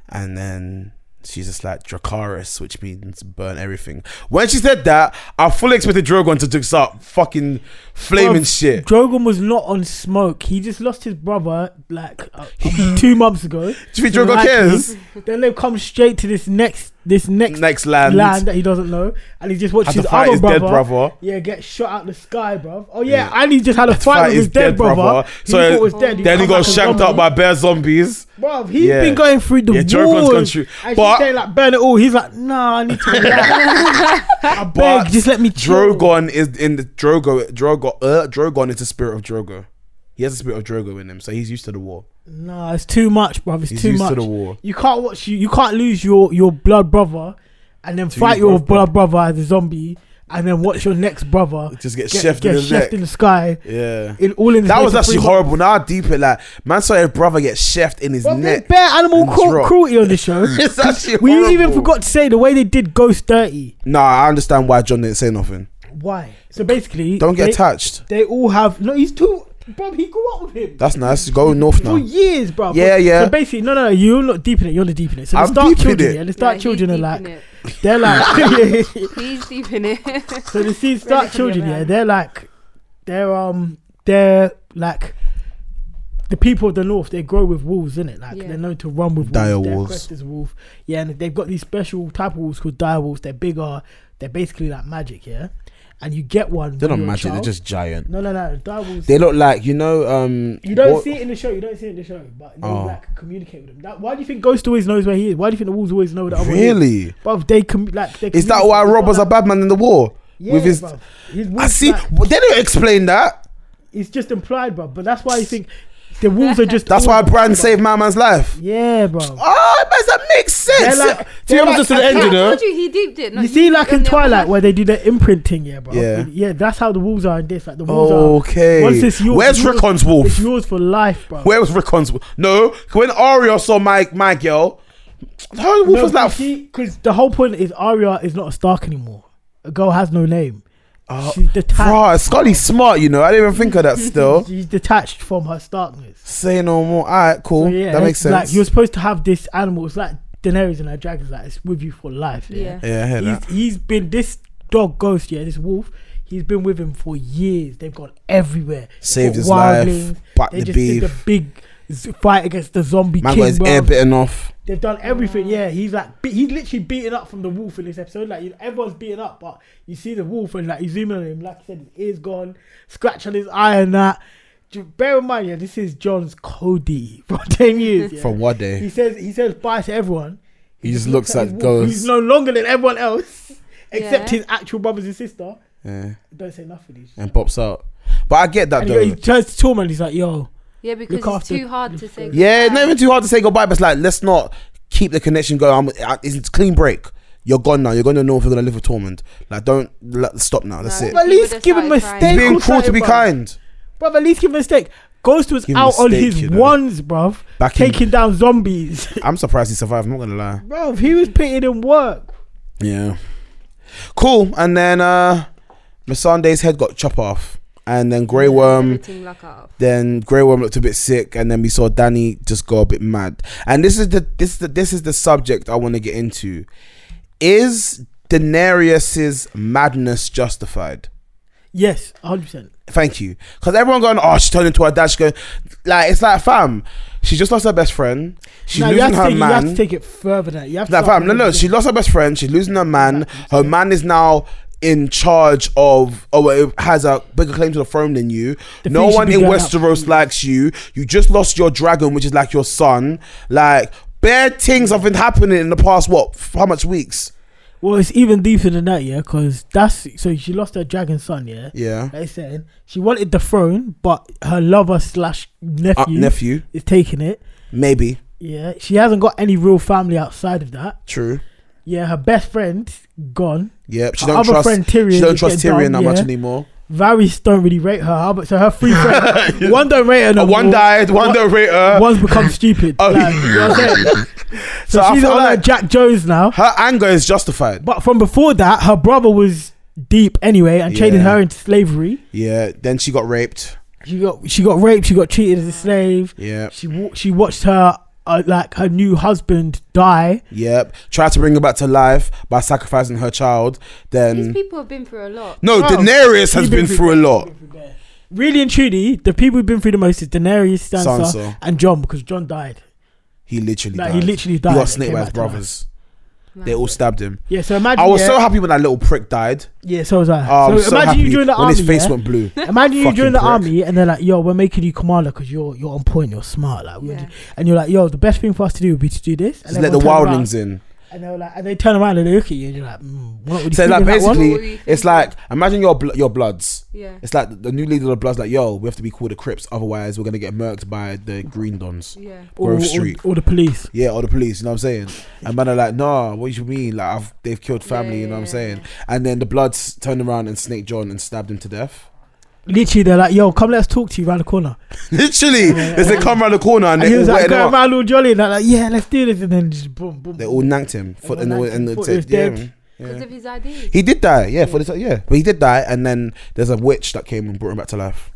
Speaker 1: and then she's just like Dracaris, which means burn everything. When she said that, I fully expected Drogon to just start fucking flaming
Speaker 2: Bruv,
Speaker 1: shit.
Speaker 2: Drogon was not on smoke. He just lost his brother like uh, <laughs> two months ago.
Speaker 1: Do you think <laughs>
Speaker 2: So
Speaker 1: Drogon
Speaker 2: likely-
Speaker 1: cares?
Speaker 2: Then they've come straight to this next this next,
Speaker 1: Next land,
Speaker 2: land. that he doesn't know, and he just watches
Speaker 1: had to
Speaker 2: his
Speaker 1: fight
Speaker 2: other
Speaker 1: his
Speaker 2: brother.
Speaker 1: dead brother.
Speaker 2: Yeah, get shot out the sky, bruv. Oh yeah,
Speaker 1: Yeah.
Speaker 2: and he just had a fight
Speaker 1: fight
Speaker 2: with
Speaker 1: his
Speaker 2: his dead,
Speaker 1: dead
Speaker 2: brother.
Speaker 1: brother.
Speaker 2: who
Speaker 1: So
Speaker 2: he thought was dead.
Speaker 1: Then he got
Speaker 2: come back as
Speaker 1: shanked
Speaker 2: zombie.
Speaker 1: out by bear zombies.
Speaker 2: Bruv, he's
Speaker 1: Yeah.
Speaker 2: been going through the
Speaker 1: Yeah, Drogon's
Speaker 2: wars,
Speaker 1: gone through-
Speaker 2: and
Speaker 1: but-
Speaker 2: she's saying like burn it all. He's like, nah, I need to relax. I
Speaker 1: But
Speaker 2: beg, just let me chill.
Speaker 1: Drogon is in the Drogo. Drogo. Uh, Drogon is the spirit of Drogo. He has the spirit of Drogo in him, so he's used to the war.
Speaker 2: Nah, it's too much, bruv. It's
Speaker 1: He's
Speaker 2: too
Speaker 1: used
Speaker 2: much.
Speaker 1: to the war.
Speaker 2: You can't watch you. You can't lose your your blood brother, and then fight
Speaker 1: your
Speaker 2: your
Speaker 1: blood
Speaker 2: blood brother as a zombie, and then watch your next brother
Speaker 1: Just get,
Speaker 2: get,
Speaker 1: chef
Speaker 2: get
Speaker 1: in the
Speaker 2: chefed
Speaker 1: neck.
Speaker 2: in the sky.
Speaker 1: yeah.
Speaker 2: In all in the
Speaker 1: That
Speaker 2: space
Speaker 1: was
Speaker 2: of
Speaker 1: actually
Speaker 2: three
Speaker 1: horrible. Now I deep it like man saw his brother get chefed in his
Speaker 2: months. Bruv, there's
Speaker 1: neck.
Speaker 2: bare animal
Speaker 1: and
Speaker 2: cru-
Speaker 1: drop.
Speaker 2: cruelty on this show.
Speaker 1: <laughs> It's actually
Speaker 2: we
Speaker 1: horrible.
Speaker 2: even forgot to say the way they did Ghost Dirty.
Speaker 1: Nah, I understand why John didn't say nothing.
Speaker 2: Why? So basically,
Speaker 1: Don't get
Speaker 2: they,
Speaker 1: attached.
Speaker 2: They all have no. He's too. Bruv, he grew up with him.
Speaker 1: That's nice. Go north
Speaker 2: for
Speaker 1: now.
Speaker 2: years, bro.
Speaker 1: Yeah, yeah.
Speaker 2: So basically, no, no, no, you're not deep in it. You're the deep in it. So
Speaker 1: I'm
Speaker 2: the Stark
Speaker 1: deep in
Speaker 2: children,
Speaker 1: it.
Speaker 2: yeah, the Stark
Speaker 3: he's
Speaker 2: children are
Speaker 3: deep
Speaker 2: like,
Speaker 3: in it.
Speaker 2: they're
Speaker 3: <laughs>
Speaker 2: like, <laughs>
Speaker 3: He's deep in it.
Speaker 2: so the sea
Speaker 3: Relic
Speaker 2: Stark
Speaker 3: of the
Speaker 2: children,
Speaker 3: Abraham.
Speaker 2: yeah, they're like, they're um, they're like, the people of the north. They grow with wolves, in it. Like
Speaker 3: Yeah.
Speaker 2: they're known to run with
Speaker 1: Dire
Speaker 2: wolves. Their
Speaker 1: wolves.
Speaker 2: crest is a wolf. Yeah, and they've got these special type of wolves called dire wolves. They're bigger. They're basically like magic, yeah. And you get one.
Speaker 1: They're not
Speaker 2: when you're a
Speaker 1: magic. They're
Speaker 2: child.
Speaker 1: just giant.
Speaker 2: no, no, no. Dire wolves.
Speaker 1: They look like you know. Um,
Speaker 2: You don't
Speaker 1: what-
Speaker 2: see it in the show. You don't see it in the show, but they
Speaker 1: Oh.
Speaker 2: like communicate with him. That, why do you think Ghost always knows where he is? Why do you think the wolves always know that?
Speaker 1: Really?
Speaker 2: But they com- like they
Speaker 1: Is that
Speaker 2: communicate.
Speaker 1: why
Speaker 2: It's not
Speaker 1: Rob was a
Speaker 2: like-
Speaker 1: bad man in the war?
Speaker 2: Yeah,
Speaker 1: with his,
Speaker 2: bruv. His
Speaker 1: I
Speaker 2: wolves,
Speaker 1: see.
Speaker 2: like,
Speaker 1: They didn't explain that.
Speaker 2: it's just implied, bro. But that's why you think the wolves are just.
Speaker 1: That's why
Speaker 2: always-
Speaker 1: Bran saved my man's life.
Speaker 2: Yeah, bro.
Speaker 1: Oh, but that makes sense.
Speaker 2: They're like-
Speaker 1: Do you
Speaker 2: they're
Speaker 1: ever
Speaker 2: like
Speaker 1: just to the end, you
Speaker 3: I
Speaker 1: know?
Speaker 3: told you he deeped it. not
Speaker 2: You see, like
Speaker 3: on
Speaker 2: in
Speaker 3: the other
Speaker 2: Twilight,
Speaker 3: hand.
Speaker 2: where they do their imprinting, yeah, bro.
Speaker 1: Yeah.
Speaker 2: yeah. That's how the wolves are in this. Like the wolves
Speaker 1: Okay.
Speaker 2: are. Once it's yours,
Speaker 1: Where's
Speaker 2: it's yours-
Speaker 1: Rickon's
Speaker 2: It's
Speaker 1: wolf?
Speaker 2: yours for life, bro.
Speaker 1: Where was Rickon's wolf? No, when Arya saw my my girl, her wolf was like,
Speaker 2: because the whole point is Arya is not a Stark anymore. A girl has no name. she's detached.
Speaker 1: Uh, "Bruh, Scully's smart, you know. I didn't even think of that. Still,
Speaker 2: She's detached from her Starkness.
Speaker 1: say no more. All right, cool.
Speaker 2: So, yeah,
Speaker 1: that makes
Speaker 2: it's Like
Speaker 1: sense.
Speaker 2: you're supposed to have this animal. It's like Daenerys and her dragons. Like it's with you for life.
Speaker 3: Yeah.
Speaker 1: yeah, I hear that.
Speaker 2: He's, he's been this dog ghost. Yeah, this wolf. He's been with him for years. They've gone everywhere. They've
Speaker 1: Saved
Speaker 2: got
Speaker 1: his life, backed
Speaker 2: They
Speaker 1: the
Speaker 2: just did the
Speaker 1: beef.
Speaker 2: big z- fight against the zombie
Speaker 1: Man got
Speaker 2: king.
Speaker 1: his ear
Speaker 2: bruv.
Speaker 1: bitten off.
Speaker 2: They've done
Speaker 3: Mm.
Speaker 2: everything. Yeah, he's like be- he's literally beaten up from the wolf in this episode. Like you, everyone's beaten up, but you see the wolf and like you zoom in on him. Like I said, his ear's gone, scratch on his eye and that. Ju- Bear in mind, yeah, this is John's Cody <laughs> for ten years. Yeah.
Speaker 1: From what day?
Speaker 2: he says he says bye to everyone.
Speaker 1: He just looks
Speaker 2: his
Speaker 1: at
Speaker 2: wolf,
Speaker 1: ghosts.
Speaker 2: He's no longer than everyone else <laughs> except
Speaker 3: Yeah.
Speaker 2: his actual brothers and sister.
Speaker 1: yeah,
Speaker 2: Don't say nothing. He's just,
Speaker 1: and pops out. But I get that
Speaker 2: and he,
Speaker 1: though.
Speaker 2: he turns to Tom and he's like, "Yo,
Speaker 3: Yeah, because
Speaker 2: Look
Speaker 3: it's
Speaker 2: after-
Speaker 3: too hard to say.
Speaker 1: Yeah, it's
Speaker 3: goodbye.
Speaker 1: not even too hard to say goodbye, but it's like let's not keep the connection going. I'm, I- it's a clean break. You're gone now. You're going to North. You're going to live with Tormund. Like, don't let, stop now. That's
Speaker 3: No.
Speaker 1: it.
Speaker 2: But at least
Speaker 3: would've
Speaker 2: give him a
Speaker 3: started
Speaker 2: stake."
Speaker 3: crying.
Speaker 1: He's being
Speaker 2: Cool
Speaker 1: cruel to be
Speaker 2: side,
Speaker 1: kind.
Speaker 2: Bruv, at least give him a stake. Ghost was
Speaker 1: Give him a
Speaker 2: out on
Speaker 1: stake,
Speaker 2: his
Speaker 1: you know.
Speaker 2: ones, bruv,
Speaker 1: Back in-
Speaker 2: taking down zombies.
Speaker 1: <laughs> I'm surprised he survived. I'm not gonna lie.
Speaker 2: bruv, he was putting in work.
Speaker 1: Yeah. Cool. And then uh Masandé's head got chopped off, and then Grey
Speaker 2: um,
Speaker 1: Worm.
Speaker 3: Everything luck out.
Speaker 1: Then Grey Worm looked a bit sick, and then we saw Danny just go a bit mad. And this is the this is the this is the subject I want to get into. Is Daenerys's madness justified?
Speaker 2: Yes, 100%.
Speaker 1: Thank you. Because everyone going, oh, she turned into her dad. She's going, like, it's like, fam, she just lost her best friend. She's
Speaker 2: Now, you, have
Speaker 1: losing
Speaker 2: to
Speaker 1: her
Speaker 2: take, you have to
Speaker 1: man.
Speaker 2: take it further than that. You have to
Speaker 1: Like,
Speaker 2: start
Speaker 1: fam, no,
Speaker 2: from
Speaker 1: no,
Speaker 2: the
Speaker 1: she lost her best friend. She's losing her man. Her man is now in charge of, or well, has a bigger claim to the throne than you.
Speaker 2: The
Speaker 1: no
Speaker 2: thing should
Speaker 1: one
Speaker 2: be
Speaker 1: in
Speaker 2: going
Speaker 1: Westeros likes you. You just lost your dragon, which is like your son. Like, bare things have been happening in the past, what, f- how much weeks?
Speaker 2: Well, it's even deeper than that, yeah, because that's so she lost her dragon son, yeah.
Speaker 1: Yeah.
Speaker 2: Like I said, she wanted the throne, but her lover slash
Speaker 1: Uh,
Speaker 2: nephew
Speaker 1: nephew,
Speaker 2: is taking it.
Speaker 1: maybe.
Speaker 2: Yeah, she hasn't got any real family outside of that.
Speaker 1: True.
Speaker 2: Yeah, her best friend gone.
Speaker 1: Yep. She
Speaker 2: Her
Speaker 1: don't
Speaker 2: other
Speaker 1: trust.
Speaker 2: friend, Tyrion,
Speaker 1: she don't
Speaker 2: is
Speaker 1: trust
Speaker 2: getting
Speaker 1: Tyrion
Speaker 2: done,
Speaker 1: that much
Speaker 2: yeah.
Speaker 1: anymore.
Speaker 2: Varys don't really rate her, huh? but so her three
Speaker 1: <laughs>
Speaker 2: friends, one don't rate her. No
Speaker 1: Uh, one
Speaker 2: more.
Speaker 1: died, one
Speaker 2: One-
Speaker 1: don't rate her.
Speaker 2: One's become stupid.
Speaker 1: <laughs> Oh,
Speaker 2: like, you know what I'm saying?
Speaker 1: so
Speaker 2: so
Speaker 1: I
Speaker 2: she's
Speaker 1: feel
Speaker 2: on like
Speaker 1: like
Speaker 2: Jack Jones now.
Speaker 1: her anger is justified.
Speaker 2: But from before that, her brother was deep anyway and traded
Speaker 1: Yeah.
Speaker 2: her into slavery.
Speaker 1: Yeah. Then she got raped.
Speaker 2: She got she got raped. She got treated as a slave.
Speaker 1: Yeah.
Speaker 2: She wa- she watched her uh, like her new husband die.
Speaker 1: Yep. Tried to bring her back to life by sacrificing her child.
Speaker 3: These
Speaker 1: Then
Speaker 3: people have been through a lot.
Speaker 1: no,
Speaker 2: Oh.
Speaker 1: Daenerys has
Speaker 2: We've
Speaker 1: been through a lot.
Speaker 2: Really and truly, the people who've been through the most is Daenerys, Sansa,
Speaker 1: Sansa.
Speaker 2: and John because John died.
Speaker 1: He literally
Speaker 2: Like,
Speaker 1: died.
Speaker 2: he literally
Speaker 1: He
Speaker 2: died
Speaker 1: got
Speaker 2: and
Speaker 1: snaked
Speaker 2: came
Speaker 1: by his
Speaker 2: back to life.
Speaker 1: brothers.
Speaker 3: Man.
Speaker 1: They all stabbed him.
Speaker 2: Yeah, so imagine.
Speaker 1: I was
Speaker 2: yeah,
Speaker 1: so happy when that little prick died.
Speaker 2: Yeah, so was I.
Speaker 1: Oh, I'm
Speaker 2: so
Speaker 1: so
Speaker 2: imagine
Speaker 1: happy
Speaker 2: you join the
Speaker 1: when
Speaker 2: army.
Speaker 1: his face
Speaker 2: yeah?
Speaker 1: went blue.
Speaker 2: Imagine you
Speaker 1: Fucking
Speaker 2: join the
Speaker 1: prick.
Speaker 2: army and they're like, "Yo, we're making you commander because you're you're on point, you're smart." Like, we want
Speaker 3: Yeah.
Speaker 2: you- and you're like, "Yo, the best thing for us to do would be to do this."
Speaker 1: Just let the
Speaker 2: everyone turn around.
Speaker 1: wildlings in.
Speaker 2: And they were like, and they turn around and they look at you, and you're like, mm, we're not really
Speaker 1: So like
Speaker 2: feeling that one."
Speaker 3: What were
Speaker 1: basically,
Speaker 3: you
Speaker 1: it's
Speaker 3: thinking?
Speaker 1: like imagine your bl- your bloods.
Speaker 3: Yeah.
Speaker 1: It's like the new leader of the bloods. Like yo, we have to be called the Crips, otherwise we're gonna get murked by the Green Dons,
Speaker 3: Yeah.
Speaker 1: Grove Street.
Speaker 2: or, the police.
Speaker 1: yeah, or the police. You know what I'm saying? And man are like, nah, what do you mean? Like I've, they've killed family. you know what I'm
Speaker 3: Yeah.
Speaker 1: saying? And then the bloods turned around and snaked John and stabbed him to death. <laughs>
Speaker 2: Literally, they're like, "Yo, come, let's talk to you around the corner."
Speaker 1: Literally, as they come around the corner and,
Speaker 2: And he
Speaker 1: they all
Speaker 2: was like,
Speaker 1: wetted him
Speaker 2: "Going
Speaker 1: up.
Speaker 2: around all jolly," and they're like, "Yeah, let's do this," and then just boom, boom.
Speaker 1: They all nanked him. For,
Speaker 2: And
Speaker 1: and
Speaker 2: they
Speaker 1: all-
Speaker 2: nanked
Speaker 1: and the
Speaker 2: him. Thought he was
Speaker 1: yeah,
Speaker 2: dead.
Speaker 1: yeah.
Speaker 3: Because of his ID.
Speaker 1: He did die, yeah, for the yeah, but he did die, and then there's a witch that came and brought him back to life.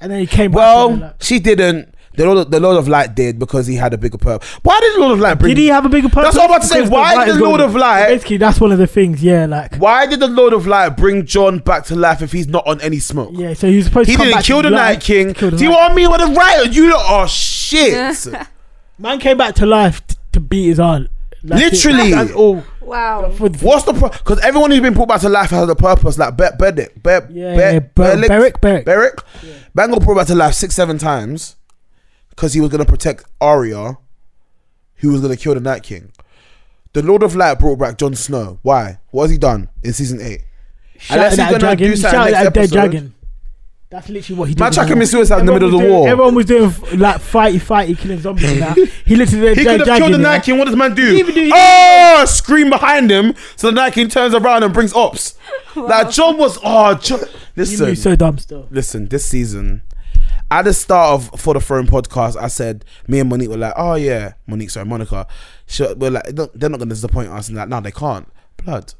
Speaker 2: and then he came. back and they're
Speaker 1: Well,
Speaker 2: like,
Speaker 1: she didn't. The Lord, of, the Lord of Light did because he had a bigger purpose. Why did the Lord of Light bring?
Speaker 2: did he have a bigger purpose?
Speaker 1: That's what I'm about to say.
Speaker 2: Because
Speaker 1: Why
Speaker 2: light
Speaker 1: did
Speaker 2: is
Speaker 1: the Lord
Speaker 2: golden.
Speaker 1: of Light?
Speaker 2: Basically, that's one of the things. Yeah, like
Speaker 1: Why did the Lord of Light bring John back to life if he's not on any smoke?
Speaker 2: yeah. So he was supposed
Speaker 1: He
Speaker 2: to come
Speaker 1: didn't
Speaker 2: back
Speaker 1: kill
Speaker 2: to
Speaker 1: the
Speaker 2: life
Speaker 1: Night King.
Speaker 2: to kill the
Speaker 1: Do you
Speaker 2: Night-
Speaker 1: want me with a riot? You lot are shit.
Speaker 2: <laughs> Man came back to life t- to beat his aunt. That's it.
Speaker 1: Literally.
Speaker 2: that's all.
Speaker 3: Wow.
Speaker 2: For the,
Speaker 1: What's the pro? Because everyone who's been brought back to life has a purpose. Like Ber- Bedick, Ber-
Speaker 2: yeah,
Speaker 1: Ber-
Speaker 2: yeah, Ber-
Speaker 1: Berlick-
Speaker 2: Beric, Beric.
Speaker 1: Beric. Man got brought back to life six, seven times because he was going to protect Arya, who was going to kill the Night King. The Lord of Light brought back Jon Snow. Why? What has he done in season eight? Unless he's
Speaker 2: Shouted at a
Speaker 1: gonna do
Speaker 2: dragon.
Speaker 1: something
Speaker 2: Shouted
Speaker 1: next
Speaker 2: at a dead
Speaker 1: episode.
Speaker 2: dragon. That's literally what he did.
Speaker 1: Man
Speaker 2: in
Speaker 1: tried to
Speaker 2: the war.
Speaker 1: commit suicide in the middle of the
Speaker 2: Everyone was
Speaker 1: war.
Speaker 2: doing- Everyone was doing f- like fighty, fighty, killing zombies. and that.
Speaker 1: <laughs>
Speaker 2: He literally
Speaker 1: He
Speaker 2: did
Speaker 1: could
Speaker 2: a
Speaker 1: have killed
Speaker 2: dead dragon.
Speaker 1: the
Speaker 2: you know?
Speaker 1: Night King. What does man do?
Speaker 2: He even do- he
Speaker 1: oh, scream behind him. So the Night King turns around and brings ops. Like John was. Oh, John.
Speaker 2: He knew
Speaker 1: Listen,
Speaker 2: so dumb still.
Speaker 1: listen. This season, at the start of for the throne podcast, I said me and Monique were like, oh yeah, Monique, sorry, Monica. She, we're like, "No, they're not going to disappoint us. And like, no, they can't. Blood.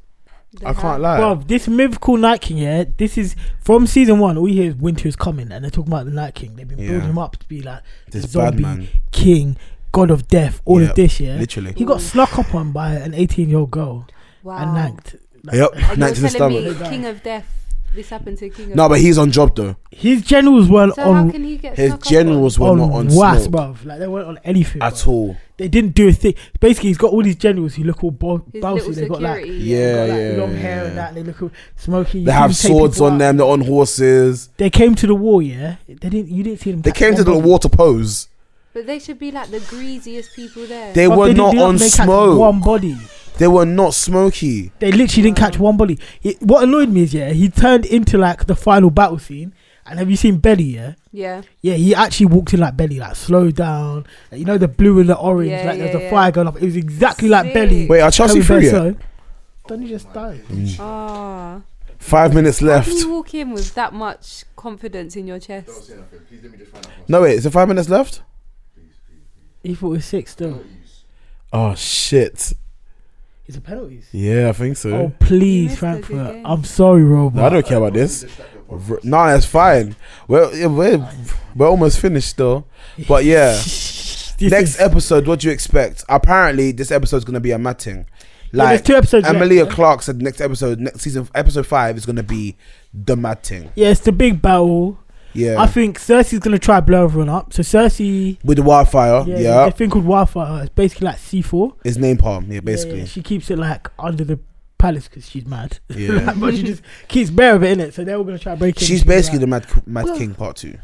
Speaker 1: I can't lie.
Speaker 2: Bro, this mythical Night King, yeah, this is from season one. All you hear is winter is coming, and they're talking about the Night King. They've been
Speaker 1: Yeah.
Speaker 2: building him up to be like
Speaker 1: This bad man.
Speaker 2: zombie king, god of death, all
Speaker 1: Yeah,
Speaker 2: of this. Yeah,
Speaker 1: literally.
Speaker 2: he got snuck up on by an 18 year old girl
Speaker 3: Wow.
Speaker 2: and nanked. Like,
Speaker 1: Yep,
Speaker 3: And
Speaker 1: knight to the
Speaker 3: you're telling
Speaker 1: stomach.
Speaker 3: me King of Death. This happened to King of
Speaker 1: No,
Speaker 3: Death.
Speaker 1: but he's on job though.
Speaker 2: His generals were
Speaker 3: So how
Speaker 2: on
Speaker 3: can he get
Speaker 1: His
Speaker 3: snuck up on?
Speaker 1: generals were
Speaker 2: on
Speaker 1: not on
Speaker 2: was,
Speaker 1: smoke
Speaker 2: bruv. Like they weren't on anything
Speaker 1: at
Speaker 2: bruv.
Speaker 1: all.
Speaker 2: They didn't do a thing. Basically, he's got all these generals who look all bo-
Speaker 3: His
Speaker 2: bouncy.
Speaker 3: little
Speaker 2: They got like,
Speaker 3: security.
Speaker 1: Yeah,
Speaker 2: got, like
Speaker 1: yeah.
Speaker 2: long hair and that. And they look all smoky. You
Speaker 1: They
Speaker 2: see
Speaker 1: have
Speaker 2: them take
Speaker 1: swords
Speaker 2: people
Speaker 1: on
Speaker 2: out.
Speaker 1: them. They're on horses.
Speaker 2: They came to the war. Yeah, they didn't. You didn't see them.
Speaker 1: They
Speaker 2: catch
Speaker 1: came to
Speaker 2: one
Speaker 1: the
Speaker 2: bomb.
Speaker 1: water pose.
Speaker 3: But they should be like the greasiest people there.
Speaker 1: They
Speaker 2: Bruv,
Speaker 1: were
Speaker 2: didn't-
Speaker 1: not
Speaker 2: didn't
Speaker 1: on
Speaker 2: make catch
Speaker 1: smoke.
Speaker 2: One body.
Speaker 1: They were not smoky.
Speaker 2: They literally didn't catch one body. It, what annoyed me is yeah, he turned into like the final battle scene. And have you seen Belly? Yeah.
Speaker 3: yeah.
Speaker 2: Yeah, he actually walked in like Belly, like slow down. Like, you know the blue and the orange,
Speaker 3: Yeah,
Speaker 2: like there's
Speaker 3: yeah,
Speaker 2: a
Speaker 3: yeah.
Speaker 2: fire going off. It was exactly like
Speaker 3: Sick.
Speaker 2: Belly.
Speaker 1: Wait, are Chelsea
Speaker 2: Kobe
Speaker 1: through yet?
Speaker 2: Verso. Don't you just die?
Speaker 3: Ah.
Speaker 1: Five minutes
Speaker 3: How
Speaker 1: left.
Speaker 3: can you walk in with that much confidence in your
Speaker 4: Don't
Speaker 3: chest?
Speaker 4: say nothing. Please let me just find out.
Speaker 1: No, wait, is it five minutes left?
Speaker 2: He thought it was six still.
Speaker 1: Oh, shit.
Speaker 2: It's a penalties.
Speaker 1: Yeah, I think so.
Speaker 2: Oh
Speaker 3: You
Speaker 2: please,
Speaker 3: missed us
Speaker 2: Frankfurt.
Speaker 3: again.
Speaker 2: I'm sorry,
Speaker 1: No, I
Speaker 2: Robert.
Speaker 1: don't care about this. R- No, that's fine. We're, yeah, we're, we're almost finished still. But yeah,
Speaker 2: <laughs> This
Speaker 1: next
Speaker 2: is-
Speaker 1: episode, what do you expect? Apparently, this episode's going to be a matting.
Speaker 2: Yeah, there's
Speaker 1: Like,
Speaker 2: two episodes. left,
Speaker 1: Amelia
Speaker 2: yeah?
Speaker 1: Clark said next episode, next season, episode five is going to be the matting.
Speaker 2: Yeah, it's the big battle.
Speaker 1: Yeah.
Speaker 2: I think Cersei's gonna try to blow everyone up. So Cersei,
Speaker 1: With the wildfire.
Speaker 2: yeah,
Speaker 1: Yeah.
Speaker 2: a thing called Wildfire. uh, It's basically like C4.
Speaker 1: It's name palm. Yeah,
Speaker 2: Yeah, yeah,
Speaker 1: basically.
Speaker 2: she keeps it like under the palace because she's mad.
Speaker 1: Yeah.
Speaker 2: <laughs> Like, but she just keeps bare of it in it. So they're all gonna try to break in.
Speaker 1: She's
Speaker 2: She's
Speaker 1: basically the
Speaker 2: like-
Speaker 1: Mad, Mad King part two.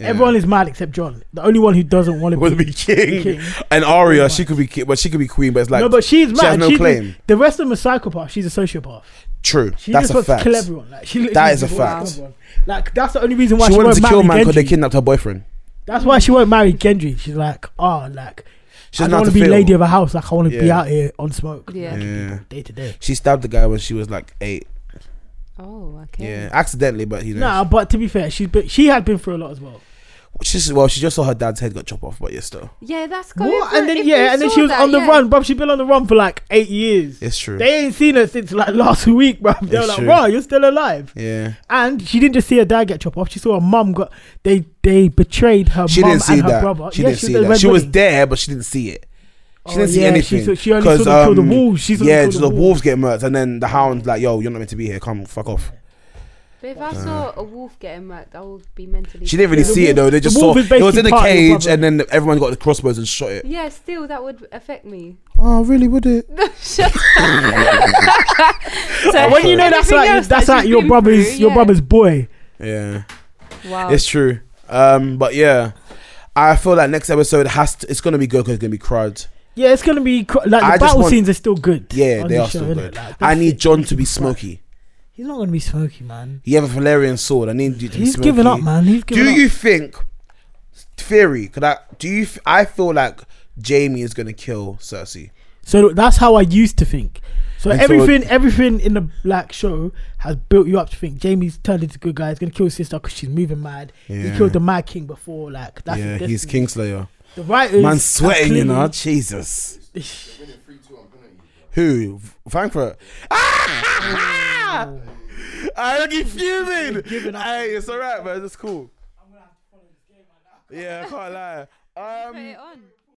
Speaker 1: Yeah.
Speaker 2: everyone is mad except John. The only one who doesn't want
Speaker 1: would
Speaker 2: to
Speaker 1: be
Speaker 2: be.
Speaker 1: king.
Speaker 2: king.
Speaker 1: and Arya. She could be, ki- but she could be queen. But it's <laughs> like
Speaker 2: no, but she's mad.
Speaker 1: she has no
Speaker 2: She's-
Speaker 1: claim.
Speaker 2: The rest of them are psychopaths. She's a sociopath.
Speaker 1: True,
Speaker 2: She
Speaker 1: that's
Speaker 2: just
Speaker 1: a
Speaker 2: wants
Speaker 1: fact.
Speaker 2: to kill everyone. Like, she literally
Speaker 1: That is
Speaker 2: just
Speaker 1: a
Speaker 2: wants to
Speaker 1: fact.
Speaker 2: kill everyone. Like that's the only reason why
Speaker 1: she
Speaker 2: she,
Speaker 1: wanted
Speaker 2: won't
Speaker 1: to
Speaker 2: marry
Speaker 1: kill man because they
Speaker 2: Gendry.
Speaker 1: kidnapped her boyfriend.
Speaker 2: that's why she won't marry Gendry. She's like, ah, like
Speaker 1: She
Speaker 2: I
Speaker 1: doesn't
Speaker 2: don't
Speaker 1: have
Speaker 2: want
Speaker 1: to
Speaker 2: to be
Speaker 1: feel.
Speaker 2: lady of a house. Like I want to be
Speaker 1: Yeah.
Speaker 2: out here on smoke.
Speaker 3: Yeah.
Speaker 2: like,
Speaker 1: Yeah.
Speaker 2: day to day.
Speaker 1: She stabbed the guy when she was like eight.
Speaker 3: Oh, okay.
Speaker 1: Yeah, accidentally, but you know.
Speaker 2: Nah, but to be fair, she's been, she had been through a lot as well.
Speaker 1: She says, well, she just saw her dad's head got chopped off, but yeah, still,
Speaker 3: Yeah, that's cool.
Speaker 2: What? And then yeah, and then she was on the run, bruv. She's been on the run for like eight years.
Speaker 1: it's true.
Speaker 2: They ain't seen her since like <laughs> last week, bruv. They
Speaker 1: It's
Speaker 2: were like,
Speaker 1: true.
Speaker 2: "Wow, you're still alive."
Speaker 1: yeah,
Speaker 2: And she didn't just see her dad get chopped off. She saw her mum got they they betrayed her
Speaker 1: she
Speaker 2: mum
Speaker 1: didn't see
Speaker 2: and her
Speaker 1: that.
Speaker 2: brother.
Speaker 1: She
Speaker 2: Yeah,
Speaker 1: didn't
Speaker 2: was
Speaker 1: see
Speaker 2: at the
Speaker 1: that.
Speaker 2: Red
Speaker 1: She was
Speaker 2: Wedding.
Speaker 1: there, but she didn't see it. She didn't
Speaker 2: Oh,
Speaker 1: see
Speaker 2: yeah, she
Speaker 1: anything.
Speaker 2: saw- she only saw
Speaker 1: 'Cause,
Speaker 2: them kill the
Speaker 1: um,
Speaker 2: wolves. She saw them
Speaker 1: yeah,
Speaker 2: kill
Speaker 1: so
Speaker 2: the
Speaker 1: the
Speaker 2: wolves.
Speaker 1: wolves get murked, and then the hound's like, "Yo, you're not meant to be here. Come, fuck off."
Speaker 3: But if I saw a wolf getting murked, I would be mentally.
Speaker 1: She didn't really
Speaker 2: The
Speaker 1: see it
Speaker 2: wolf-
Speaker 1: though. They
Speaker 2: the
Speaker 1: just saw
Speaker 2: wolf
Speaker 1: it
Speaker 2: is
Speaker 1: was in
Speaker 2: basically
Speaker 1: the
Speaker 2: part of your
Speaker 1: cage,
Speaker 2: brother.
Speaker 1: and then everyone got the crossbows and shot it.
Speaker 3: Yeah, still that would affect me.
Speaker 1: Oh, really? Would it?
Speaker 3: Shut
Speaker 2: Uh,
Speaker 3: up.
Speaker 2: when you know that's
Speaker 3: Everything
Speaker 2: like
Speaker 3: else
Speaker 2: that's
Speaker 3: that
Speaker 2: like
Speaker 3: she's
Speaker 2: your
Speaker 3: been
Speaker 2: brother's
Speaker 3: through,
Speaker 2: your
Speaker 3: yeah.
Speaker 2: brother's boy.
Speaker 1: Yeah,
Speaker 3: Wow.
Speaker 1: it's true. Um, but yeah, I feel like next episode has to. It's gonna be good because it's gonna be crowd.
Speaker 2: Yeah, it's gonna be cr- like the
Speaker 1: I just
Speaker 2: battle
Speaker 1: want-
Speaker 2: scenes are still good.
Speaker 1: Yeah,
Speaker 2: on
Speaker 1: they
Speaker 2: the
Speaker 1: are
Speaker 2: show,
Speaker 1: still
Speaker 2: innit?
Speaker 1: good.
Speaker 2: Like,
Speaker 1: I
Speaker 2: that's
Speaker 1: need
Speaker 2: Oh, it.
Speaker 1: John to be smoky.
Speaker 2: He's not gonna be smoky, man.
Speaker 1: You have a Valerian sword. I need you to be
Speaker 2: He's
Speaker 1: smoky.
Speaker 2: giving up, man. He's
Speaker 1: Do
Speaker 2: giving up.
Speaker 1: you think theory? Could I? Do you? f- I feel like Jamie is gonna kill Cersei.
Speaker 2: So that's how I used to think. So
Speaker 1: And so-
Speaker 2: everything, everything in the black show has built you up to think Jamie's turned into a good guy. He's gonna kill his sister because she's moving mad.
Speaker 1: Yeah.
Speaker 2: He killed the Mad King before, like that's
Speaker 1: yeah,
Speaker 2: his
Speaker 1: he's
Speaker 2: destiny.
Speaker 1: Kingslayer.
Speaker 2: The writers,
Speaker 1: Man,
Speaker 2: have
Speaker 1: sweating, you
Speaker 2: clearly-
Speaker 1: know. Jesus.
Speaker 2: <sighs>
Speaker 4: Winning 3-2, I'm gonna eat.
Speaker 1: Who? V- Frankfurt. Ah! I keep fuming. Hey, it's alright, man. It's cool. Yeah, I can't lie. Um,
Speaker 3: Put it on.